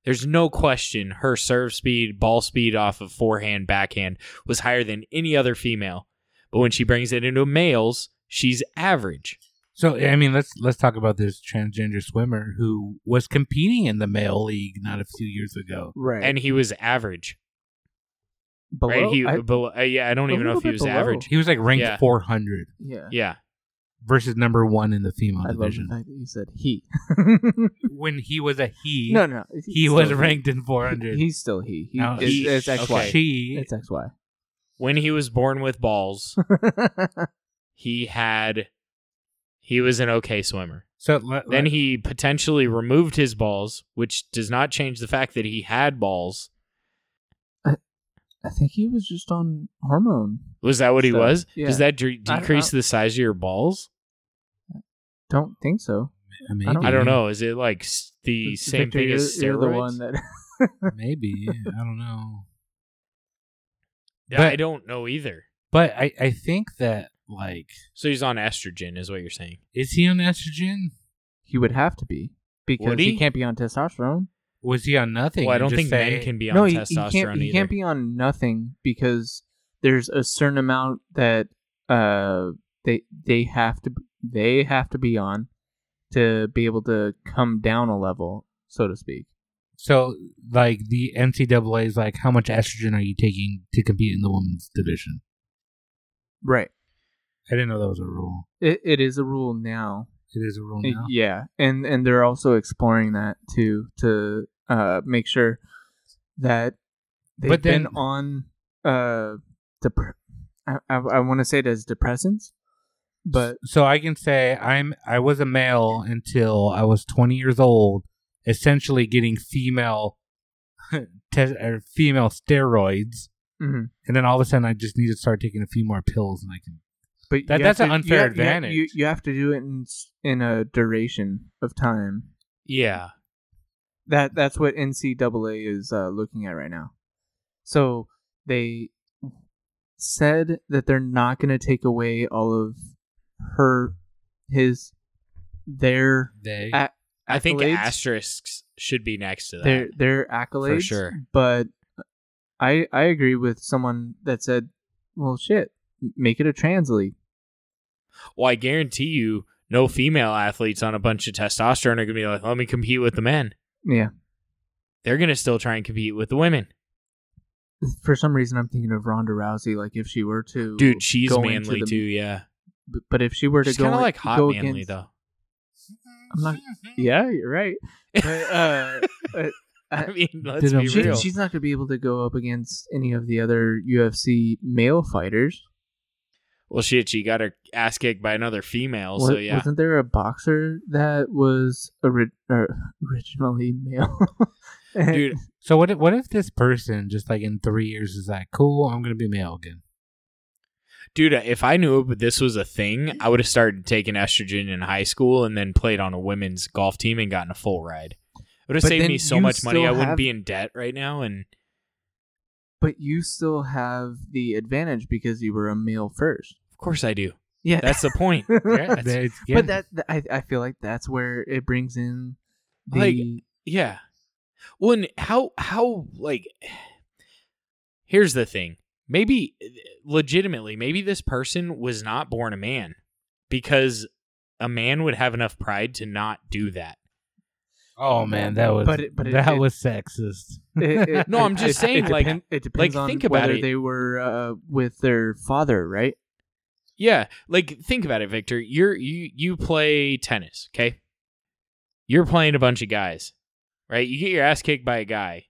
Speaker 2: there's no question. Her serve speed, ball speed off of forehand, backhand was higher than any other female. But when she brings it into males, she's average.
Speaker 3: So I mean, let's let's talk about this transgender swimmer who was competing in the male league not a few years ago.
Speaker 1: Right.
Speaker 2: And he was average.
Speaker 1: below,
Speaker 2: right? He.
Speaker 1: I-
Speaker 2: below, uh, yeah, I don't
Speaker 1: a
Speaker 2: even know
Speaker 1: little
Speaker 2: if he
Speaker 1: bit
Speaker 2: was
Speaker 1: below.
Speaker 2: average.
Speaker 3: He was like ranked
Speaker 2: Yeah.
Speaker 3: 400
Speaker 1: yeah.
Speaker 2: Yeah.
Speaker 3: versus number one in the female
Speaker 1: I love the
Speaker 3: division.
Speaker 1: fact that you said he.
Speaker 3: When he was a he,
Speaker 1: no, no. he's
Speaker 3: he
Speaker 1: still
Speaker 3: was
Speaker 1: he.
Speaker 3: ranked in
Speaker 1: He-
Speaker 3: 400.
Speaker 1: He's still he. He
Speaker 3: No,
Speaker 1: is,
Speaker 2: he-
Speaker 1: it's XY.
Speaker 3: She,
Speaker 1: It's XY.
Speaker 2: When he was born with balls, he had. He was an okay swimmer.
Speaker 3: so let,
Speaker 2: Then
Speaker 3: let-
Speaker 2: he potentially removed his balls, which does not change the fact that he had balls.
Speaker 1: I think he was just on hormone.
Speaker 2: Was that what he
Speaker 1: So,
Speaker 2: was?
Speaker 1: yeah.
Speaker 2: Does that dre-
Speaker 1: I- I-
Speaker 2: decrease the size of your balls?
Speaker 1: Don't think so.
Speaker 3: maybe,
Speaker 1: I don't
Speaker 2: I don't know. Is it like s- the same
Speaker 1: Victor,
Speaker 2: thing
Speaker 1: you're,
Speaker 2: as steroids?
Speaker 1: You're the one that
Speaker 3: maybe yeah, I don't know.
Speaker 2: Yeah, I don't know either.
Speaker 3: But I I think that like
Speaker 2: So he's on estrogen, is what you're saying?
Speaker 3: is he on estrogen?
Speaker 1: he would have to be because
Speaker 2: Would he?
Speaker 1: can't be on testosterone.
Speaker 3: Was he on nothing?
Speaker 2: Well, I
Speaker 3: and
Speaker 2: don't
Speaker 3: just
Speaker 2: think
Speaker 3: say-
Speaker 2: men can be on
Speaker 1: no, he, he
Speaker 2: testosterone
Speaker 1: can't. He
Speaker 2: either.
Speaker 1: can't be on nothing because there's a certain amount that uh they they have to they have to be on to be able to come down a level, so to speak.
Speaker 3: So, like the NCAA is like, how much estrogen are you taking to compete in the women's division?
Speaker 1: Right.
Speaker 3: I didn't know that was a rule.
Speaker 1: It it is a rule now.
Speaker 3: It is a rule
Speaker 1: Uh,
Speaker 3: now.
Speaker 1: Yeah, and and they're also exploring that too to uh make sure that they've
Speaker 3: But then-
Speaker 1: been on uh dep- I I, I want to say it as depressants, but
Speaker 3: so I can say I'm I was a male until I was 20 years old, essentially getting female te- or female steroids,
Speaker 1: mhm.
Speaker 3: and then all of a sudden I just need to start taking a few more pills and I can
Speaker 1: But
Speaker 3: That-
Speaker 1: you
Speaker 3: that's
Speaker 1: have
Speaker 3: an
Speaker 1: to- you ha-
Speaker 3: unfair
Speaker 1: you ha- You,
Speaker 3: advantage.
Speaker 1: you have to do it in s- in a duration of time.
Speaker 2: Yeah.
Speaker 1: That that's what NCAA is uh, looking at right now. So they said that they're not going to take away all of her, his, their.
Speaker 3: They
Speaker 1: I-
Speaker 2: I think
Speaker 1: accolades.
Speaker 2: asterisks should be next to that.
Speaker 1: their their accolades
Speaker 2: sure.
Speaker 1: But I I agree with someone that said, "Well, shit, m- make it a trans league."
Speaker 2: well, I guarantee you, no female athletes on a bunch of testosterone are going to be like, let me compete with the men.
Speaker 1: Yeah.
Speaker 2: They're going to still try and compete with the women.
Speaker 1: For some reason, I'm thinking of Ronda Rousey. Like if she were to,
Speaker 2: Dude, she's
Speaker 1: go into
Speaker 2: manly
Speaker 1: the-
Speaker 2: too, yeah.
Speaker 1: b- But if she were to
Speaker 2: She's
Speaker 1: go,
Speaker 2: kind of
Speaker 1: in-
Speaker 2: like hot
Speaker 1: go
Speaker 2: manly,
Speaker 1: against-
Speaker 2: though.
Speaker 1: I'm not- Yeah, you're right. But, uh, uh,
Speaker 2: I mean, let's
Speaker 3: Dude, I'm
Speaker 2: be
Speaker 1: she-
Speaker 2: real.
Speaker 1: she's not going to be able to go up against any of the other UFC male fighters.
Speaker 2: well, shit, she got her ass kicked by another female, so
Speaker 1: Wa-
Speaker 2: yeah.
Speaker 1: Wasn't there a boxer that was ori- or originally male? And-
Speaker 2: Dude,
Speaker 3: So what? If, what if this person just like in three years is like, cool, I'm gonna be male again.
Speaker 2: dude, if I knew this was a thing, I would have started taking estrogen in high school and then played on a women's golf team and gotten a full ride. It would have
Speaker 1: But
Speaker 2: saved
Speaker 1: then
Speaker 2: me so
Speaker 1: you
Speaker 2: much money.
Speaker 1: still
Speaker 2: I wouldn't
Speaker 1: have-
Speaker 2: be in debt right now, and
Speaker 1: but you still have the advantage because you were a male first.
Speaker 2: of course I do.
Speaker 1: Yeah,
Speaker 2: That's the point.
Speaker 3: Yeah,
Speaker 2: That's-
Speaker 3: they- yeah.
Speaker 1: but that, that- I I feel like that's where it brings in the
Speaker 2: Like, Yeah. Well, and how how like here's the thing. Maybe eh, legitimately, maybe this person was not born a man because a man would have enough pride to not do that.
Speaker 3: oh man, that was
Speaker 1: But it- but it-
Speaker 3: that
Speaker 1: it-
Speaker 3: was sexist.
Speaker 1: It- it-
Speaker 2: No, I'm
Speaker 1: it-
Speaker 2: just
Speaker 1: it-
Speaker 2: saying,
Speaker 1: It
Speaker 2: like-
Speaker 1: depend- it depends
Speaker 2: like,
Speaker 1: on
Speaker 2: think about
Speaker 1: whether
Speaker 2: it.
Speaker 1: they were uh, with their father, right?
Speaker 2: Yeah, like think about it, Victor. You're you you play tennis, okay? You're playing a bunch of guys, right? You get your ass kicked by a guy.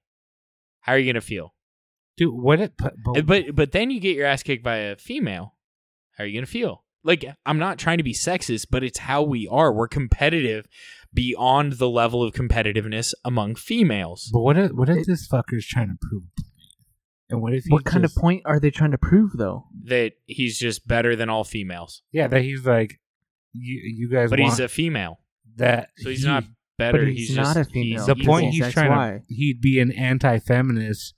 Speaker 2: How are you gonna feel?
Speaker 3: Dude, what it? But,
Speaker 2: Uh, But but then you get your ass kicked by a female. How are you gonna feel? Like I'm not trying to be sexist, but it's how we are. We're competitive beyond the level of competitiveness among females.
Speaker 3: but what? If, what if
Speaker 1: It-
Speaker 3: this fucker's trying to prove? a point? And what if? he
Speaker 1: What kind
Speaker 3: just-
Speaker 1: of point are they trying to prove, though?
Speaker 2: That he's just better than all females,
Speaker 3: Yeah, that he's like, you you guys.
Speaker 2: but
Speaker 3: want
Speaker 2: he's a female,
Speaker 3: that.
Speaker 2: so he's
Speaker 3: he-
Speaker 2: not better.
Speaker 1: but he's,
Speaker 2: just-
Speaker 1: not a female.
Speaker 3: The
Speaker 2: he's
Speaker 3: point
Speaker 2: equal.
Speaker 3: he's
Speaker 1: That's
Speaker 3: trying to-
Speaker 1: why.
Speaker 3: He'd be an anti-feminist,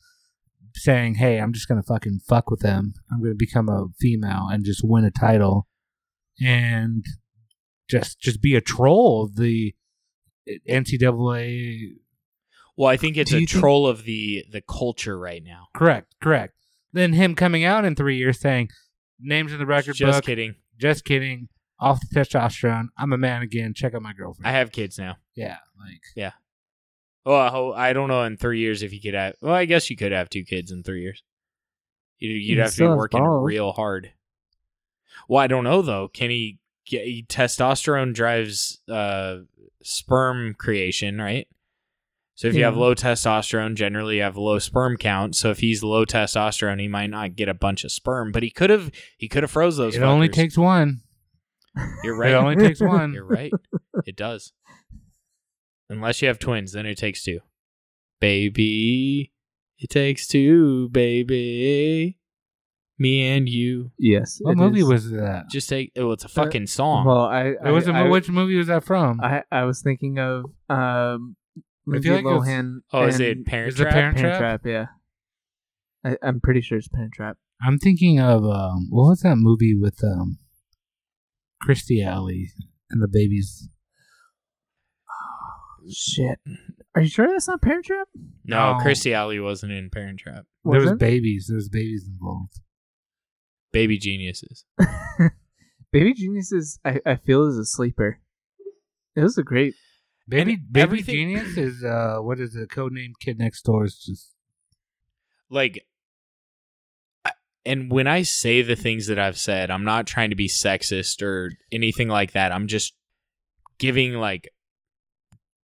Speaker 3: saying, "Hey, I'm just gonna fucking fuck with them. I'm gonna become a female and just win a title, and just just be a troll of the NCAA."
Speaker 2: Well, I think it's
Speaker 1: Do
Speaker 2: a
Speaker 1: you think-
Speaker 2: troll of the the culture right now.
Speaker 3: Correct, correct. Then him coming out in three years saying, "Names in the record
Speaker 2: Just
Speaker 3: book.
Speaker 2: kidding.
Speaker 3: Just kidding. Off the testosterone. I'm a man again. Check out my girlfriend."
Speaker 2: I have kids now.
Speaker 3: yeah, like
Speaker 2: Well, I ho- I don't know in three years if you could have. Well, I guess you could have two kids in three years. You, you'd
Speaker 1: He
Speaker 2: have to be
Speaker 1: still has
Speaker 2: working
Speaker 1: balls.
Speaker 2: real hard. Well, I don't know though. Can he? Get, he- testosterone drives uh, sperm creation, right? So if you have
Speaker 1: Yeah.
Speaker 2: low testosterone, generally you have low sperm count. So if he's low testosterone, he might not get a bunch of sperm. But he could have. He could have froze those.
Speaker 3: it only
Speaker 2: fuckers.
Speaker 3: takes one.
Speaker 2: You're
Speaker 3: It
Speaker 2: right.
Speaker 3: only takes one.
Speaker 2: You're right. It does. Unless you have twins, then it takes two. Baby, it takes two, baby. Me and you.
Speaker 1: Yes.
Speaker 3: What
Speaker 1: it
Speaker 3: movie
Speaker 1: is.
Speaker 3: was that?
Speaker 2: Just take. Oh, it's a fucking song.
Speaker 1: Well, I.
Speaker 3: It was a,
Speaker 1: I,
Speaker 3: which movie was that from?
Speaker 1: I, I was thinking of um,
Speaker 3: I
Speaker 1: Lindsay
Speaker 3: feel like it was-
Speaker 1: Lohan.
Speaker 2: oh, is
Speaker 1: and
Speaker 2: it Parent
Speaker 3: Is it
Speaker 2: Trap?
Speaker 3: Parent-
Speaker 1: Parent
Speaker 3: Trap?
Speaker 1: Trap? Yeah. I, I'm pretty sure it's Parent Trap.
Speaker 3: I'm thinking of um, what was that movie with um, Christy Alley and the babies?
Speaker 1: Shit. Are you sure that's not Parent Trap?
Speaker 2: no,
Speaker 3: No.
Speaker 2: Chrissy Alley wasn't in Parent Trap.
Speaker 3: there was
Speaker 1: Wasn't?
Speaker 3: babies. There was babies involved.
Speaker 2: Baby Geniuses.
Speaker 1: Baby Genius is I, I feel is a sleeper. It was a great
Speaker 3: Baby,
Speaker 2: And
Speaker 3: baby
Speaker 2: everything-
Speaker 3: genius is uh, what is it? Codename Kid Next Door is just
Speaker 2: like I- and when i say the things that i've said i'm not trying to be sexist or anything like that i'm just giving like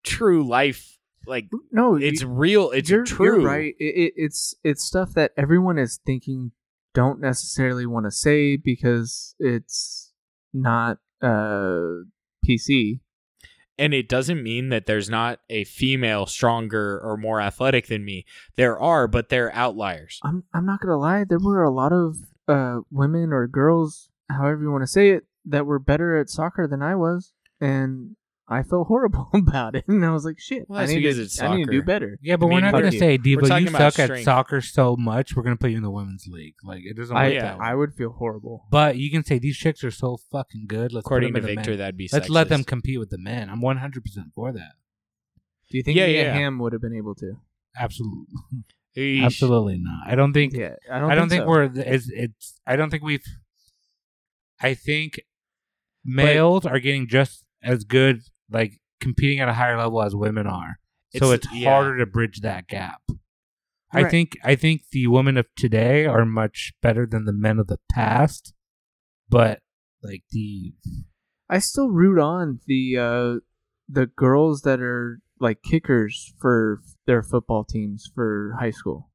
Speaker 2: true life like
Speaker 1: no.
Speaker 2: it's
Speaker 1: you-
Speaker 2: real it's
Speaker 1: you're,
Speaker 2: true
Speaker 1: You're right. It, it, it's it's stuff that everyone is thinking don't necessarily want to say because it's not uh PC.
Speaker 2: and it doesn't mean that there's not a female stronger or more athletic than me there are but they're outliers
Speaker 1: I'm I'm not gonna lie. There were a lot of uh women or girls however you want to say it, that were better at soccer than I was, and I felt horrible about it. And I was like, "Shit,
Speaker 2: Well,
Speaker 1: I
Speaker 2: that's
Speaker 1: need
Speaker 2: because
Speaker 1: to,
Speaker 2: it's
Speaker 1: I need to do
Speaker 2: soccer.
Speaker 1: better."
Speaker 3: Yeah, but
Speaker 2: I
Speaker 3: we're
Speaker 2: mean,
Speaker 3: not
Speaker 2: fuck
Speaker 3: going to
Speaker 1: you.
Speaker 3: say,
Speaker 2: We're
Speaker 3: Diva,
Speaker 2: talking
Speaker 3: you
Speaker 2: about
Speaker 3: suck
Speaker 2: strength.
Speaker 3: at soccer so much, we're going to put you in the women's league. Like, it doesn't work
Speaker 1: I
Speaker 3: that way.
Speaker 1: I would feel horrible.
Speaker 3: But you can say, these chicks are so fucking good. Let's put
Speaker 2: According to
Speaker 3: them in the
Speaker 2: Victor,
Speaker 3: men.
Speaker 2: that'd be.
Speaker 3: Let's let them
Speaker 2: sexist.
Speaker 3: compete with the men. I'm 100% for that.
Speaker 1: Do you think
Speaker 2: Yeah,
Speaker 1: Mia
Speaker 2: yeah.
Speaker 1: Hamm would have been able to?
Speaker 3: Absolutely.
Speaker 2: Eesh.
Speaker 3: Absolutely not. I don't think
Speaker 1: Yeah, I don't.
Speaker 3: I don't
Speaker 1: think,
Speaker 3: think,
Speaker 1: so.
Speaker 3: we're it's, it's I don't think we've I think males are getting just as good like competing at a higher level as women are. so it's
Speaker 2: It's- yeah.
Speaker 3: harder to bridge that gap. I
Speaker 1: Right.
Speaker 3: think I think the women of today are much better than the men of the past, but like the
Speaker 1: I still root on the uh, the girls that are like kickers for their football teams for high school.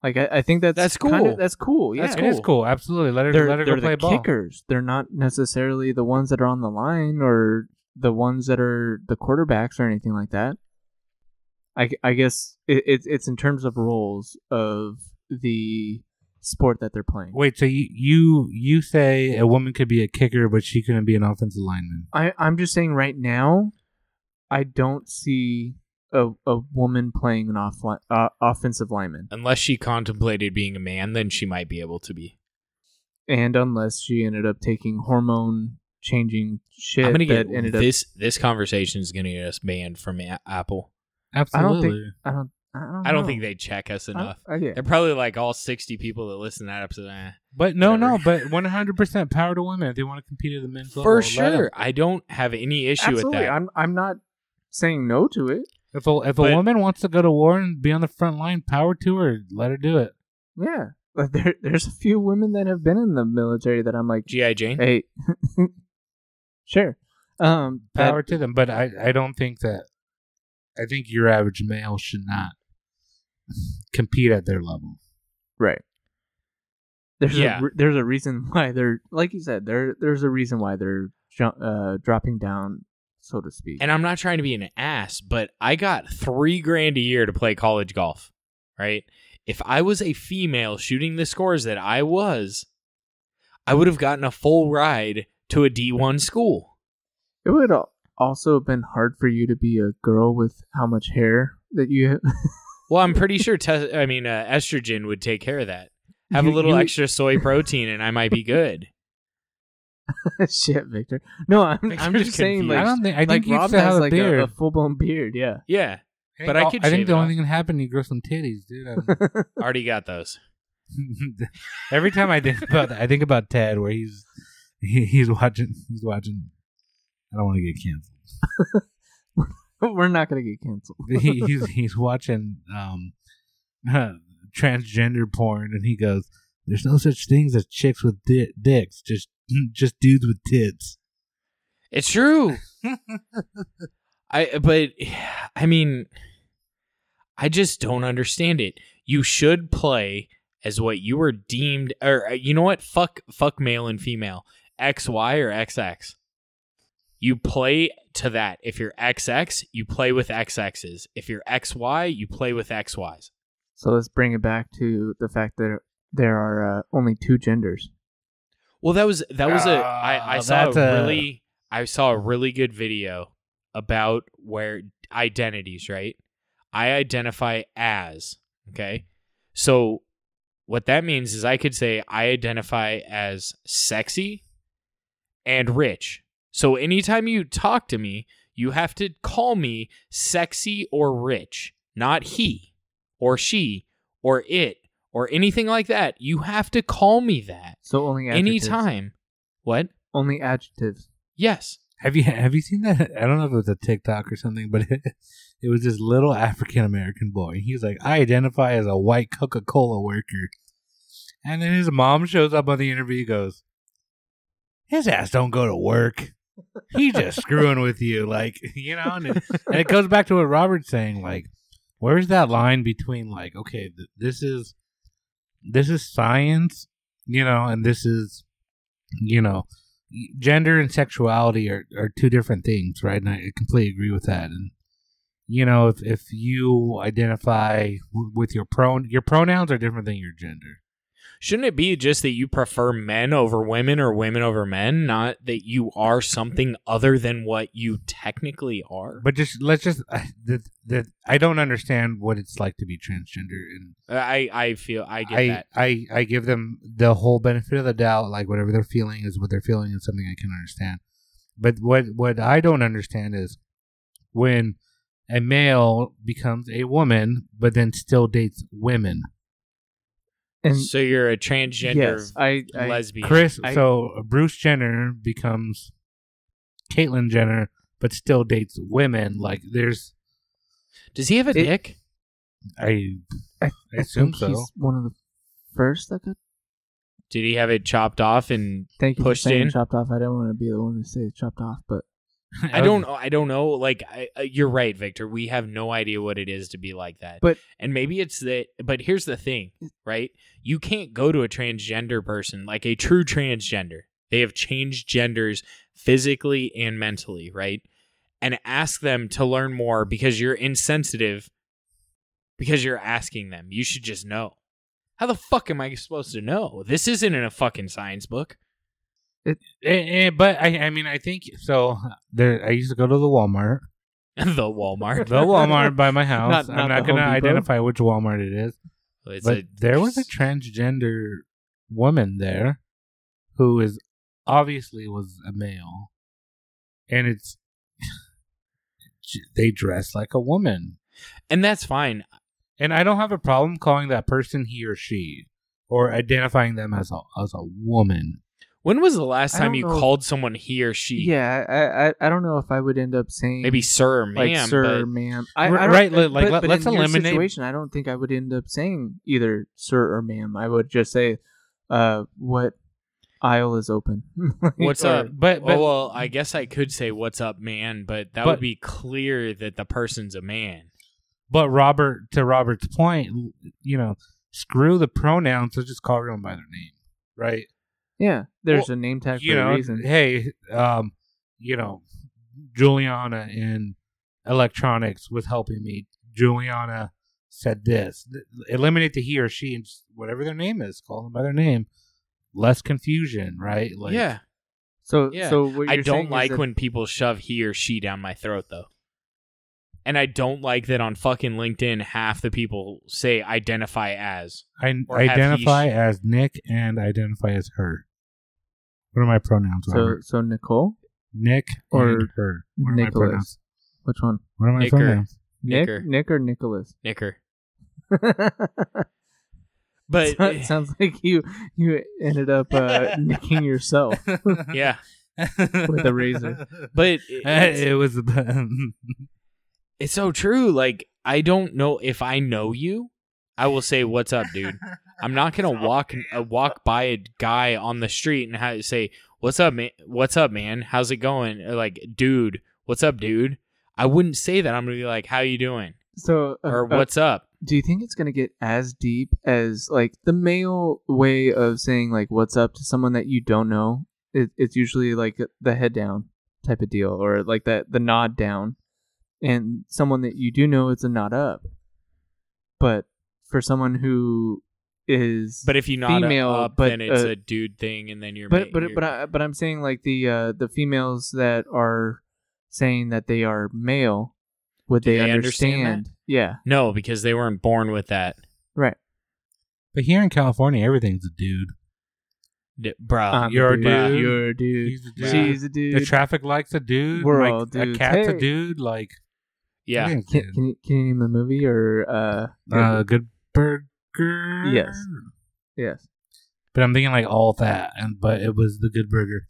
Speaker 1: Like I, I think that's
Speaker 2: That's
Speaker 1: kinda-
Speaker 2: cool.
Speaker 1: that's cool. Yeah,
Speaker 2: That's
Speaker 3: it is
Speaker 2: cool.
Speaker 3: cool. Absolutely, let her
Speaker 1: they're
Speaker 3: let her
Speaker 1: they're
Speaker 3: go
Speaker 1: the
Speaker 3: play ball.
Speaker 1: kickers. They're not necessarily the ones that are on the line or the ones that are the quarterbacks or anything like that. I, g- I guess it, it, it's in terms of roles of the sport that they're playing.
Speaker 3: Wait, so you you you say a woman could be a kicker, but she couldn't be an offensive lineman?
Speaker 1: I, I'm just saying right now, I don't see a, a woman playing an off, uh, offensive lineman.
Speaker 2: Unless she contemplated being a man, then she might be able to be.
Speaker 1: And unless she ended up taking hormone changing shit
Speaker 2: I'm gonna
Speaker 1: that
Speaker 2: get
Speaker 1: ended up.
Speaker 2: this. This conversation is gonna get us banned from A- Apple.
Speaker 1: I
Speaker 3: Absolutely.
Speaker 1: don't think. I don't. I don't,
Speaker 2: I don't
Speaker 1: know.
Speaker 2: think they check us
Speaker 1: I
Speaker 2: enough.
Speaker 1: don't- uh, yeah.
Speaker 2: They're probably like all 60 people that listen to that episode. eh.
Speaker 3: But no, no,
Speaker 2: Whatever.
Speaker 3: but 100% power to women. If they want to compete at the men's level,
Speaker 2: For
Speaker 3: let 'em.
Speaker 2: sure. I don't have any issue
Speaker 1: Absolutely.
Speaker 2: with that.
Speaker 1: I'm, I'm not saying no to it.
Speaker 3: If a, if a
Speaker 2: But-
Speaker 3: woman wants to go to war and be on the front line, power to her. Let her do it.
Speaker 1: Yeah. But there, there's a few women that have been in the military that I'm like,
Speaker 2: G.I. Jane?
Speaker 1: hey, sure. Um, that-
Speaker 3: Power to them. But I, I don't think that. I think your average male should not compete at their level.
Speaker 1: Right. There's
Speaker 2: Yeah.
Speaker 1: a re- there's a reason why they're like you said there there's a reason why they're ju- uh, dropping down so to speak.
Speaker 2: And I'm not trying to be an ass, but I got three grand a year to play college golf, right? If I was a female shooting the scores that I was, I would have gotten a full ride to a D1 school.
Speaker 1: it would al- also have been hard for you to be a girl with how much hair that you have.
Speaker 2: Well, I'm pretty sure, tes- I mean, uh, estrogen would take care of that. Have
Speaker 1: You-
Speaker 2: a little
Speaker 1: you-
Speaker 2: extra soy protein and I might be good.
Speaker 1: Shit, Victor. No, I'm I'm
Speaker 2: Victor's
Speaker 1: just saying
Speaker 2: Like-
Speaker 3: I
Speaker 1: like
Speaker 3: don't think. I
Speaker 1: like
Speaker 3: think you
Speaker 1: Rob
Speaker 3: still
Speaker 1: has
Speaker 3: have a
Speaker 1: like
Speaker 3: beard.
Speaker 1: a, full blown beard. Yeah.
Speaker 2: Yeah,
Speaker 3: I think
Speaker 2: but I
Speaker 3: all-
Speaker 2: could
Speaker 3: I think
Speaker 2: shave
Speaker 3: the
Speaker 2: it
Speaker 3: only
Speaker 2: off.
Speaker 3: thing that happened, you grow some titties, dude. I don't-
Speaker 2: already got those.
Speaker 3: Every time I think about that, I think about Ted, where he's he, he's watching he's watching. I don't want to get canceled.
Speaker 1: We're not gonna get canceled.
Speaker 3: He, he's he's watching um transgender porn, and he goes, "There's no such things as chicks with di- dicks, just just dudes with tits."
Speaker 2: It's true. I but I mean I just don't understand it. You should play as what you were deemed or uh, you know what? Fuck fuck male and female. XY or XX. You play to that. If you're XX, you play with XXs. If you're XY, you play with XYs.
Speaker 1: So let's bring it back to the fact that there are uh, only two genders.
Speaker 2: Well, that was that was a
Speaker 3: Ah,
Speaker 2: I, I saw
Speaker 3: that's
Speaker 2: a
Speaker 3: a-
Speaker 2: really I saw a really good video about where identities, right? I identify as, okay? So what that means is I could say I identify as sexy and rich. So anytime you talk to me, you have to call me sexy or rich, not he or she or it or anything like that. You have to call me that
Speaker 1: So only adjectives.
Speaker 2: anytime. What?
Speaker 1: Only adjectives.
Speaker 2: Yes.
Speaker 3: Have you have you seen that? I don't know if it was a TikTok or something, but it, it was this little African American boy. He was like, "I identify as a white Coca Cola worker," and then his mom shows up on the interview. He goes, "His ass don't go to work. He just screwing with you, like you know." And it, and it goes back to what Robert's saying, like, where's that line between like, okay, th- this is this is science, you know, and this is you know gender and sexuality are, are two different things, right? And I completely agree with that. And you know, if if you identify w- with your pron, your pronouns are different than your gender.
Speaker 2: Shouldn't it be just that you prefer men over women or women over men, not that you are something other than what you technically are?
Speaker 3: But just let's just I the, the, I don't understand what it's like to be transgender, and
Speaker 2: I I feel I get
Speaker 3: I
Speaker 2: that.
Speaker 3: I, I give them the whole benefit of the doubt. Like whatever they're feeling is what they're feeling is something I can understand. But what what I don't understand is when a male becomes a woman, but then still dates women.
Speaker 1: And
Speaker 2: so you're a transgender
Speaker 1: yes, I, I
Speaker 2: lesbian.
Speaker 3: Chris,
Speaker 1: I-
Speaker 3: so uh, Bruce Jenner becomes Caitlyn Jenner, but still dates women. Like there's,
Speaker 2: Does he have a
Speaker 1: It-
Speaker 2: dick?
Speaker 3: I,
Speaker 1: I-
Speaker 3: I assume
Speaker 1: think
Speaker 3: so.
Speaker 1: He's one of the first that got.
Speaker 2: Did he have it chopped off and
Speaker 1: Thank you
Speaker 2: Pushed
Speaker 1: for saying
Speaker 2: in?
Speaker 1: chopped off. I don't want to be the one to say chopped off, but
Speaker 2: I don't. I don't know. Like I, I- you're right, Victor. We have no idea what it is to be like that.
Speaker 1: But-
Speaker 2: and maybe it's that. But here's the thing, right? You can't go to a transgender person like a true transgender. They have changed genders physically and mentally, right? And ask them to learn more because you're insensitive. Because you're asking them, you should just know. How the fuck am I supposed to know? This isn't in a fucking science book.
Speaker 3: Eh, eh, but I, I mean, I think so. There, I used to go to the Walmart,
Speaker 2: the Walmart.
Speaker 3: the Walmart by my
Speaker 1: Not-
Speaker 3: house. I'm
Speaker 1: not
Speaker 3: not
Speaker 1: the
Speaker 3: gonna
Speaker 1: Home Depot?
Speaker 3: identify which Walmart it is,
Speaker 2: It's
Speaker 3: but
Speaker 2: a-
Speaker 3: there was a transgender woman there who is obviously was a male, and it's they dress like a woman,
Speaker 2: and that's fine.
Speaker 3: and I don't have a problem calling that person he or she or identifying them as a as a woman.
Speaker 2: When was the last
Speaker 1: I
Speaker 2: time
Speaker 1: don't
Speaker 2: you
Speaker 1: know.
Speaker 2: called someone he or she?
Speaker 1: yeah, I, I I don't know if I would end up saying
Speaker 2: Maybe sir, or ma'am.
Speaker 1: like sir,
Speaker 2: but
Speaker 1: ma'am. I,
Speaker 3: R-
Speaker 1: I don't-
Speaker 3: right, li- like,
Speaker 1: but-
Speaker 3: let-
Speaker 1: but
Speaker 3: let's
Speaker 1: in your
Speaker 3: eliminate-
Speaker 1: situation. I don't think I would end up saying either sir or ma'am. I would just say, uh, what aisle is open?
Speaker 2: What's up?
Speaker 3: But but
Speaker 2: oh, well, I guess I could say "What's up, man," but that
Speaker 3: But-
Speaker 2: would be clear that the person's a man.
Speaker 3: But Robert, to Robert's point, you know, screw the pronouns. Let's just call everyone by their name, right?
Speaker 1: Yeah, there's
Speaker 3: Well,
Speaker 1: a name tag
Speaker 3: you
Speaker 1: for
Speaker 3: know,
Speaker 1: a reason.
Speaker 3: hey, um, you know, Juliana in electronics was helping me. Juliana said this. Eliminate the he or she and just whatever their name is. Call them by their name. Less confusion, right? Like,
Speaker 2: yeah,
Speaker 1: So,
Speaker 2: Yeah.
Speaker 1: so what
Speaker 2: I
Speaker 1: you're saying
Speaker 2: don't
Speaker 1: is
Speaker 2: like
Speaker 1: that-
Speaker 2: when people shove he or she down my throat, though. And I don't like that on fucking LinkedIn, half the people say identify as.
Speaker 3: I
Speaker 2: Or have
Speaker 3: identify
Speaker 2: he,
Speaker 3: as Nick and identify as her. What are my pronouns?
Speaker 1: So,
Speaker 3: Robert?
Speaker 1: so Nicole,
Speaker 3: Nick
Speaker 1: or
Speaker 3: and her. What are my
Speaker 1: Nicholas.
Speaker 3: pronouns?
Speaker 1: which one?
Speaker 3: What are my
Speaker 2: Nicker.
Speaker 3: pronouns?
Speaker 1: Nick,
Speaker 2: Nicker.
Speaker 1: Nick or Nicholas?
Speaker 2: Nicker.
Speaker 1: But
Speaker 2: But eh,
Speaker 1: it sounds like you you ended up uh, nicking yourself.
Speaker 2: yeah,
Speaker 1: With a razor.
Speaker 2: but
Speaker 3: it,
Speaker 2: it's-
Speaker 3: it was.
Speaker 2: it's so true. Like I don't know if I know you, I will say what's up, dude. I'm not gonna walk uh, walk by a guy on the street and ha say what's up, man. What's up, man? How's it going? Or like, dude, what's up, dude? I wouldn't say that. I'm gonna be like, how you doing?
Speaker 1: So, uh,
Speaker 2: Or
Speaker 1: uh,
Speaker 2: what's up?
Speaker 1: do you think it's going to get as deep as like the male way of saying like what's up to someone that you don't know it, it's usually like the head down type of deal or like that the nod down and someone that you do know it's a nod up but for someone who is
Speaker 2: But if you nod
Speaker 1: female,
Speaker 2: up,
Speaker 1: but,
Speaker 2: then it's
Speaker 1: uh,
Speaker 2: a dude thing, and then you're
Speaker 1: but
Speaker 2: ma-
Speaker 1: but
Speaker 2: you're-
Speaker 1: but I, but I'm saying like the uh, the females that are saying that they are male would
Speaker 2: Do
Speaker 1: they,
Speaker 2: they
Speaker 1: understand,
Speaker 2: understand that?
Speaker 1: yeah
Speaker 2: no, because they weren't born with that,
Speaker 3: but here in California, everything's a dude.
Speaker 2: D- bruh.
Speaker 1: I'm
Speaker 3: Uh, you're a dude.
Speaker 1: you're a dude
Speaker 3: He's a
Speaker 2: dude.
Speaker 1: she's a
Speaker 3: The
Speaker 1: dude
Speaker 3: traffic light's a dude.
Speaker 1: We're
Speaker 3: like,
Speaker 1: all
Speaker 3: A
Speaker 1: dudes.
Speaker 3: cat's a
Speaker 1: Hey.
Speaker 3: dude. Like,
Speaker 2: yeah,
Speaker 3: everything's
Speaker 1: Can,
Speaker 3: dude.
Speaker 1: can, you, can you name the movie or uh,
Speaker 3: uh, good burger.
Speaker 1: Yes. yes
Speaker 3: But I'm thinking like all that, and but it was the Good Burger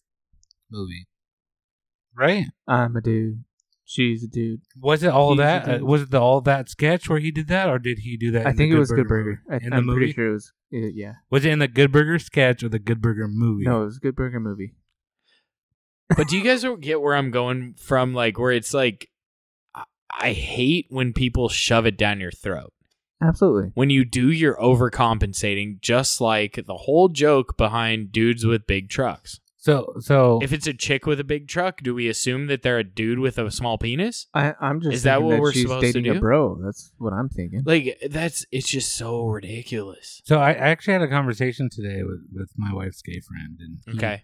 Speaker 3: movie, right?
Speaker 1: I'm a dude she's a dude
Speaker 3: Was it all
Speaker 1: He's a
Speaker 3: that?
Speaker 1: dude.
Speaker 3: Uh, was it the all that sketch where he did that, or did he do that?
Speaker 1: I
Speaker 3: in the
Speaker 1: think it
Speaker 3: Good
Speaker 1: was Good
Speaker 3: Burger
Speaker 1: Burger I,
Speaker 3: movie? in
Speaker 1: I'm
Speaker 3: the movie.
Speaker 1: pretty sure it was uh, yeah
Speaker 3: Was it in the Good Burger sketch or the Good Burger movie?
Speaker 1: no it was a Good Burger movie
Speaker 2: but do you guys get where I'm going from? Like where it's like, I, I hate when people shove it down your throat.
Speaker 1: absolutely
Speaker 2: When you do, you're overcompensating. Just like the whole joke behind dudes with big trucks.
Speaker 3: So so
Speaker 2: If it's a chick with a big truck, do we assume that they're a dude with a small penis?
Speaker 1: I, I'm just
Speaker 2: Is that
Speaker 1: thinking
Speaker 2: what we're
Speaker 1: she's
Speaker 2: supposed to
Speaker 1: dating
Speaker 2: do?
Speaker 1: a bro. That's what I'm thinking.
Speaker 2: Like that's it's just so ridiculous.
Speaker 3: so I I actually had a conversation today with, with my wife's gay friend and he-
Speaker 2: Okay.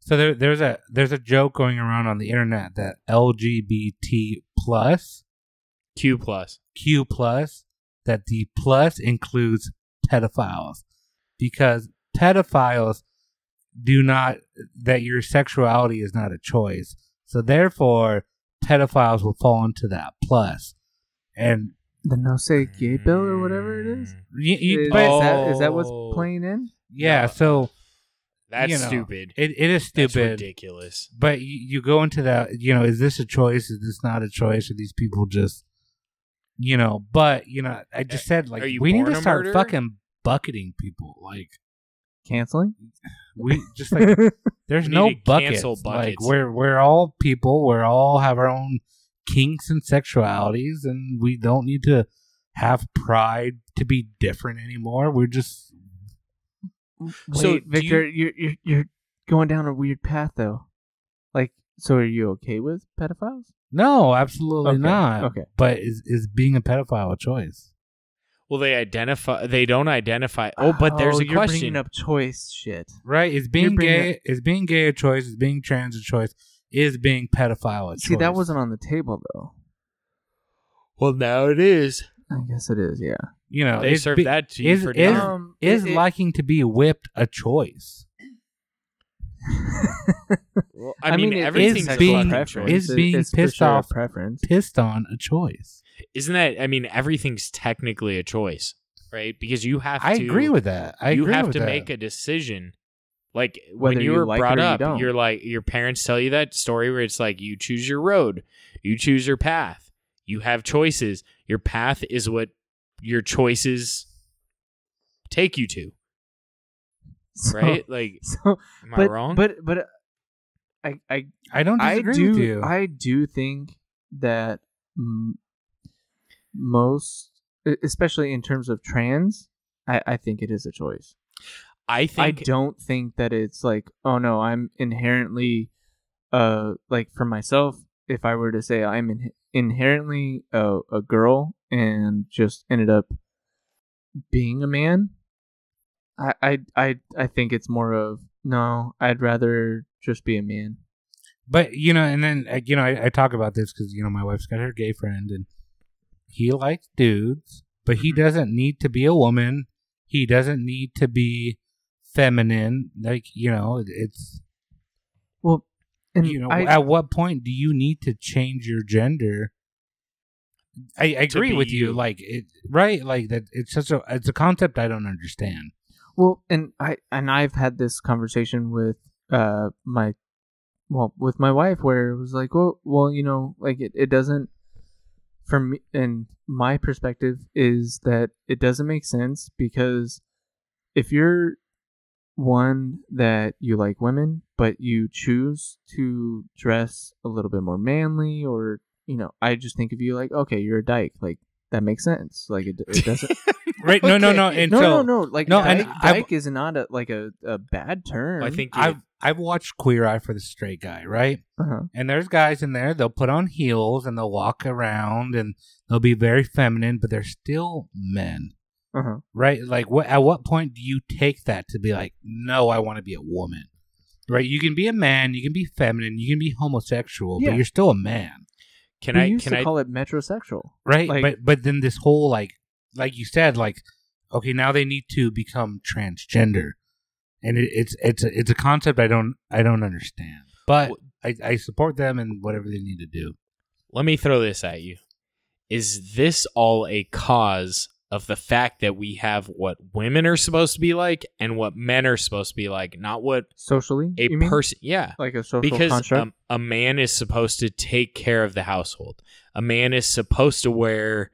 Speaker 3: so there, there's a there's a joke going around on the internet that LGBT plus
Speaker 2: Q plus.
Speaker 3: Q plus that the plus includes pedophiles because pedophiles do not that your sexuality is not a choice. So therefore pedophiles will fall into that plus. And
Speaker 1: The no say gay bill or whatever it is.
Speaker 3: you, you-
Speaker 1: is,
Speaker 3: but
Speaker 2: Oh.
Speaker 1: that, is that what's
Speaker 2: Oh.
Speaker 1: playing in?
Speaker 3: yeah, so
Speaker 2: That's
Speaker 3: you know,
Speaker 2: stupid.
Speaker 3: it, it is
Speaker 2: That's
Speaker 3: stupid.
Speaker 2: ridiculous.
Speaker 3: but you, you go into that you know is this a choice is this not a choice are these people just you know but you know i just said like
Speaker 2: Are you
Speaker 3: we need
Speaker 2: born
Speaker 3: to
Speaker 2: a
Speaker 3: start
Speaker 2: murderer?
Speaker 3: fucking bucketing people like
Speaker 1: Canceling?
Speaker 3: we just like there's
Speaker 2: We
Speaker 3: no
Speaker 2: need to
Speaker 3: buckets.
Speaker 2: cancel
Speaker 3: like
Speaker 2: buckets.
Speaker 3: we're we're all people we're all have our own kinks and sexualities and we don't need to have pride to be different anymore we're just
Speaker 2: So,
Speaker 1: Wait,
Speaker 2: do
Speaker 1: Victor, you... are you're you're going down a weird path though. Like, so are you okay with pedophiles?
Speaker 3: no absolutely
Speaker 1: Okay,
Speaker 3: not
Speaker 1: okay.
Speaker 3: but is is being a pedophile a choice
Speaker 2: Well, they identify. They don't identify. Oh, but there's a
Speaker 1: you're
Speaker 2: question.
Speaker 1: bringing up choice shit.
Speaker 3: Right? Is being
Speaker 1: bringing
Speaker 3: gay is being gay a choice? Is being trans a choice? Is being pedophile a choice?
Speaker 1: See, that wasn't on the table though.
Speaker 2: well, now it is.
Speaker 1: I guess it is. Yeah.
Speaker 3: you know
Speaker 2: they
Speaker 3: is
Speaker 2: serve
Speaker 3: be-
Speaker 2: that to you
Speaker 3: is-
Speaker 2: for
Speaker 3: is-
Speaker 2: dinner.
Speaker 1: Um,
Speaker 3: Is
Speaker 1: it- it-
Speaker 3: liking to be whipped a choice?
Speaker 2: I,
Speaker 1: I
Speaker 2: mean,
Speaker 1: mean, it is
Speaker 2: everything's
Speaker 1: sexual
Speaker 2: being, a
Speaker 3: preference.
Speaker 2: choice.
Speaker 3: is
Speaker 1: It's-
Speaker 3: being
Speaker 1: it's for
Speaker 3: pissed
Speaker 1: sure a
Speaker 3: off-
Speaker 1: preference.
Speaker 3: Pissed on a choice.
Speaker 2: Isn't that? I mean, everything's technically a choice, right? Because you have.
Speaker 3: I
Speaker 2: to,
Speaker 3: agree with that. I
Speaker 2: you
Speaker 3: agree
Speaker 2: have
Speaker 3: with
Speaker 2: to
Speaker 3: that.
Speaker 2: make a decision. Like
Speaker 1: Whether
Speaker 2: when you
Speaker 1: you
Speaker 2: were
Speaker 1: like it
Speaker 2: brought
Speaker 1: or you
Speaker 2: up,
Speaker 1: don't.
Speaker 2: are like your parents tell you that story where it's like you choose your road, you choose your path, you have choices. Your path is what your choices take you to,
Speaker 1: So-
Speaker 2: right? like,
Speaker 1: So,
Speaker 2: am
Speaker 1: but
Speaker 2: I wrong?
Speaker 1: but but uh, I I
Speaker 3: I don't
Speaker 1: I
Speaker 3: disagree with
Speaker 1: do
Speaker 3: you.
Speaker 1: I do think that m- most, e- especially in terms of trans, I I think it is a choice.
Speaker 2: I
Speaker 1: I
Speaker 2: think
Speaker 1: don't think that it's like, oh no, I'm inherently, uh, like for myself, if I were to say I'm in- inherently a, a girl and just ended up being a man, I, I, I, I think it's more of no, I'd rather just be a man.
Speaker 3: but you know, and then uh, you know, I, I talk about this because you know my wife's got her gay friend, and he likes dudes, but he
Speaker 2: Mhm.
Speaker 3: doesn't need to be a woman. He doesn't need to be feminine. Like you know, it- it's
Speaker 1: Well, and
Speaker 3: you know,
Speaker 1: I,
Speaker 3: at what point do you need to change your gender? I, I
Speaker 2: To
Speaker 3: agree
Speaker 2: be
Speaker 3: with you.
Speaker 2: you.
Speaker 3: Like it, right? Like that. It's such a. It's a concept I don't understand.
Speaker 1: Well, and I and I've had this conversation with uh my well with my wife where it was like, well, well, you know, like it, it doesn't from me and my perspective is that it doesn't make sense because if you're one that you like women but you choose to dress a little bit more manly or you know i just think of you like okay you're a dyke like that makes sense like it, it doesn't
Speaker 3: Right? No, no, no.
Speaker 2: Okay.
Speaker 3: And
Speaker 1: no,
Speaker 3: so
Speaker 1: no, no. Like,
Speaker 3: no,
Speaker 1: dyke,
Speaker 3: and I've-
Speaker 1: dyke is not a, like a, a bad term.
Speaker 2: I think
Speaker 3: I've
Speaker 2: it-
Speaker 3: I've watched Queer Eye for the Straight Guy, right?
Speaker 1: Uh-huh.
Speaker 3: And there's guys in there. They'll put on heels and they'll walk around and they'll be very feminine, but they're still men,
Speaker 1: Uh-huh.
Speaker 3: right? Like, what? At what point do you take that to be like, no, I want to be a woman, right? You can be a man, you can be feminine, you can be homosexual,
Speaker 1: Yeah.
Speaker 3: but you're still a man.
Speaker 2: can
Speaker 1: we
Speaker 2: I
Speaker 1: used
Speaker 2: can
Speaker 1: to
Speaker 2: I
Speaker 1: call it metrosexual.
Speaker 3: right
Speaker 1: Like-
Speaker 3: but but then this whole like like you said like okay now they need to become transgender and it, it's it's a, it's a concept i don't i don't understand but I, I support them and whatever they need to do
Speaker 2: let me throw this at you. Is this all a cause of the fact that we have what women are supposed to be like and what men are supposed to be like, not what
Speaker 1: Socially,
Speaker 2: a
Speaker 1: you mean?
Speaker 2: person? Yeah.
Speaker 1: like a social
Speaker 2: Because
Speaker 1: construct.
Speaker 2: um, a man is supposed to take care of the household. A man is supposed to wear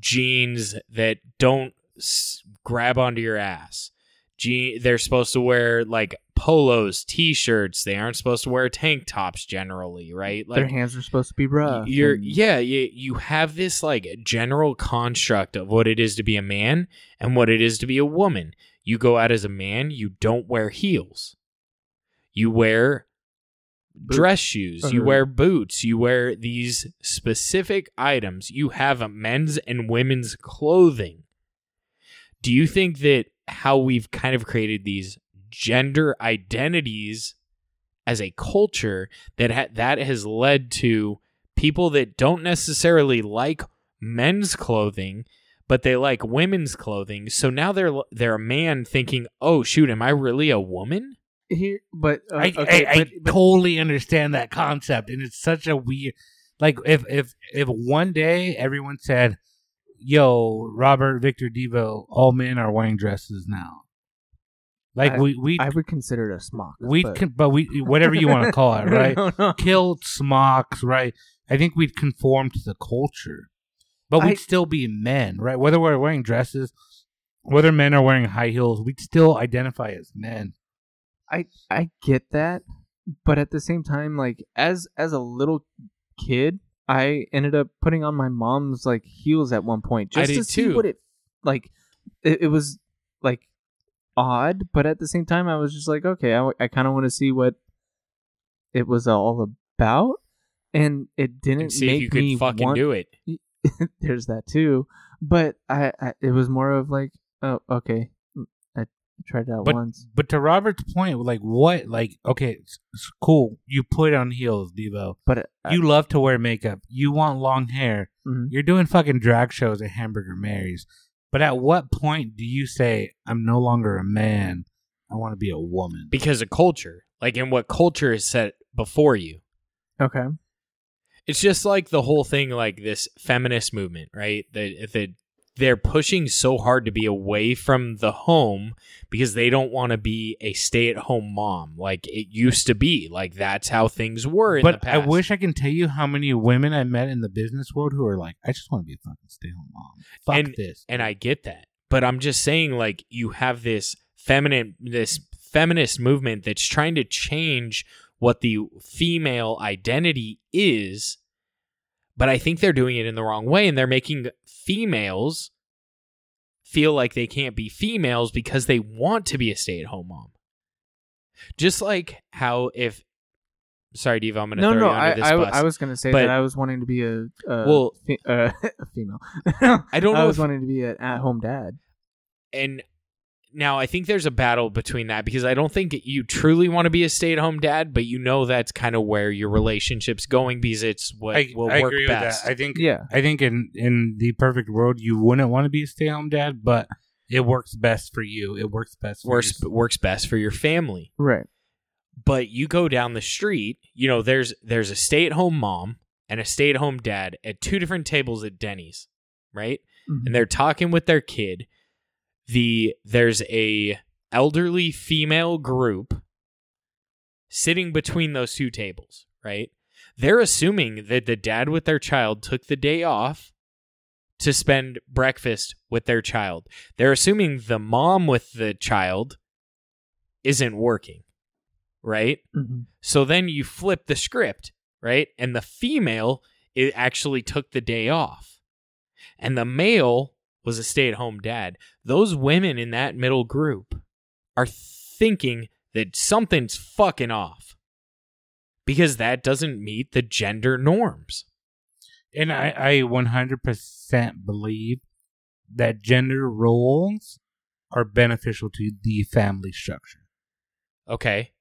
Speaker 2: jeans that don't s- grab onto your ass. Je- they're supposed to wear like polos, t-shirts. They aren't supposed to wear tank tops generally, right? Like
Speaker 1: Their hands are supposed to be rough.
Speaker 2: you're
Speaker 1: and-
Speaker 2: yeah you, you have this like general construct of what it is to be a man and what it is to be a woman you go out as a man you don't wear heels You wear
Speaker 1: Boots.
Speaker 2: dress shoes, you
Speaker 1: Or-
Speaker 2: wear boots, you wear these specific items. You have a men's and women's clothing. Do you think that how we've kind of created these gender identities as a culture that ha- that has led to people that don't necessarily like men's clothing but they like women's clothing so now they're they're a man thinking oh shoot am i really a woman
Speaker 1: Here, but uh,
Speaker 3: I,
Speaker 1: okay,
Speaker 3: I, I
Speaker 1: but, but-
Speaker 3: totally understand that concept, and it's such a weird. Like if if if one day everyone said, "Yo, Robert Victor Devo, all men are wearing dresses now," like we we
Speaker 1: I would consider it a smock.
Speaker 3: we
Speaker 1: but-
Speaker 3: can, but we whatever you want to call it, right?
Speaker 1: No, no.
Speaker 3: Killed smocks, right? I think we'd conform to the culture, but we'd
Speaker 1: I-
Speaker 3: still be men, right? Whether we're wearing dresses, whether men are wearing high heels, we'd still identify as men.
Speaker 1: I I get that, but at the same time, like as as a little kid, I ended up putting on my mom's like heels at one point
Speaker 2: I
Speaker 1: just
Speaker 2: did
Speaker 1: to see
Speaker 2: too.
Speaker 1: what it like. It, it was like odd, but at the same time, I was just like, okay, I, kind of want to see what it was all about, and it didn't
Speaker 2: and see
Speaker 1: Mm, make
Speaker 2: if you
Speaker 1: me
Speaker 2: could fucking
Speaker 1: want
Speaker 2: do it
Speaker 1: there's that too. But I, I it was more of like, oh, okay, I tried it out
Speaker 3: But-
Speaker 1: once.
Speaker 3: But to Robert's point, like what, like okay, it's, it's cool. You put on heels, Devo.
Speaker 1: But
Speaker 2: Uh,
Speaker 1: I-
Speaker 3: You love to wear makeup. You want long hair.
Speaker 1: mhm.
Speaker 3: You're doing fucking drag shows at Hamburger Mary's. But at what point do you say I'm no longer a man? I want to be a woman.
Speaker 2: because of culture like and what culture is set before you
Speaker 1: okay,
Speaker 2: it's just like the whole thing like this feminist movement right that that they're pushing so hard to be away from the home because they don't want to be a stay-at-home mom like it used to be like that's how things were in the
Speaker 3: But I
Speaker 2: past.
Speaker 3: wish I can tell you how many women I met in the business world who are like, I just want to be a fucking stay-at-home mom. Fuck this.
Speaker 2: and I get that. But I'm just saying, like, you have this feminine, this feminist movement that's trying to change what the female identity is. But I think they're doing it in the wrong way, and they're making females feel like they can't be females because they want to be a stay-at-home mom. Just like how if, sorry, Diva, I'm going to
Speaker 1: no,
Speaker 2: throw
Speaker 1: no,
Speaker 2: you under
Speaker 1: I,
Speaker 2: this
Speaker 1: I,
Speaker 2: bus.
Speaker 1: I was gonna say
Speaker 2: But-
Speaker 1: that I was wanting to be a, a
Speaker 2: Well-
Speaker 1: fe- uh, a female. I
Speaker 2: I don't know
Speaker 1: was
Speaker 2: if
Speaker 1: wanting to be an at-home dad.
Speaker 2: and now I think there's a battle between that because I don't think you truly want to be a stay-at-home dad, but you know that's kind of where your relationship's going because it's what will work best.
Speaker 3: I think
Speaker 1: Yeah,
Speaker 3: I think in in the perfect world, you wouldn't want to be a stay home dad, but it works best for you. It works best. For
Speaker 2: works
Speaker 3: you.
Speaker 2: works best for your family.
Speaker 1: right.
Speaker 2: But you go down the street, you know, there's there's a stay-at-home mom and a stay-at-home dad at two different tables at Denny's, right?
Speaker 1: Mhm.
Speaker 2: and they're talking with their kid the there's a elderly female group sitting between those two tables right they're assuming that the dad with their child took the day off to spend breakfast with their child they're assuming the mom with the child isn't working right
Speaker 1: Mhm.
Speaker 2: so then you flip the script, right? And the female it actually took the day off. And the male was a stay-at-home dad. Those women in that middle group are thinking that something's fucking off. Because that doesn't meet the gender norms.
Speaker 3: And I I one hundred percent believe that gender roles are beneficial to the family structure.
Speaker 2: Okay.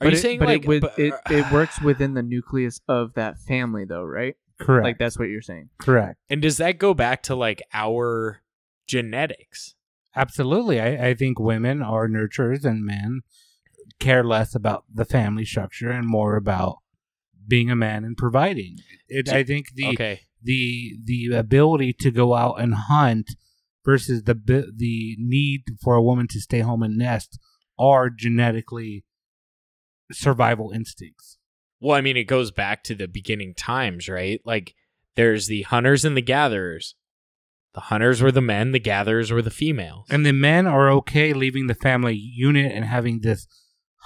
Speaker 2: Are
Speaker 1: But
Speaker 2: you
Speaker 1: it-
Speaker 2: saying
Speaker 1: but
Speaker 2: like
Speaker 1: it, with,
Speaker 2: but- uh,
Speaker 1: it, it works within the nucleus of that family, though, right?
Speaker 3: Correct.
Speaker 1: Like that's what you're saying.
Speaker 3: Correct.
Speaker 2: and does that go back to like our genetics?
Speaker 3: Absolutely. I, I think women are nurturers and men care less about the family structure and more about being a man and providing. It, I think the
Speaker 2: okay.
Speaker 3: the the ability to go out and hunt versus the bi- the need for a woman to stay home and nest are genetically survival instincts.
Speaker 2: Well, I mean, it goes back to the beginning times, right? Like, there's the hunters and the gatherers. The hunters were the men, the gatherers were the females.
Speaker 3: And the men are okay leaving the family unit and having this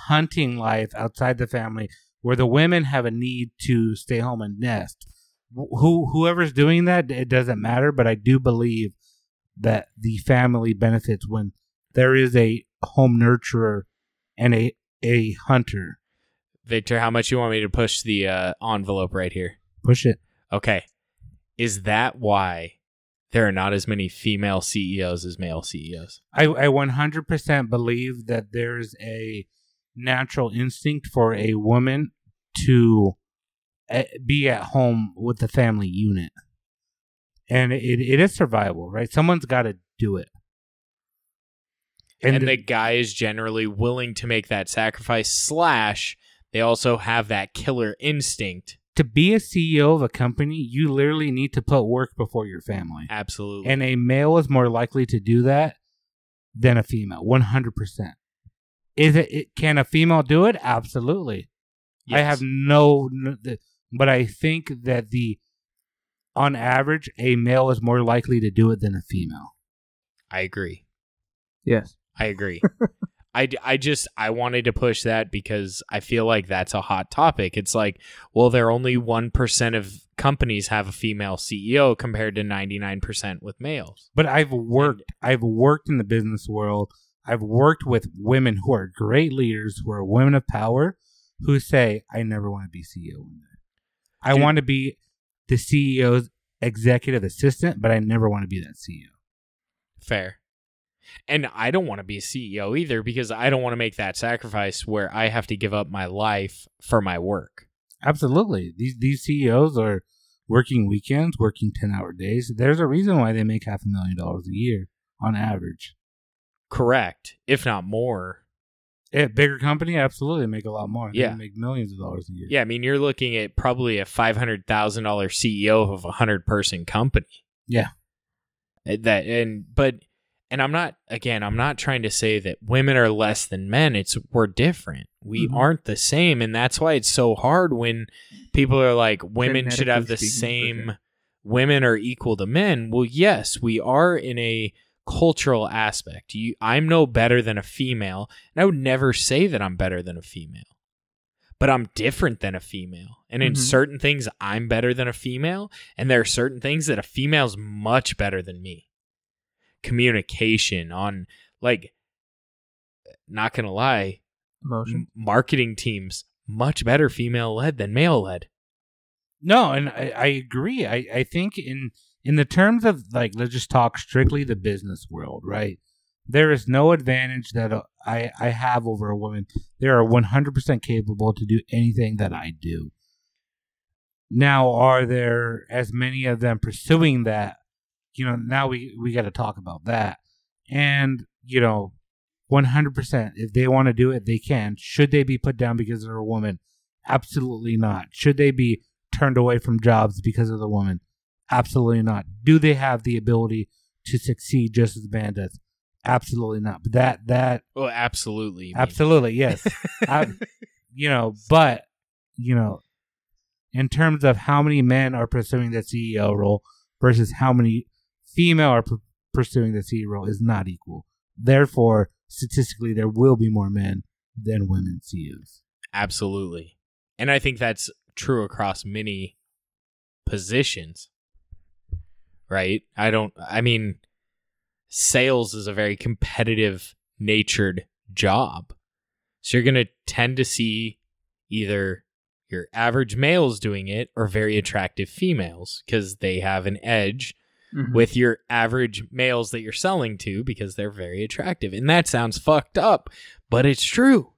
Speaker 3: hunting life outside the family where the women have a need to stay home and nest. Wh- Who whoever's doing that it doesn't matter, but I do believe that the family benefits when there is a home nurturer and a a hunter.
Speaker 2: Victor, how much you want me to push the uh, envelope right here?
Speaker 3: Push it.
Speaker 2: Okay. Is that why there are not as many female CEOs as male E CEOs?
Speaker 3: I, I 100% believe that there's a natural instinct for a woman to uh, be at home with the family unit. And it, it is survival, right? Someone's got to do it.
Speaker 2: And, the guy is generally willing to make that sacrifice, slash, they also have that killer instinct.
Speaker 3: to be a CEO of a company, you literally need to put work before your family.
Speaker 2: Absolutely.
Speaker 3: And a male is more likely to do that than a female, 100%. Is it, it can a female do it? Absolutely. I
Speaker 2: Yes.
Speaker 3: have no, n- the- but I think that the on average a male is more likely to do it than a female.
Speaker 2: I agree.
Speaker 1: Yes.
Speaker 2: I agree. I, d- I just I wanted to push that because I feel like that's a hot topic. It's like, well, there are only one percent of companies have a female CEO compared to ninety nine percent with males.
Speaker 3: But I've worked I've worked in the business world. I've worked with women who are great leaders, who are women of power, who say, I never want to be CEO one day. I
Speaker 2: Dude.
Speaker 3: want to be the CEO's executive assistant, but I never want to be that E CEO.
Speaker 2: Fair. And I don't want to be a CEO either because I don't want to make that sacrifice where I have to give up my life for my work.
Speaker 3: Absolutely. These these CEOs are working weekends, working ten hour days. There's a reason why they make half a million dollars a year on average.
Speaker 2: Correct, if not more.
Speaker 3: At Eh, bigger company, absolutely make a lot more. They
Speaker 2: Yeah.
Speaker 3: make millions of dollars a year.
Speaker 2: Yeah, I mean you're looking at probably a five hundred thousand dollar CEO of a hundred person company.
Speaker 3: Yeah.
Speaker 2: Uh, That and but and I'm not again, I'm not trying to say that women are less than men. It's we're different. We
Speaker 1: Mhm.
Speaker 2: aren't the same, and that's why it's so hard when people are like women should have the
Speaker 1: Genetically speaking, for
Speaker 2: same women are equal to men. Well, yes, we are in a cultural aspect. You I'm no better than a female, and I would never say that I'm better than a female. But I'm different than a female. And in
Speaker 1: Mhm.
Speaker 2: certain things I'm better than a female, and there are certain things that a female's much better than me. Communication on like not going to lie,
Speaker 1: Emotion.
Speaker 2: m- marketing teams much better female led than male led.
Speaker 3: No, and I, I agree. I, I think in in the terms of like let's just talk strictly the business world, right? There is no advantage that uh, I I have over a woman. They are one hundred percent capable to do anything that I do. Now, are there as many of them pursuing that? You know, now we we got to talk about that. And you know, one hundred percent, if they want to do it, they can. Should they be put down because they're a woman? Absolutely not. Should they be turned away from jobs because of the woman? Absolutely not. Do they have the ability to succeed just as a man does? Absolutely not. But that that
Speaker 2: Well, absolutely. I mean,
Speaker 3: absolutely yes. I, you know, but you know, in terms of how many men are pursuing the CEO role versus how many female are p- pursuing the CEO role is not equal. Therefore, statistically, there will be more men than women E CEOs.
Speaker 2: Absolutely. And I think that's true across many positions. Right? I don't I mean sales is a very competitive natured job. So you're going to tend to see either your average males doing it or very attractive females because they have an edge
Speaker 1: Mhm.
Speaker 2: Mm-hmm. with your average males that you're selling to because they're very attractive. And that sounds fucked up, but it's true.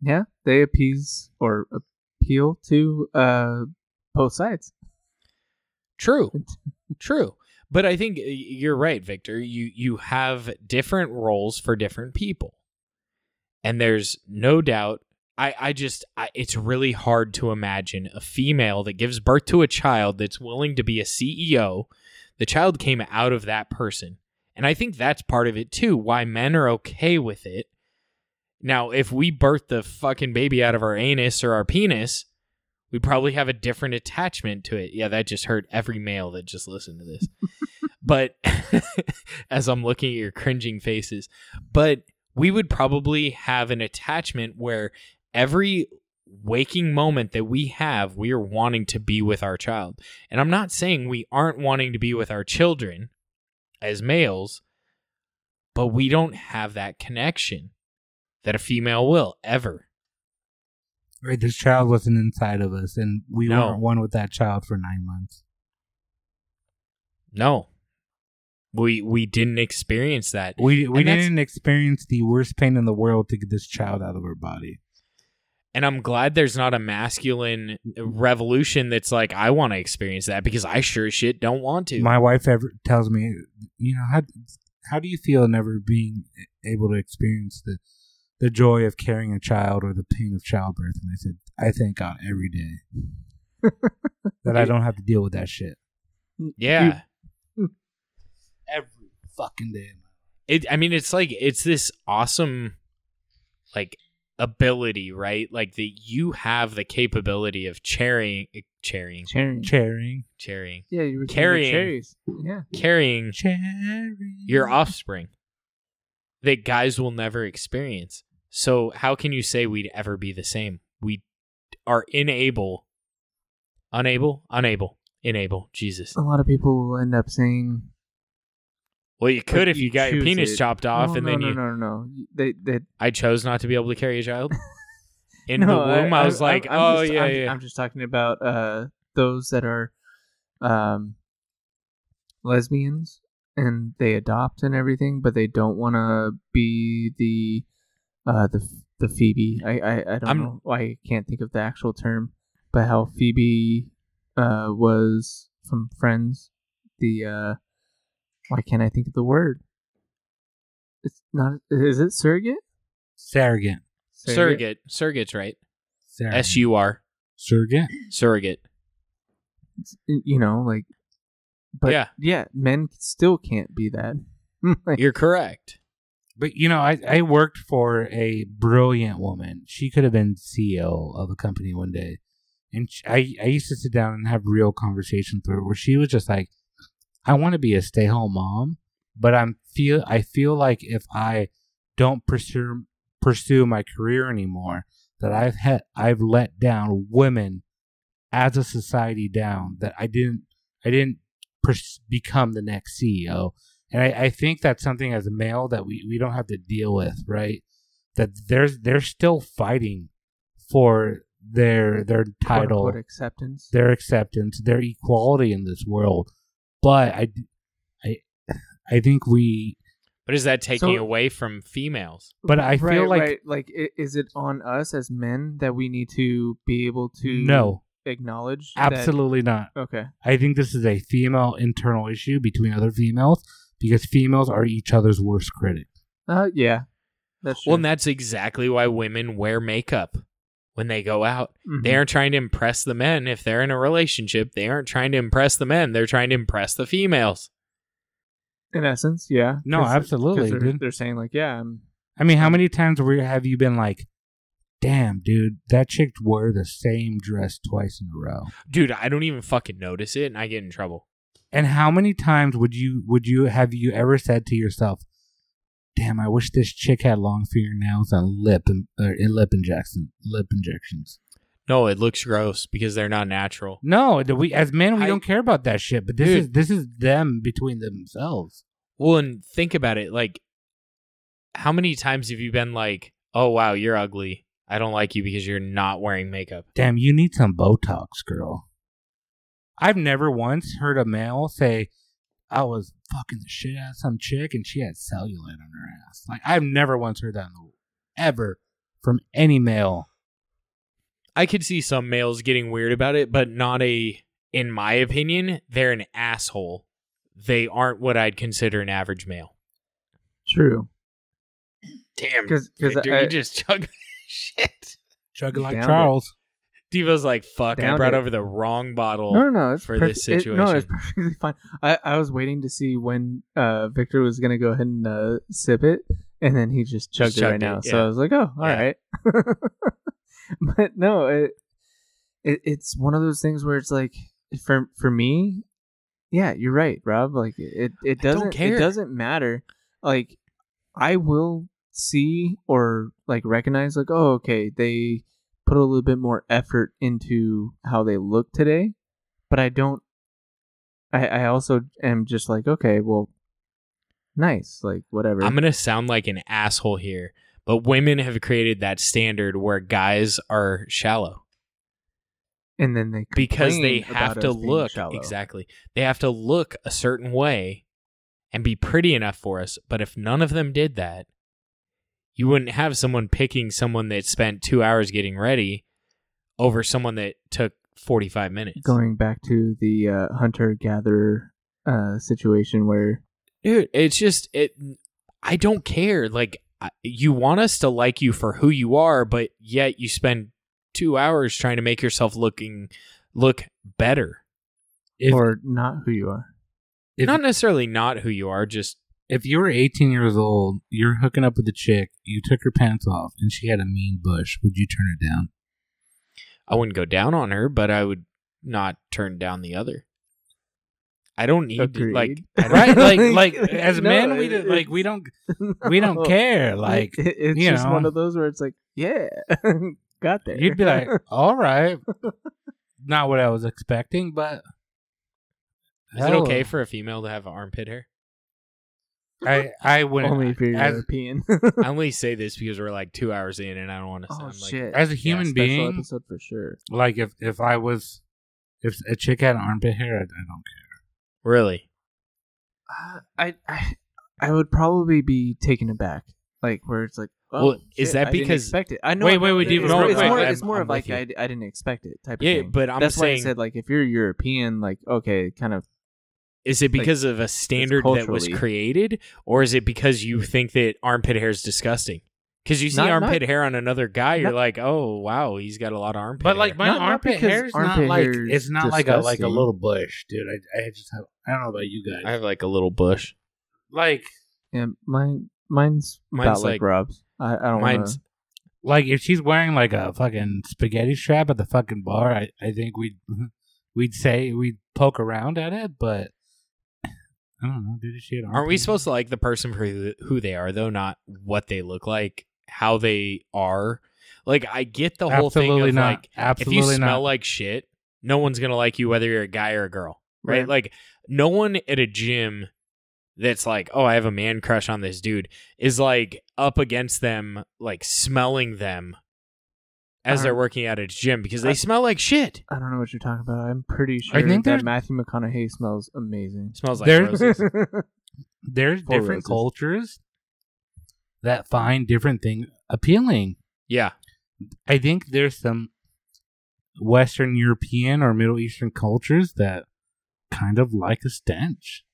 Speaker 1: yeah, they appease or appeal to uh both sides.
Speaker 2: True. True. But I think y- you're right, Victor. You you have different roles for different people. And there's no doubt I I just I, it's really hard to imagine a female that gives birth to a child that's willing to be a CEO. The child came out of that person. And I think that's part of it too why men are okay with it. Now, if we birth the fucking baby out of our anus or our penis, we probably have a different attachment to it. Yeah, that just hurt every male that just listened to this. but as I'm looking at your cringing faces, but we would probably have an attachment where every waking moment that we have, we are wanting to be with our child. And I'm not saying we aren't wanting to be with our children as males, but we don't have that connection. that a female will ever.
Speaker 3: Right, this child wasn't inside of us, and we
Speaker 2: No.
Speaker 3: weren't one with that child for nine months.
Speaker 2: No. We we didn't experience that.
Speaker 3: We we
Speaker 2: And that's-
Speaker 3: didn't experience the worst pain in the world to get this child out of our body.
Speaker 2: And I'm glad there's not a masculine revolution that's like, I want to experience that because I sure as shit don't want to.
Speaker 3: My wife ever tells me, you know, how how do you feel never being able to experience the the joy of carrying a child or the pain of childbirth? And I said, I thank God every day that I don't have to deal with that shit
Speaker 2: yeah.
Speaker 3: every fucking day.
Speaker 2: It I mean it's like it's this awesome like ability, right? Like that you have the capability of cherrying cherrying
Speaker 1: Cherry.
Speaker 3: Cherrying,
Speaker 2: cherrying
Speaker 1: yeah, you were talking about
Speaker 2: Carrying.
Speaker 1: cherries. Yeah.
Speaker 2: carrying
Speaker 3: cherrying
Speaker 1: Mm-hmm.
Speaker 2: your offspring that guys will never experience. So how can you say we'd ever be the same? We are unable, unable, unable, enable. Jesus.
Speaker 1: A lot of people will end up saying
Speaker 2: Well, you could
Speaker 1: But
Speaker 2: if you,
Speaker 1: you
Speaker 2: got your
Speaker 1: choose
Speaker 2: penis
Speaker 1: it.
Speaker 2: chopped off,
Speaker 1: no,
Speaker 2: and
Speaker 1: "Oh, no,
Speaker 2: then
Speaker 1: no,
Speaker 2: you.
Speaker 1: no, no, no. They, they,
Speaker 2: I chose not to be able to carry a child. In
Speaker 1: no,
Speaker 2: the womb, I, was like,
Speaker 1: I'm
Speaker 2: "Oh
Speaker 1: just-
Speaker 2: yeah,
Speaker 1: I'm,
Speaker 2: yeah."
Speaker 1: I'm just talking about uh those that are, um, lesbians and they adopt and everything, but they don't want to be the, uh, the the Phoebe. I I, I don't
Speaker 2: I'm-
Speaker 1: know. I can't think of the actual term, but how Phoebe, uh, was from Friends. The uh, why can't I think of the word? It's not. Is it surrogate?
Speaker 3: surrogate.
Speaker 2: surrogate, surrogate's right.
Speaker 3: Surrogate.
Speaker 2: S U R,
Speaker 3: surrogate.
Speaker 2: surrogate.
Speaker 1: you know, like, but
Speaker 2: Yeah.
Speaker 1: yeah, men still can't be that. like,
Speaker 2: You're correct.
Speaker 3: But you know, I, I worked for a brilliant woman. She could have been CEO of a company one day, and sh I I used to sit down and have real conversations with her where she was just like, "I want to be a stay home mom, but I'm feel I feel like if I don't pursue pursue my career anymore, that I've had I've let down women as a society down that I didn't I didn't pers- become the next CEO. And I, I think that's something as a male that we, we don't have to deal with, right? That there's they're still fighting for their their
Speaker 1: quote,
Speaker 3: title
Speaker 1: unquote, acceptance.
Speaker 3: their acceptance, their equality in this world. But I, I, I think we.
Speaker 2: But is that taking
Speaker 1: So-
Speaker 2: away from females?
Speaker 3: But I feel
Speaker 1: Right,
Speaker 3: like
Speaker 1: right. like, i- is it on us as men that we need to be able to
Speaker 3: no,
Speaker 1: acknowledge? that-
Speaker 3: absolutely not.
Speaker 1: okay.
Speaker 3: I think this is a female internal issue between other females because females are each other's worst critic.
Speaker 1: Uh, yeah, that's true.
Speaker 2: Well, and that's exactly why women wear makeup when they go out.
Speaker 1: Mhm.
Speaker 2: They aren't trying to impress the men. If they're in a relationship, they aren't trying to impress the men. They're trying to impress the females.
Speaker 1: in essence, yeah.
Speaker 3: No,
Speaker 1: 'Cause- 'cause
Speaker 3: absolutely,
Speaker 1: They're,
Speaker 3: dude.
Speaker 1: they're saying like, yeah, I'm,
Speaker 3: I mean, how many times were, have you been like, "Damn, dude, that chick wore the same dress twice in a row"?
Speaker 2: Dude, I don't even fucking notice it and I get in trouble.
Speaker 3: And how many times would you would you have you ever said to yourself, "Damn, I wish this chick had long fingernails and lip and or, and lip injections, lip injections."
Speaker 2: No, it looks gross because they're not natural.
Speaker 3: No, th- we as men we
Speaker 2: I-
Speaker 3: don't care about that shit. But this
Speaker 2: Dude.
Speaker 3: is this is them between themselves.
Speaker 2: Well, and think about it. Like, how many times have you been like, oh, wow, you're ugly. I don't like you because you're not wearing makeup?
Speaker 3: Damn, you need some Botox, girl. I've never once heard a male say, "I was fucking the shit out of some chick and she had cellulite on her ass." Like I've never once heard that in the, ever from any male.
Speaker 2: I could see some males getting weird about it, but not a, in my opinion, they're an asshole. They aren't what I'd consider an average male.
Speaker 1: true.
Speaker 2: Damn,
Speaker 1: 'Cause- 'cause
Speaker 2: Victor,
Speaker 1: I-
Speaker 2: you just chug shit.
Speaker 3: Chugging like
Speaker 1: Downed it.
Speaker 3: Charles.
Speaker 2: Diva's like, fuck, I
Speaker 1: Downed
Speaker 2: brought
Speaker 1: it.
Speaker 2: over the wrong bottle.
Speaker 1: No, no, no. It's
Speaker 2: for this
Speaker 1: perfect- it- no, it's
Speaker 2: situation.
Speaker 1: perfectly fine. I, I was waiting to see when uh, Victor was gonna go ahead and uh, sip it, and then he just chugged it right
Speaker 2: chugged it,
Speaker 1: now.
Speaker 2: yeah.
Speaker 1: So I was like, oh, all
Speaker 2: Yeah.
Speaker 1: right. but no, it, it it's one of those things where it's like for for me, yeah, you're right, Rob. Like it it
Speaker 2: I don't
Speaker 1: doesn't
Speaker 2: care.
Speaker 1: it doesn't matter. Like I will see or like recognize like oh okay they put a little bit more effort into how they look today but i don't i i also am just like okay well nice like whatever
Speaker 2: I'm going to sound like an asshole here, But women have created that standard where guys are shallow
Speaker 1: and then they
Speaker 2: because they
Speaker 1: complain
Speaker 2: have
Speaker 1: about
Speaker 2: to
Speaker 1: us being
Speaker 2: look
Speaker 1: shallow.
Speaker 2: exactly. They have to look a certain way and be pretty enough for us. But if none of them did that, you wouldn't have someone picking someone that spent two hours getting ready over someone that took forty five minutes.
Speaker 1: Going back to the uh, hunter gatherer uh, situation where
Speaker 2: dude it's just it i don't care like I- you want us to like you for who you are but yet you spend two hours trying to make yourself looking look better
Speaker 3: If,
Speaker 1: or not who you are.
Speaker 3: if,
Speaker 2: not necessarily not who you are just
Speaker 3: if you were 18 years old, you're hooking up with a chick, you took her pants off, and she had a mean bush, would you turn it down?
Speaker 2: i wouldn't go down on her but i would not turn down the other i don't need to, like
Speaker 1: Agreed.
Speaker 2: right like like
Speaker 3: As
Speaker 1: No,
Speaker 3: men, we
Speaker 1: it-
Speaker 3: do, like we
Speaker 1: it's-
Speaker 3: don't we don't care. Like
Speaker 1: It- it's
Speaker 3: you
Speaker 1: just
Speaker 3: know.
Speaker 1: one of those where it's like, yeah, got there.
Speaker 3: you'd be like, all right, not what I was expecting, but
Speaker 2: is it
Speaker 3: hell,
Speaker 2: okay for a female to have armpit hair
Speaker 3: I I wouldn't
Speaker 1: only if you're
Speaker 3: as,
Speaker 1: European.
Speaker 2: i only say this because we're like two hours in and i don't want to
Speaker 1: oh
Speaker 2: sound like
Speaker 1: shit!
Speaker 3: as a
Speaker 2: Yeah,
Speaker 3: human
Speaker 2: special
Speaker 1: Special
Speaker 3: being.
Speaker 1: episode for sure.
Speaker 3: Like if if I was if a chick had armpit hair, I, I don't care.
Speaker 2: really
Speaker 1: Uh, I, I I would probably be taken aback, like where it's like, oh,
Speaker 2: Well, is
Speaker 1: shit,
Speaker 2: that
Speaker 1: I didn't
Speaker 2: because-
Speaker 1: expect it? I know.
Speaker 3: Wait,
Speaker 1: I'm-
Speaker 3: wait, wait,
Speaker 1: it's
Speaker 3: David,
Speaker 1: more-
Speaker 2: real
Speaker 1: It's
Speaker 2: quick,
Speaker 1: more,
Speaker 2: I'm-
Speaker 1: it's more
Speaker 2: I'm
Speaker 1: of like
Speaker 2: with
Speaker 1: I, I didn't expect it type
Speaker 2: Yeah,
Speaker 1: of thing.
Speaker 2: but I'm
Speaker 1: that's why I
Speaker 2: saying-
Speaker 1: said like if you're European, like okay, kind of
Speaker 2: Is it
Speaker 1: Like,
Speaker 2: because of a standard that was
Speaker 1: culturally- Mm.
Speaker 2: created, or is it because you think that armpit hair is disgusting? Because you see
Speaker 1: Not-
Speaker 2: armpit hair on another guy, you're
Speaker 1: not-
Speaker 2: like, oh wow, he's got a lot of armpit.
Speaker 3: But like
Speaker 2: hair."
Speaker 3: my
Speaker 1: Not- not
Speaker 3: armpit
Speaker 1: because
Speaker 3: hair is not
Speaker 1: armpit
Speaker 3: like
Speaker 1: hair is
Speaker 3: it's not like a like a
Speaker 1: disgusting.
Speaker 3: little bush, dude. I I just have I don't know about you guys.
Speaker 2: I have like a little bush.
Speaker 3: like
Speaker 1: yeah. Mine mine's,
Speaker 2: Mine's
Speaker 1: about like,
Speaker 2: like-
Speaker 1: Rob's. I, I don't.
Speaker 2: Mine's
Speaker 1: Mine's
Speaker 3: like if she's wearing like a fucking spaghetti strap at the fucking bar, I, I think we'd we'd say we'd poke around at it, but I don't know, dude. She had
Speaker 2: aren't we
Speaker 3: armpit-
Speaker 2: supposed to like the person for who who they are though, not what they look like, how they are? Like I get the whole thing
Speaker 3: Absolutely
Speaker 2: of
Speaker 3: not.
Speaker 2: like if
Speaker 3: Absolutely
Speaker 2: you smell
Speaker 3: not.
Speaker 2: like shit, no one's gonna like you whether you're a guy or a girl, right?
Speaker 1: Right.
Speaker 2: Like no one at a gym that's like, oh, I have a man crush on this dude is like up against them, like smelling them as
Speaker 1: Uh-huh.
Speaker 2: they're working out at a gym because
Speaker 1: I-
Speaker 3: Uh,
Speaker 2: they smell like shit.
Speaker 1: I don't know what you're talking about. I'm pretty sure
Speaker 3: I think
Speaker 1: that
Speaker 3: there's-
Speaker 1: Matthew McConaughey smells amazing.
Speaker 2: smells like
Speaker 3: There's-
Speaker 2: roses.
Speaker 3: there's
Speaker 1: Four
Speaker 3: different
Speaker 1: roses.
Speaker 3: cultures that find different things appealing.
Speaker 2: yeah,
Speaker 3: I think there's some Western European or Middle Eastern cultures that kind of like a stench.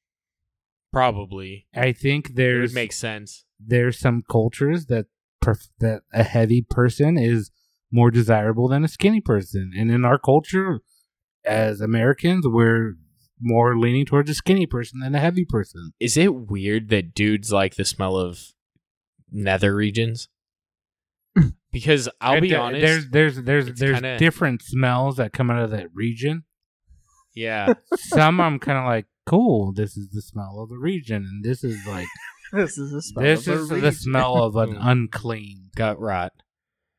Speaker 2: probably.
Speaker 3: I think
Speaker 2: It would
Speaker 3: there's
Speaker 2: make sense.
Speaker 3: there's some cultures that perf- that a heavy person is more desirable than a skinny person, and in our culture, as Americans, we're more leaning towards a skinny person than a heavy person.
Speaker 2: Is it weird that dudes like the smell of nether regions? Because I'll
Speaker 3: And
Speaker 2: be
Speaker 3: th-
Speaker 2: honest,
Speaker 3: There's there's there's
Speaker 2: it's
Speaker 3: there's
Speaker 2: kinda-
Speaker 3: different smells that come out of that region.
Speaker 2: yeah,
Speaker 3: Some I'm kind of like, cool. This is the smell of the region, and this is like
Speaker 1: this is a smell
Speaker 3: this
Speaker 1: of a
Speaker 3: is the
Speaker 1: region.
Speaker 3: smell of an
Speaker 2: Mm.
Speaker 3: unclean.
Speaker 2: gut rot.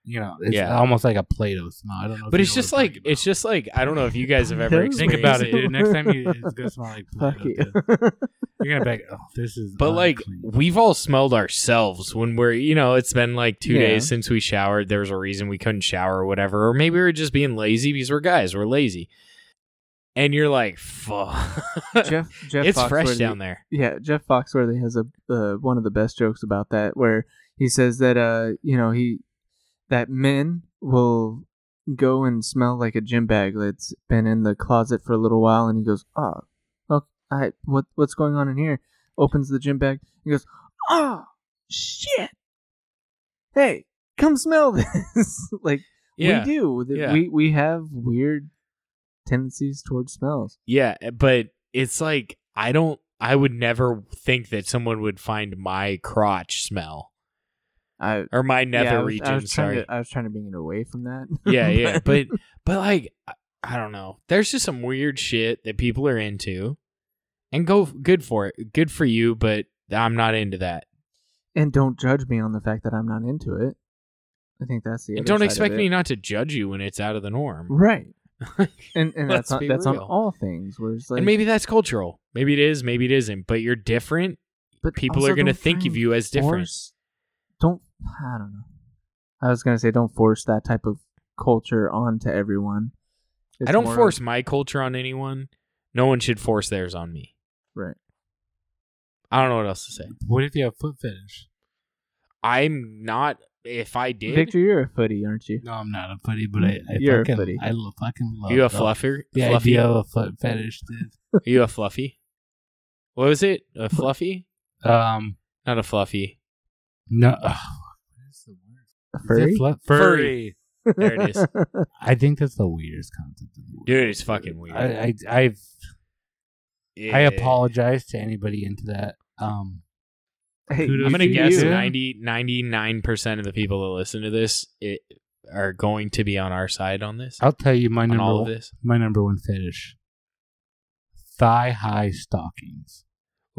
Speaker 3: You know, it's
Speaker 2: Yeah.
Speaker 3: almost like a Play-Doh smell. I don't know. if
Speaker 2: But
Speaker 3: you
Speaker 2: it's
Speaker 3: know what
Speaker 2: just
Speaker 3: I'm
Speaker 2: like
Speaker 3: talking
Speaker 2: it's
Speaker 3: about.
Speaker 2: just like I don't know if you guys have ever
Speaker 1: Those
Speaker 3: Think about it,
Speaker 2: experienced
Speaker 3: dude. Next time you, it's gonna smell like
Speaker 1: Fuck
Speaker 3: Play-Doh,
Speaker 1: you.
Speaker 3: dude. You're gonna be like, oh, this is.
Speaker 2: But like
Speaker 3: unclean.
Speaker 2: we've all smelled ourselves when we're you know it's been like two
Speaker 1: Yeah.
Speaker 2: days since we showered. There was a reason we couldn't shower or whatever, or maybe we were just being lazy because we're guys, we're lazy. And you're like, fuck,
Speaker 1: Jeff, Jeff
Speaker 2: it's
Speaker 1: Foxworthy-
Speaker 2: fresh down there.
Speaker 1: Yeah, Jeff Foxworthy has a uh, one of the best jokes about that, where he says that uh, you know, he that men will go and smell like a gym bag that's been in the closet for a little while, and he goes, "Oh, oh, I what what's going on in here?" Opens the gym bag, he goes, "Oh, shit! Hey, come smell this!" like we
Speaker 2: Yeah,
Speaker 1: do. Th-
Speaker 2: yeah.
Speaker 1: We we have weird tendencies towards smells.
Speaker 2: yeah. eh, But it's like I don't. I would never think that someone would find my crotch smell
Speaker 1: I
Speaker 2: or my nether
Speaker 1: yeah, I was-
Speaker 2: region.
Speaker 1: I was trying
Speaker 2: sorry,
Speaker 1: to- I was trying to bring it away from that.
Speaker 2: yeah, yeah. But but like I- I don't know. There's just some weird shit that people are into. And go good for it. Good for you, but I'm not into that.
Speaker 1: and don't judge me on the fact that I'm not into it. I think that's the.
Speaker 2: And
Speaker 1: other
Speaker 2: don't
Speaker 1: side
Speaker 2: expect
Speaker 1: of it.
Speaker 2: me not to judge you when it's out of the norm.
Speaker 1: Right. And and
Speaker 2: Let's
Speaker 1: that's on,
Speaker 2: be
Speaker 1: that's on
Speaker 2: real.
Speaker 1: all things. Where it's like,
Speaker 2: and maybe that's cultural. Maybe it is, maybe it isn't, but you're different.
Speaker 1: but
Speaker 2: People
Speaker 1: also
Speaker 2: are going to
Speaker 1: don't
Speaker 2: think
Speaker 1: try
Speaker 2: of
Speaker 1: and
Speaker 2: you as different.
Speaker 1: force- don't I don't know. I was gonna say don't force that type of culture onto everyone. It's
Speaker 2: I don't
Speaker 1: more of-
Speaker 2: force my culture on anyone. No one should force theirs on me.
Speaker 1: right.
Speaker 2: I don't know what else to say.
Speaker 3: What if you have foot fetish?
Speaker 2: I'm not. If I did,
Speaker 1: Victor, you're a footy, aren't you?
Speaker 3: No, I'm not a footy, but I, I
Speaker 1: You're a
Speaker 3: fucking,
Speaker 1: footy.
Speaker 3: I lo- fucking love
Speaker 2: you a
Speaker 3: the-
Speaker 2: fluffer?
Speaker 3: The
Speaker 2: fluffy?
Speaker 3: idea of a foot fetish, dude.
Speaker 2: Are you a fluffy? What was it? A fluffy?
Speaker 3: Um,
Speaker 2: Not a fluffy.
Speaker 3: no. ugh, what is the word?
Speaker 1: A
Speaker 3: Is
Speaker 1: furry.
Speaker 3: it flu-
Speaker 2: Furry. There it is.
Speaker 3: I think that's the weirdest concept in the world.
Speaker 2: Dude, it's fucking weird.
Speaker 3: I, I, I've, I
Speaker 2: Yeah.
Speaker 3: apologize to anybody into that. Um,
Speaker 1: Hey,
Speaker 3: Kudos
Speaker 2: I'm gonna
Speaker 3: to
Speaker 2: guess
Speaker 3: you.
Speaker 2: 90, 99% of the people that listen to this it, are going to be on our side on this.
Speaker 3: I'll tell you my
Speaker 2: on
Speaker 3: number
Speaker 2: all of
Speaker 3: one-
Speaker 2: this.
Speaker 3: my number one fetish: thigh high stockings.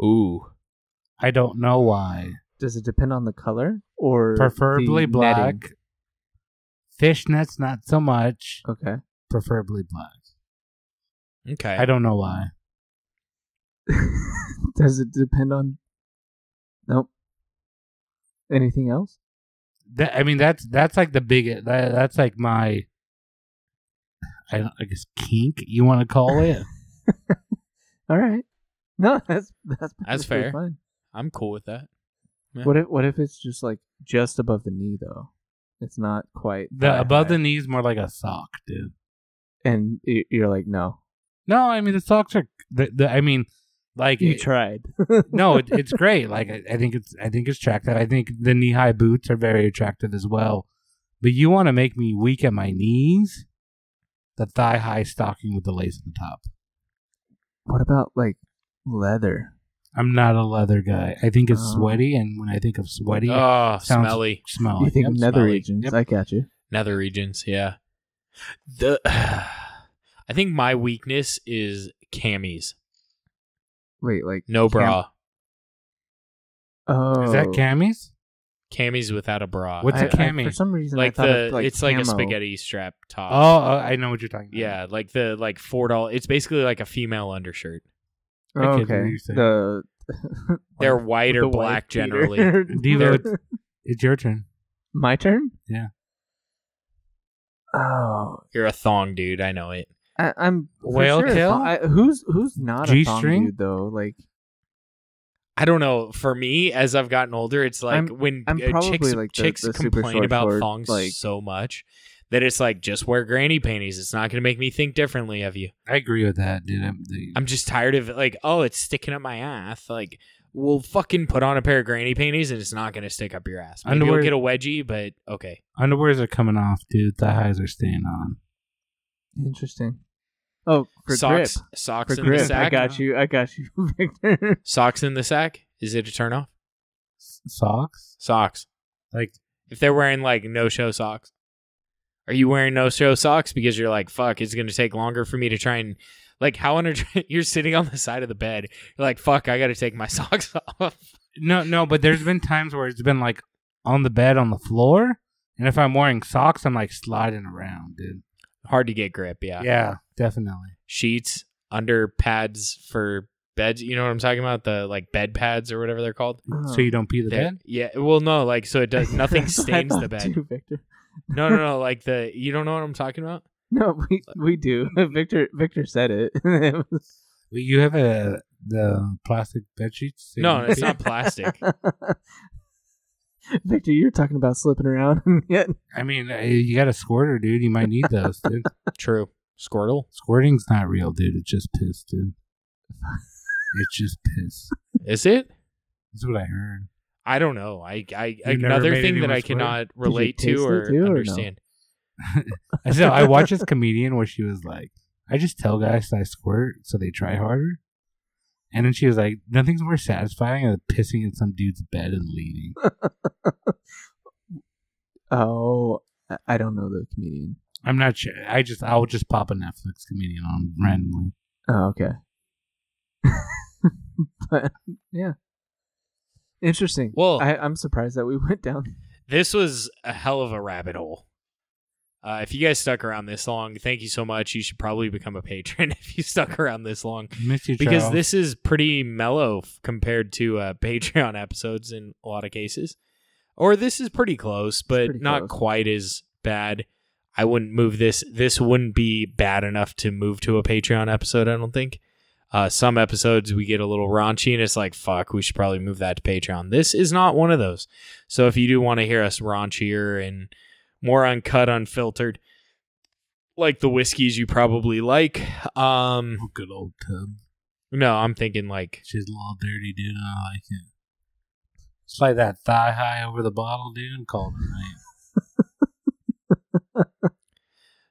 Speaker 2: Ooh.
Speaker 3: I don't know why.
Speaker 1: Does it depend on the color or
Speaker 3: Preferably
Speaker 1: the
Speaker 3: black.
Speaker 1: netting?
Speaker 3: Fishnets, not so much.
Speaker 1: Okay.
Speaker 3: Preferably black.
Speaker 2: Okay.
Speaker 3: I don't know why.
Speaker 1: Does it depend on? Nope. Anything else?
Speaker 3: That I mean, that's that's like the biggest. That, that's like my. I, don't, I guess kink you want to call it.
Speaker 1: All right. No, that's that's
Speaker 2: That's
Speaker 1: perfectly
Speaker 2: fair.
Speaker 1: Fine.
Speaker 2: I'm cool with that. Yeah.
Speaker 1: What if what if it's just like just above the knee though? It's not quite
Speaker 3: The
Speaker 1: thigh
Speaker 3: above
Speaker 1: high.
Speaker 3: the knees more like a sock, dude.
Speaker 1: and y- you're like no.
Speaker 3: No, I mean the socks are. The, the I mean, like
Speaker 1: You
Speaker 3: it-
Speaker 1: tried.
Speaker 3: no, it, it's great. Like I, I think it's I think it's attractive. I think the knee high boots are very attractive as well. But you want to make me weak at my knees? The thigh high stocking with the lace at the top.
Speaker 1: What about like leather?
Speaker 3: I'm not a leather guy. I think it's
Speaker 1: Oh.
Speaker 3: sweaty, and when I think of sweaty,
Speaker 2: Oh,
Speaker 3: sounds-
Speaker 2: smelly.
Speaker 3: smell.
Speaker 1: you
Speaker 3: I
Speaker 1: think
Speaker 3: I'm
Speaker 1: of nether
Speaker 3: smelly.
Speaker 1: regions?
Speaker 3: Yep.
Speaker 1: I got you.
Speaker 2: Nether regions, yeah. The I think my weakness is camis.
Speaker 1: Wait, like
Speaker 2: No bra.
Speaker 1: oh,
Speaker 3: Is that camis?
Speaker 2: Camis without a bra.
Speaker 3: What's
Speaker 1: I-
Speaker 3: a
Speaker 1: I-
Speaker 3: cami?
Speaker 1: for some reason, I
Speaker 2: like
Speaker 1: thought
Speaker 2: the
Speaker 1: of, like
Speaker 2: it's like a
Speaker 1: camo.
Speaker 2: spaghetti strap top.
Speaker 3: Oh, uh, I know what you're talking about.
Speaker 2: Yeah, like the like four dollar. It's basically like a female undershirt.
Speaker 1: Oh,
Speaker 3: I get what
Speaker 1: okay.
Speaker 3: you're saying.
Speaker 1: The
Speaker 2: They're white
Speaker 1: the
Speaker 2: or
Speaker 1: wife
Speaker 2: black
Speaker 1: beater.
Speaker 2: generally.
Speaker 3: Devo, it's, it's your turn.
Speaker 1: My turn.
Speaker 3: Yeah.
Speaker 1: Oh,
Speaker 2: You're a thong dude. I know it.
Speaker 1: I, I'm for
Speaker 3: Whale
Speaker 1: sure a
Speaker 3: tail?
Speaker 1: thong- I, who's who's not a thong
Speaker 3: G-string?
Speaker 1: dude though? Like
Speaker 2: I don't know. For me, as I've gotten older, it's like
Speaker 1: I'm-
Speaker 2: when
Speaker 1: I'm
Speaker 2: uh,
Speaker 1: probably
Speaker 2: chicks
Speaker 1: like the-
Speaker 2: chicks
Speaker 1: the super
Speaker 2: complain
Speaker 1: short
Speaker 2: about
Speaker 1: short,
Speaker 2: thongs
Speaker 1: like-
Speaker 2: so much that it's like just wear granny panties. It's not going to make me think differently of you.
Speaker 3: I agree with that, dude. I'm, the,
Speaker 2: I'm just tired of it. Like, oh, it's sticking up my ass. Like, we'll fucking put on a pair of granny panties and it's not going to stick up your ass. Maybe
Speaker 3: Underwear-
Speaker 2: you'll get a wedgie, but okay.
Speaker 3: underwears are coming off, dude. Thigh highs are staying on.
Speaker 1: interesting. Oh, for
Speaker 2: socks,
Speaker 1: grip.
Speaker 2: socks
Speaker 1: For
Speaker 2: in the
Speaker 1: grip, I
Speaker 2: sack.
Speaker 1: got you. I got you, Victor.
Speaker 2: Socks in the sack. Is it a turn off?
Speaker 3: S- socks,
Speaker 2: Socks.
Speaker 3: like
Speaker 2: if they're wearing like no show socks. Are you wearing no show socks because you're like, fuck, it's going to take longer for me to try and like how under you're sitting on the side of the bed. You're like, fuck, I got to take my socks off.
Speaker 3: no, no. But there's been times where it's been like on the bed, on the floor, and if I'm wearing socks, I'm like sliding around, dude.
Speaker 2: Hard to get grip, yeah.
Speaker 3: Yeah, definitely.
Speaker 2: Sheets under pads for beds, you know what I'm talking about? The like bed pads or whatever they're called.
Speaker 3: So you don't pee the
Speaker 2: They're-
Speaker 3: bed.
Speaker 2: Yeah, well no, like so it does nothing
Speaker 1: That's what I
Speaker 2: stains the
Speaker 1: thought
Speaker 2: bed.
Speaker 1: too, Victor.
Speaker 2: No, no, no, like the you don't know what I'm talking about?
Speaker 1: No, we we do. Victor Victor said it. It was-
Speaker 3: Well, you have a the plastic bed sheets. so you
Speaker 2: No,
Speaker 3: don't
Speaker 2: it's
Speaker 3: pee?
Speaker 2: not plastic.
Speaker 1: Victor, you're talking about slipping around, and yet
Speaker 3: I mean, uh, you got a squirter, dude. You might need those, dude.
Speaker 2: True. Squirtle?
Speaker 3: Squirting's not real, dude. It's just piss, dude. It's just piss.
Speaker 2: Is it?
Speaker 3: That's what I heard.
Speaker 2: I don't know. I, I
Speaker 3: never
Speaker 2: another
Speaker 3: made
Speaker 2: thing that
Speaker 3: anyone
Speaker 2: I
Speaker 3: swear?
Speaker 2: cannot relate
Speaker 1: taste
Speaker 2: to
Speaker 1: it
Speaker 2: or
Speaker 1: too, or no?
Speaker 2: understand.
Speaker 3: I said I watched this comedian where she was like, "I just tell guys that I squirt so they try harder," and then she was like, "Nothing's more satisfying than pissing in some dude's bed and leaving."
Speaker 1: oh, I- I don't know the comedian.
Speaker 3: I'm not sure. I just I'll just pop a Netflix comedian on randomly.
Speaker 1: Oh, okay. but yeah, interesting.
Speaker 2: Well-
Speaker 1: I, I'm surprised that we went down.
Speaker 2: This was a hell of a rabbit hole. Uh, if you guys stuck around this long, thank you so much. You should probably become a patron if you stuck around this long
Speaker 3: Miss you,
Speaker 2: because
Speaker 3: Charles.
Speaker 2: this is pretty mellow f- compared to uh, Patreon episodes in a lot of cases. or this is pretty close, but
Speaker 1: pretty
Speaker 2: not
Speaker 1: close.
Speaker 2: quite as bad. I wouldn't move this. This wouldn't be bad enough to move to a Patreon episode. I don't think. Uh, some episodes we get a little raunchy, and it's like, fuck, we should probably move that to Patreon. This is not one of those. So if you do want to hear us raunchier and more uncut, unfiltered, like the whiskeys you probably like, um,
Speaker 3: Oh, good old tub.
Speaker 2: no, I'm thinking like
Speaker 3: She's a little dirty, dude. and I like it. Slide that thigh high over the bottle, dude, and call it a night.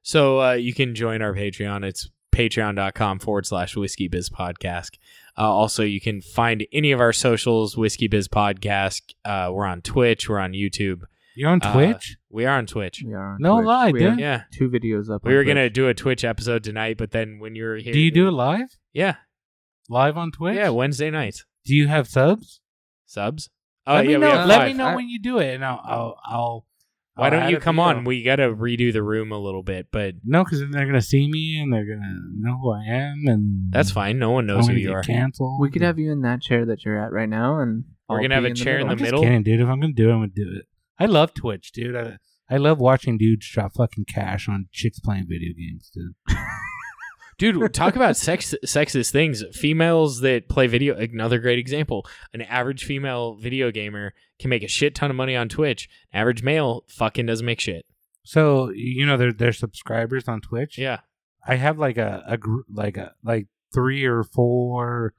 Speaker 2: So uh, you can join our Patreon. It's patreon.com forward slash whiskey biz podcast. Uh, also, you can find any of our socials, Whiskey Biz Podcast. Uh, we're on Twitch. We're on YouTube.
Speaker 3: You're on
Speaker 2: Uh,
Speaker 3: Twitch?
Speaker 2: We are on Twitch.
Speaker 1: We are on
Speaker 3: No
Speaker 1: Twitch.
Speaker 3: lie,
Speaker 1: we have
Speaker 3: dude.
Speaker 2: Yeah.
Speaker 1: Two videos up.
Speaker 2: We
Speaker 1: on
Speaker 2: were going to
Speaker 1: Twitch.
Speaker 2: do a Twitch episode tonight, but then when you were here.
Speaker 3: Do you do it live?
Speaker 2: Yeah.
Speaker 3: Live on Twitch?
Speaker 2: Yeah, Wednesday nights.
Speaker 3: Do you have subs?
Speaker 2: Subs? Oh,
Speaker 3: let me
Speaker 2: yeah, we
Speaker 3: know.
Speaker 2: have
Speaker 3: let
Speaker 2: five.
Speaker 3: me know
Speaker 1: I-
Speaker 3: when you do it, and I'll. I'll, I'll
Speaker 2: Why
Speaker 3: I'll
Speaker 2: don't
Speaker 3: add
Speaker 2: you
Speaker 3: a
Speaker 2: come
Speaker 3: video.
Speaker 2: on? We got to redo the room a little bit, but
Speaker 3: No, because then they're gonna see me and they're gonna know who I am, and
Speaker 2: that's fine. No one
Speaker 3: I'm
Speaker 2: knows who
Speaker 3: gonna
Speaker 2: you
Speaker 3: get
Speaker 2: are.
Speaker 3: Canceled.
Speaker 1: We could have you in that chair that you're at right now, and
Speaker 2: Mm-hmm. We're
Speaker 1: I'll
Speaker 2: gonna have
Speaker 1: be
Speaker 2: a chair in
Speaker 3: I'm
Speaker 2: the
Speaker 3: just
Speaker 2: middle.
Speaker 3: kidding, dude. If I'm gonna do it, I'm gonna do it. I love Twitch, dude. I, I love watching dudes drop fucking cash on chicks playing video games, dude.
Speaker 2: Dude, talk about sex sexist things. Females that play video another great example. An average female video gamer can make a shit ton of money on Twitch. Average male fucking doesn't make shit.
Speaker 3: So you know they're they're subscribers on Twitch.
Speaker 2: Yeah.
Speaker 3: I have like a a group like a like three or four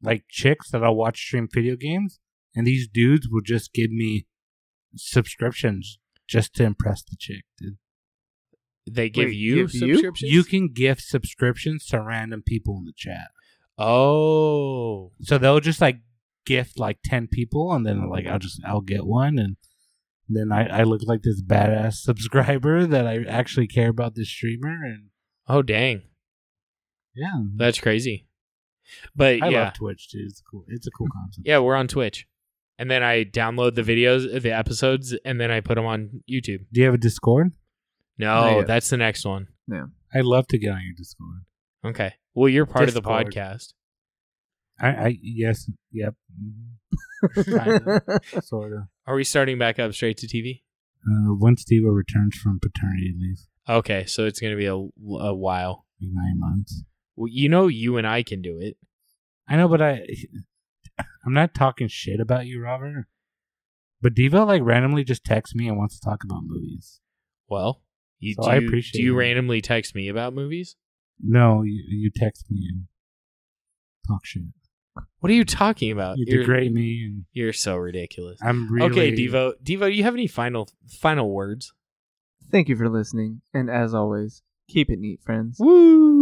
Speaker 3: like chicks that I'll watch stream video games, and these dudes will just give me subscriptions just to impress the chick, dude.
Speaker 2: They give
Speaker 1: Wait,
Speaker 2: you
Speaker 1: give you?
Speaker 2: subscriptions?
Speaker 3: You can gift subscriptions to random people in the chat,
Speaker 2: Oh.
Speaker 3: so they'll just like gift like ten people, and then like I'll just I'll get one, and then I I look like this badass subscriber that I actually care about this streamer, and
Speaker 2: Oh dang.
Speaker 3: yeah,
Speaker 2: That's crazy. But
Speaker 3: I
Speaker 2: yeah.
Speaker 3: love Twitch, dude. It's cool. It's a cool concept.
Speaker 2: Yeah, we're on Twitch. And then I download the videos, the episodes, and then I put them on YouTube.
Speaker 3: Do you have a Discord?
Speaker 1: Not
Speaker 3: Oh,
Speaker 2: No,
Speaker 1: yet.
Speaker 2: that's the next one.
Speaker 3: I'd love to get on your Discord.
Speaker 2: Okay. Well, you're part of the
Speaker 3: Discord.
Speaker 2: podcast.
Speaker 3: I, I yes, yep, mhm, sort of.
Speaker 2: Are we starting back up straight to TV?
Speaker 3: Uh, once Diva returns from paternity leave
Speaker 2: Okay, so it's going to be a, a while.
Speaker 3: in nine months,
Speaker 2: Well, you know, you and I can do it.
Speaker 3: I know, but I, I'm not talking shit about you, Robert. But Diva like randomly just texts me and wants to talk about movies.
Speaker 2: Well, you,
Speaker 3: So
Speaker 2: do,
Speaker 3: I
Speaker 2: you-
Speaker 3: appreciate
Speaker 2: do you
Speaker 3: it.
Speaker 2: randomly text me about movies?
Speaker 3: No, you you text me and talk shit.
Speaker 2: What are you talking about?
Speaker 3: You
Speaker 2: You're-
Speaker 3: degrade me, and
Speaker 2: You're so ridiculous.
Speaker 3: I'm really
Speaker 2: Uh, Okay, Devo. Devo, do you have any final final words?
Speaker 1: Thank you for listening, and as always, keep it neat, friends.
Speaker 2: Woo!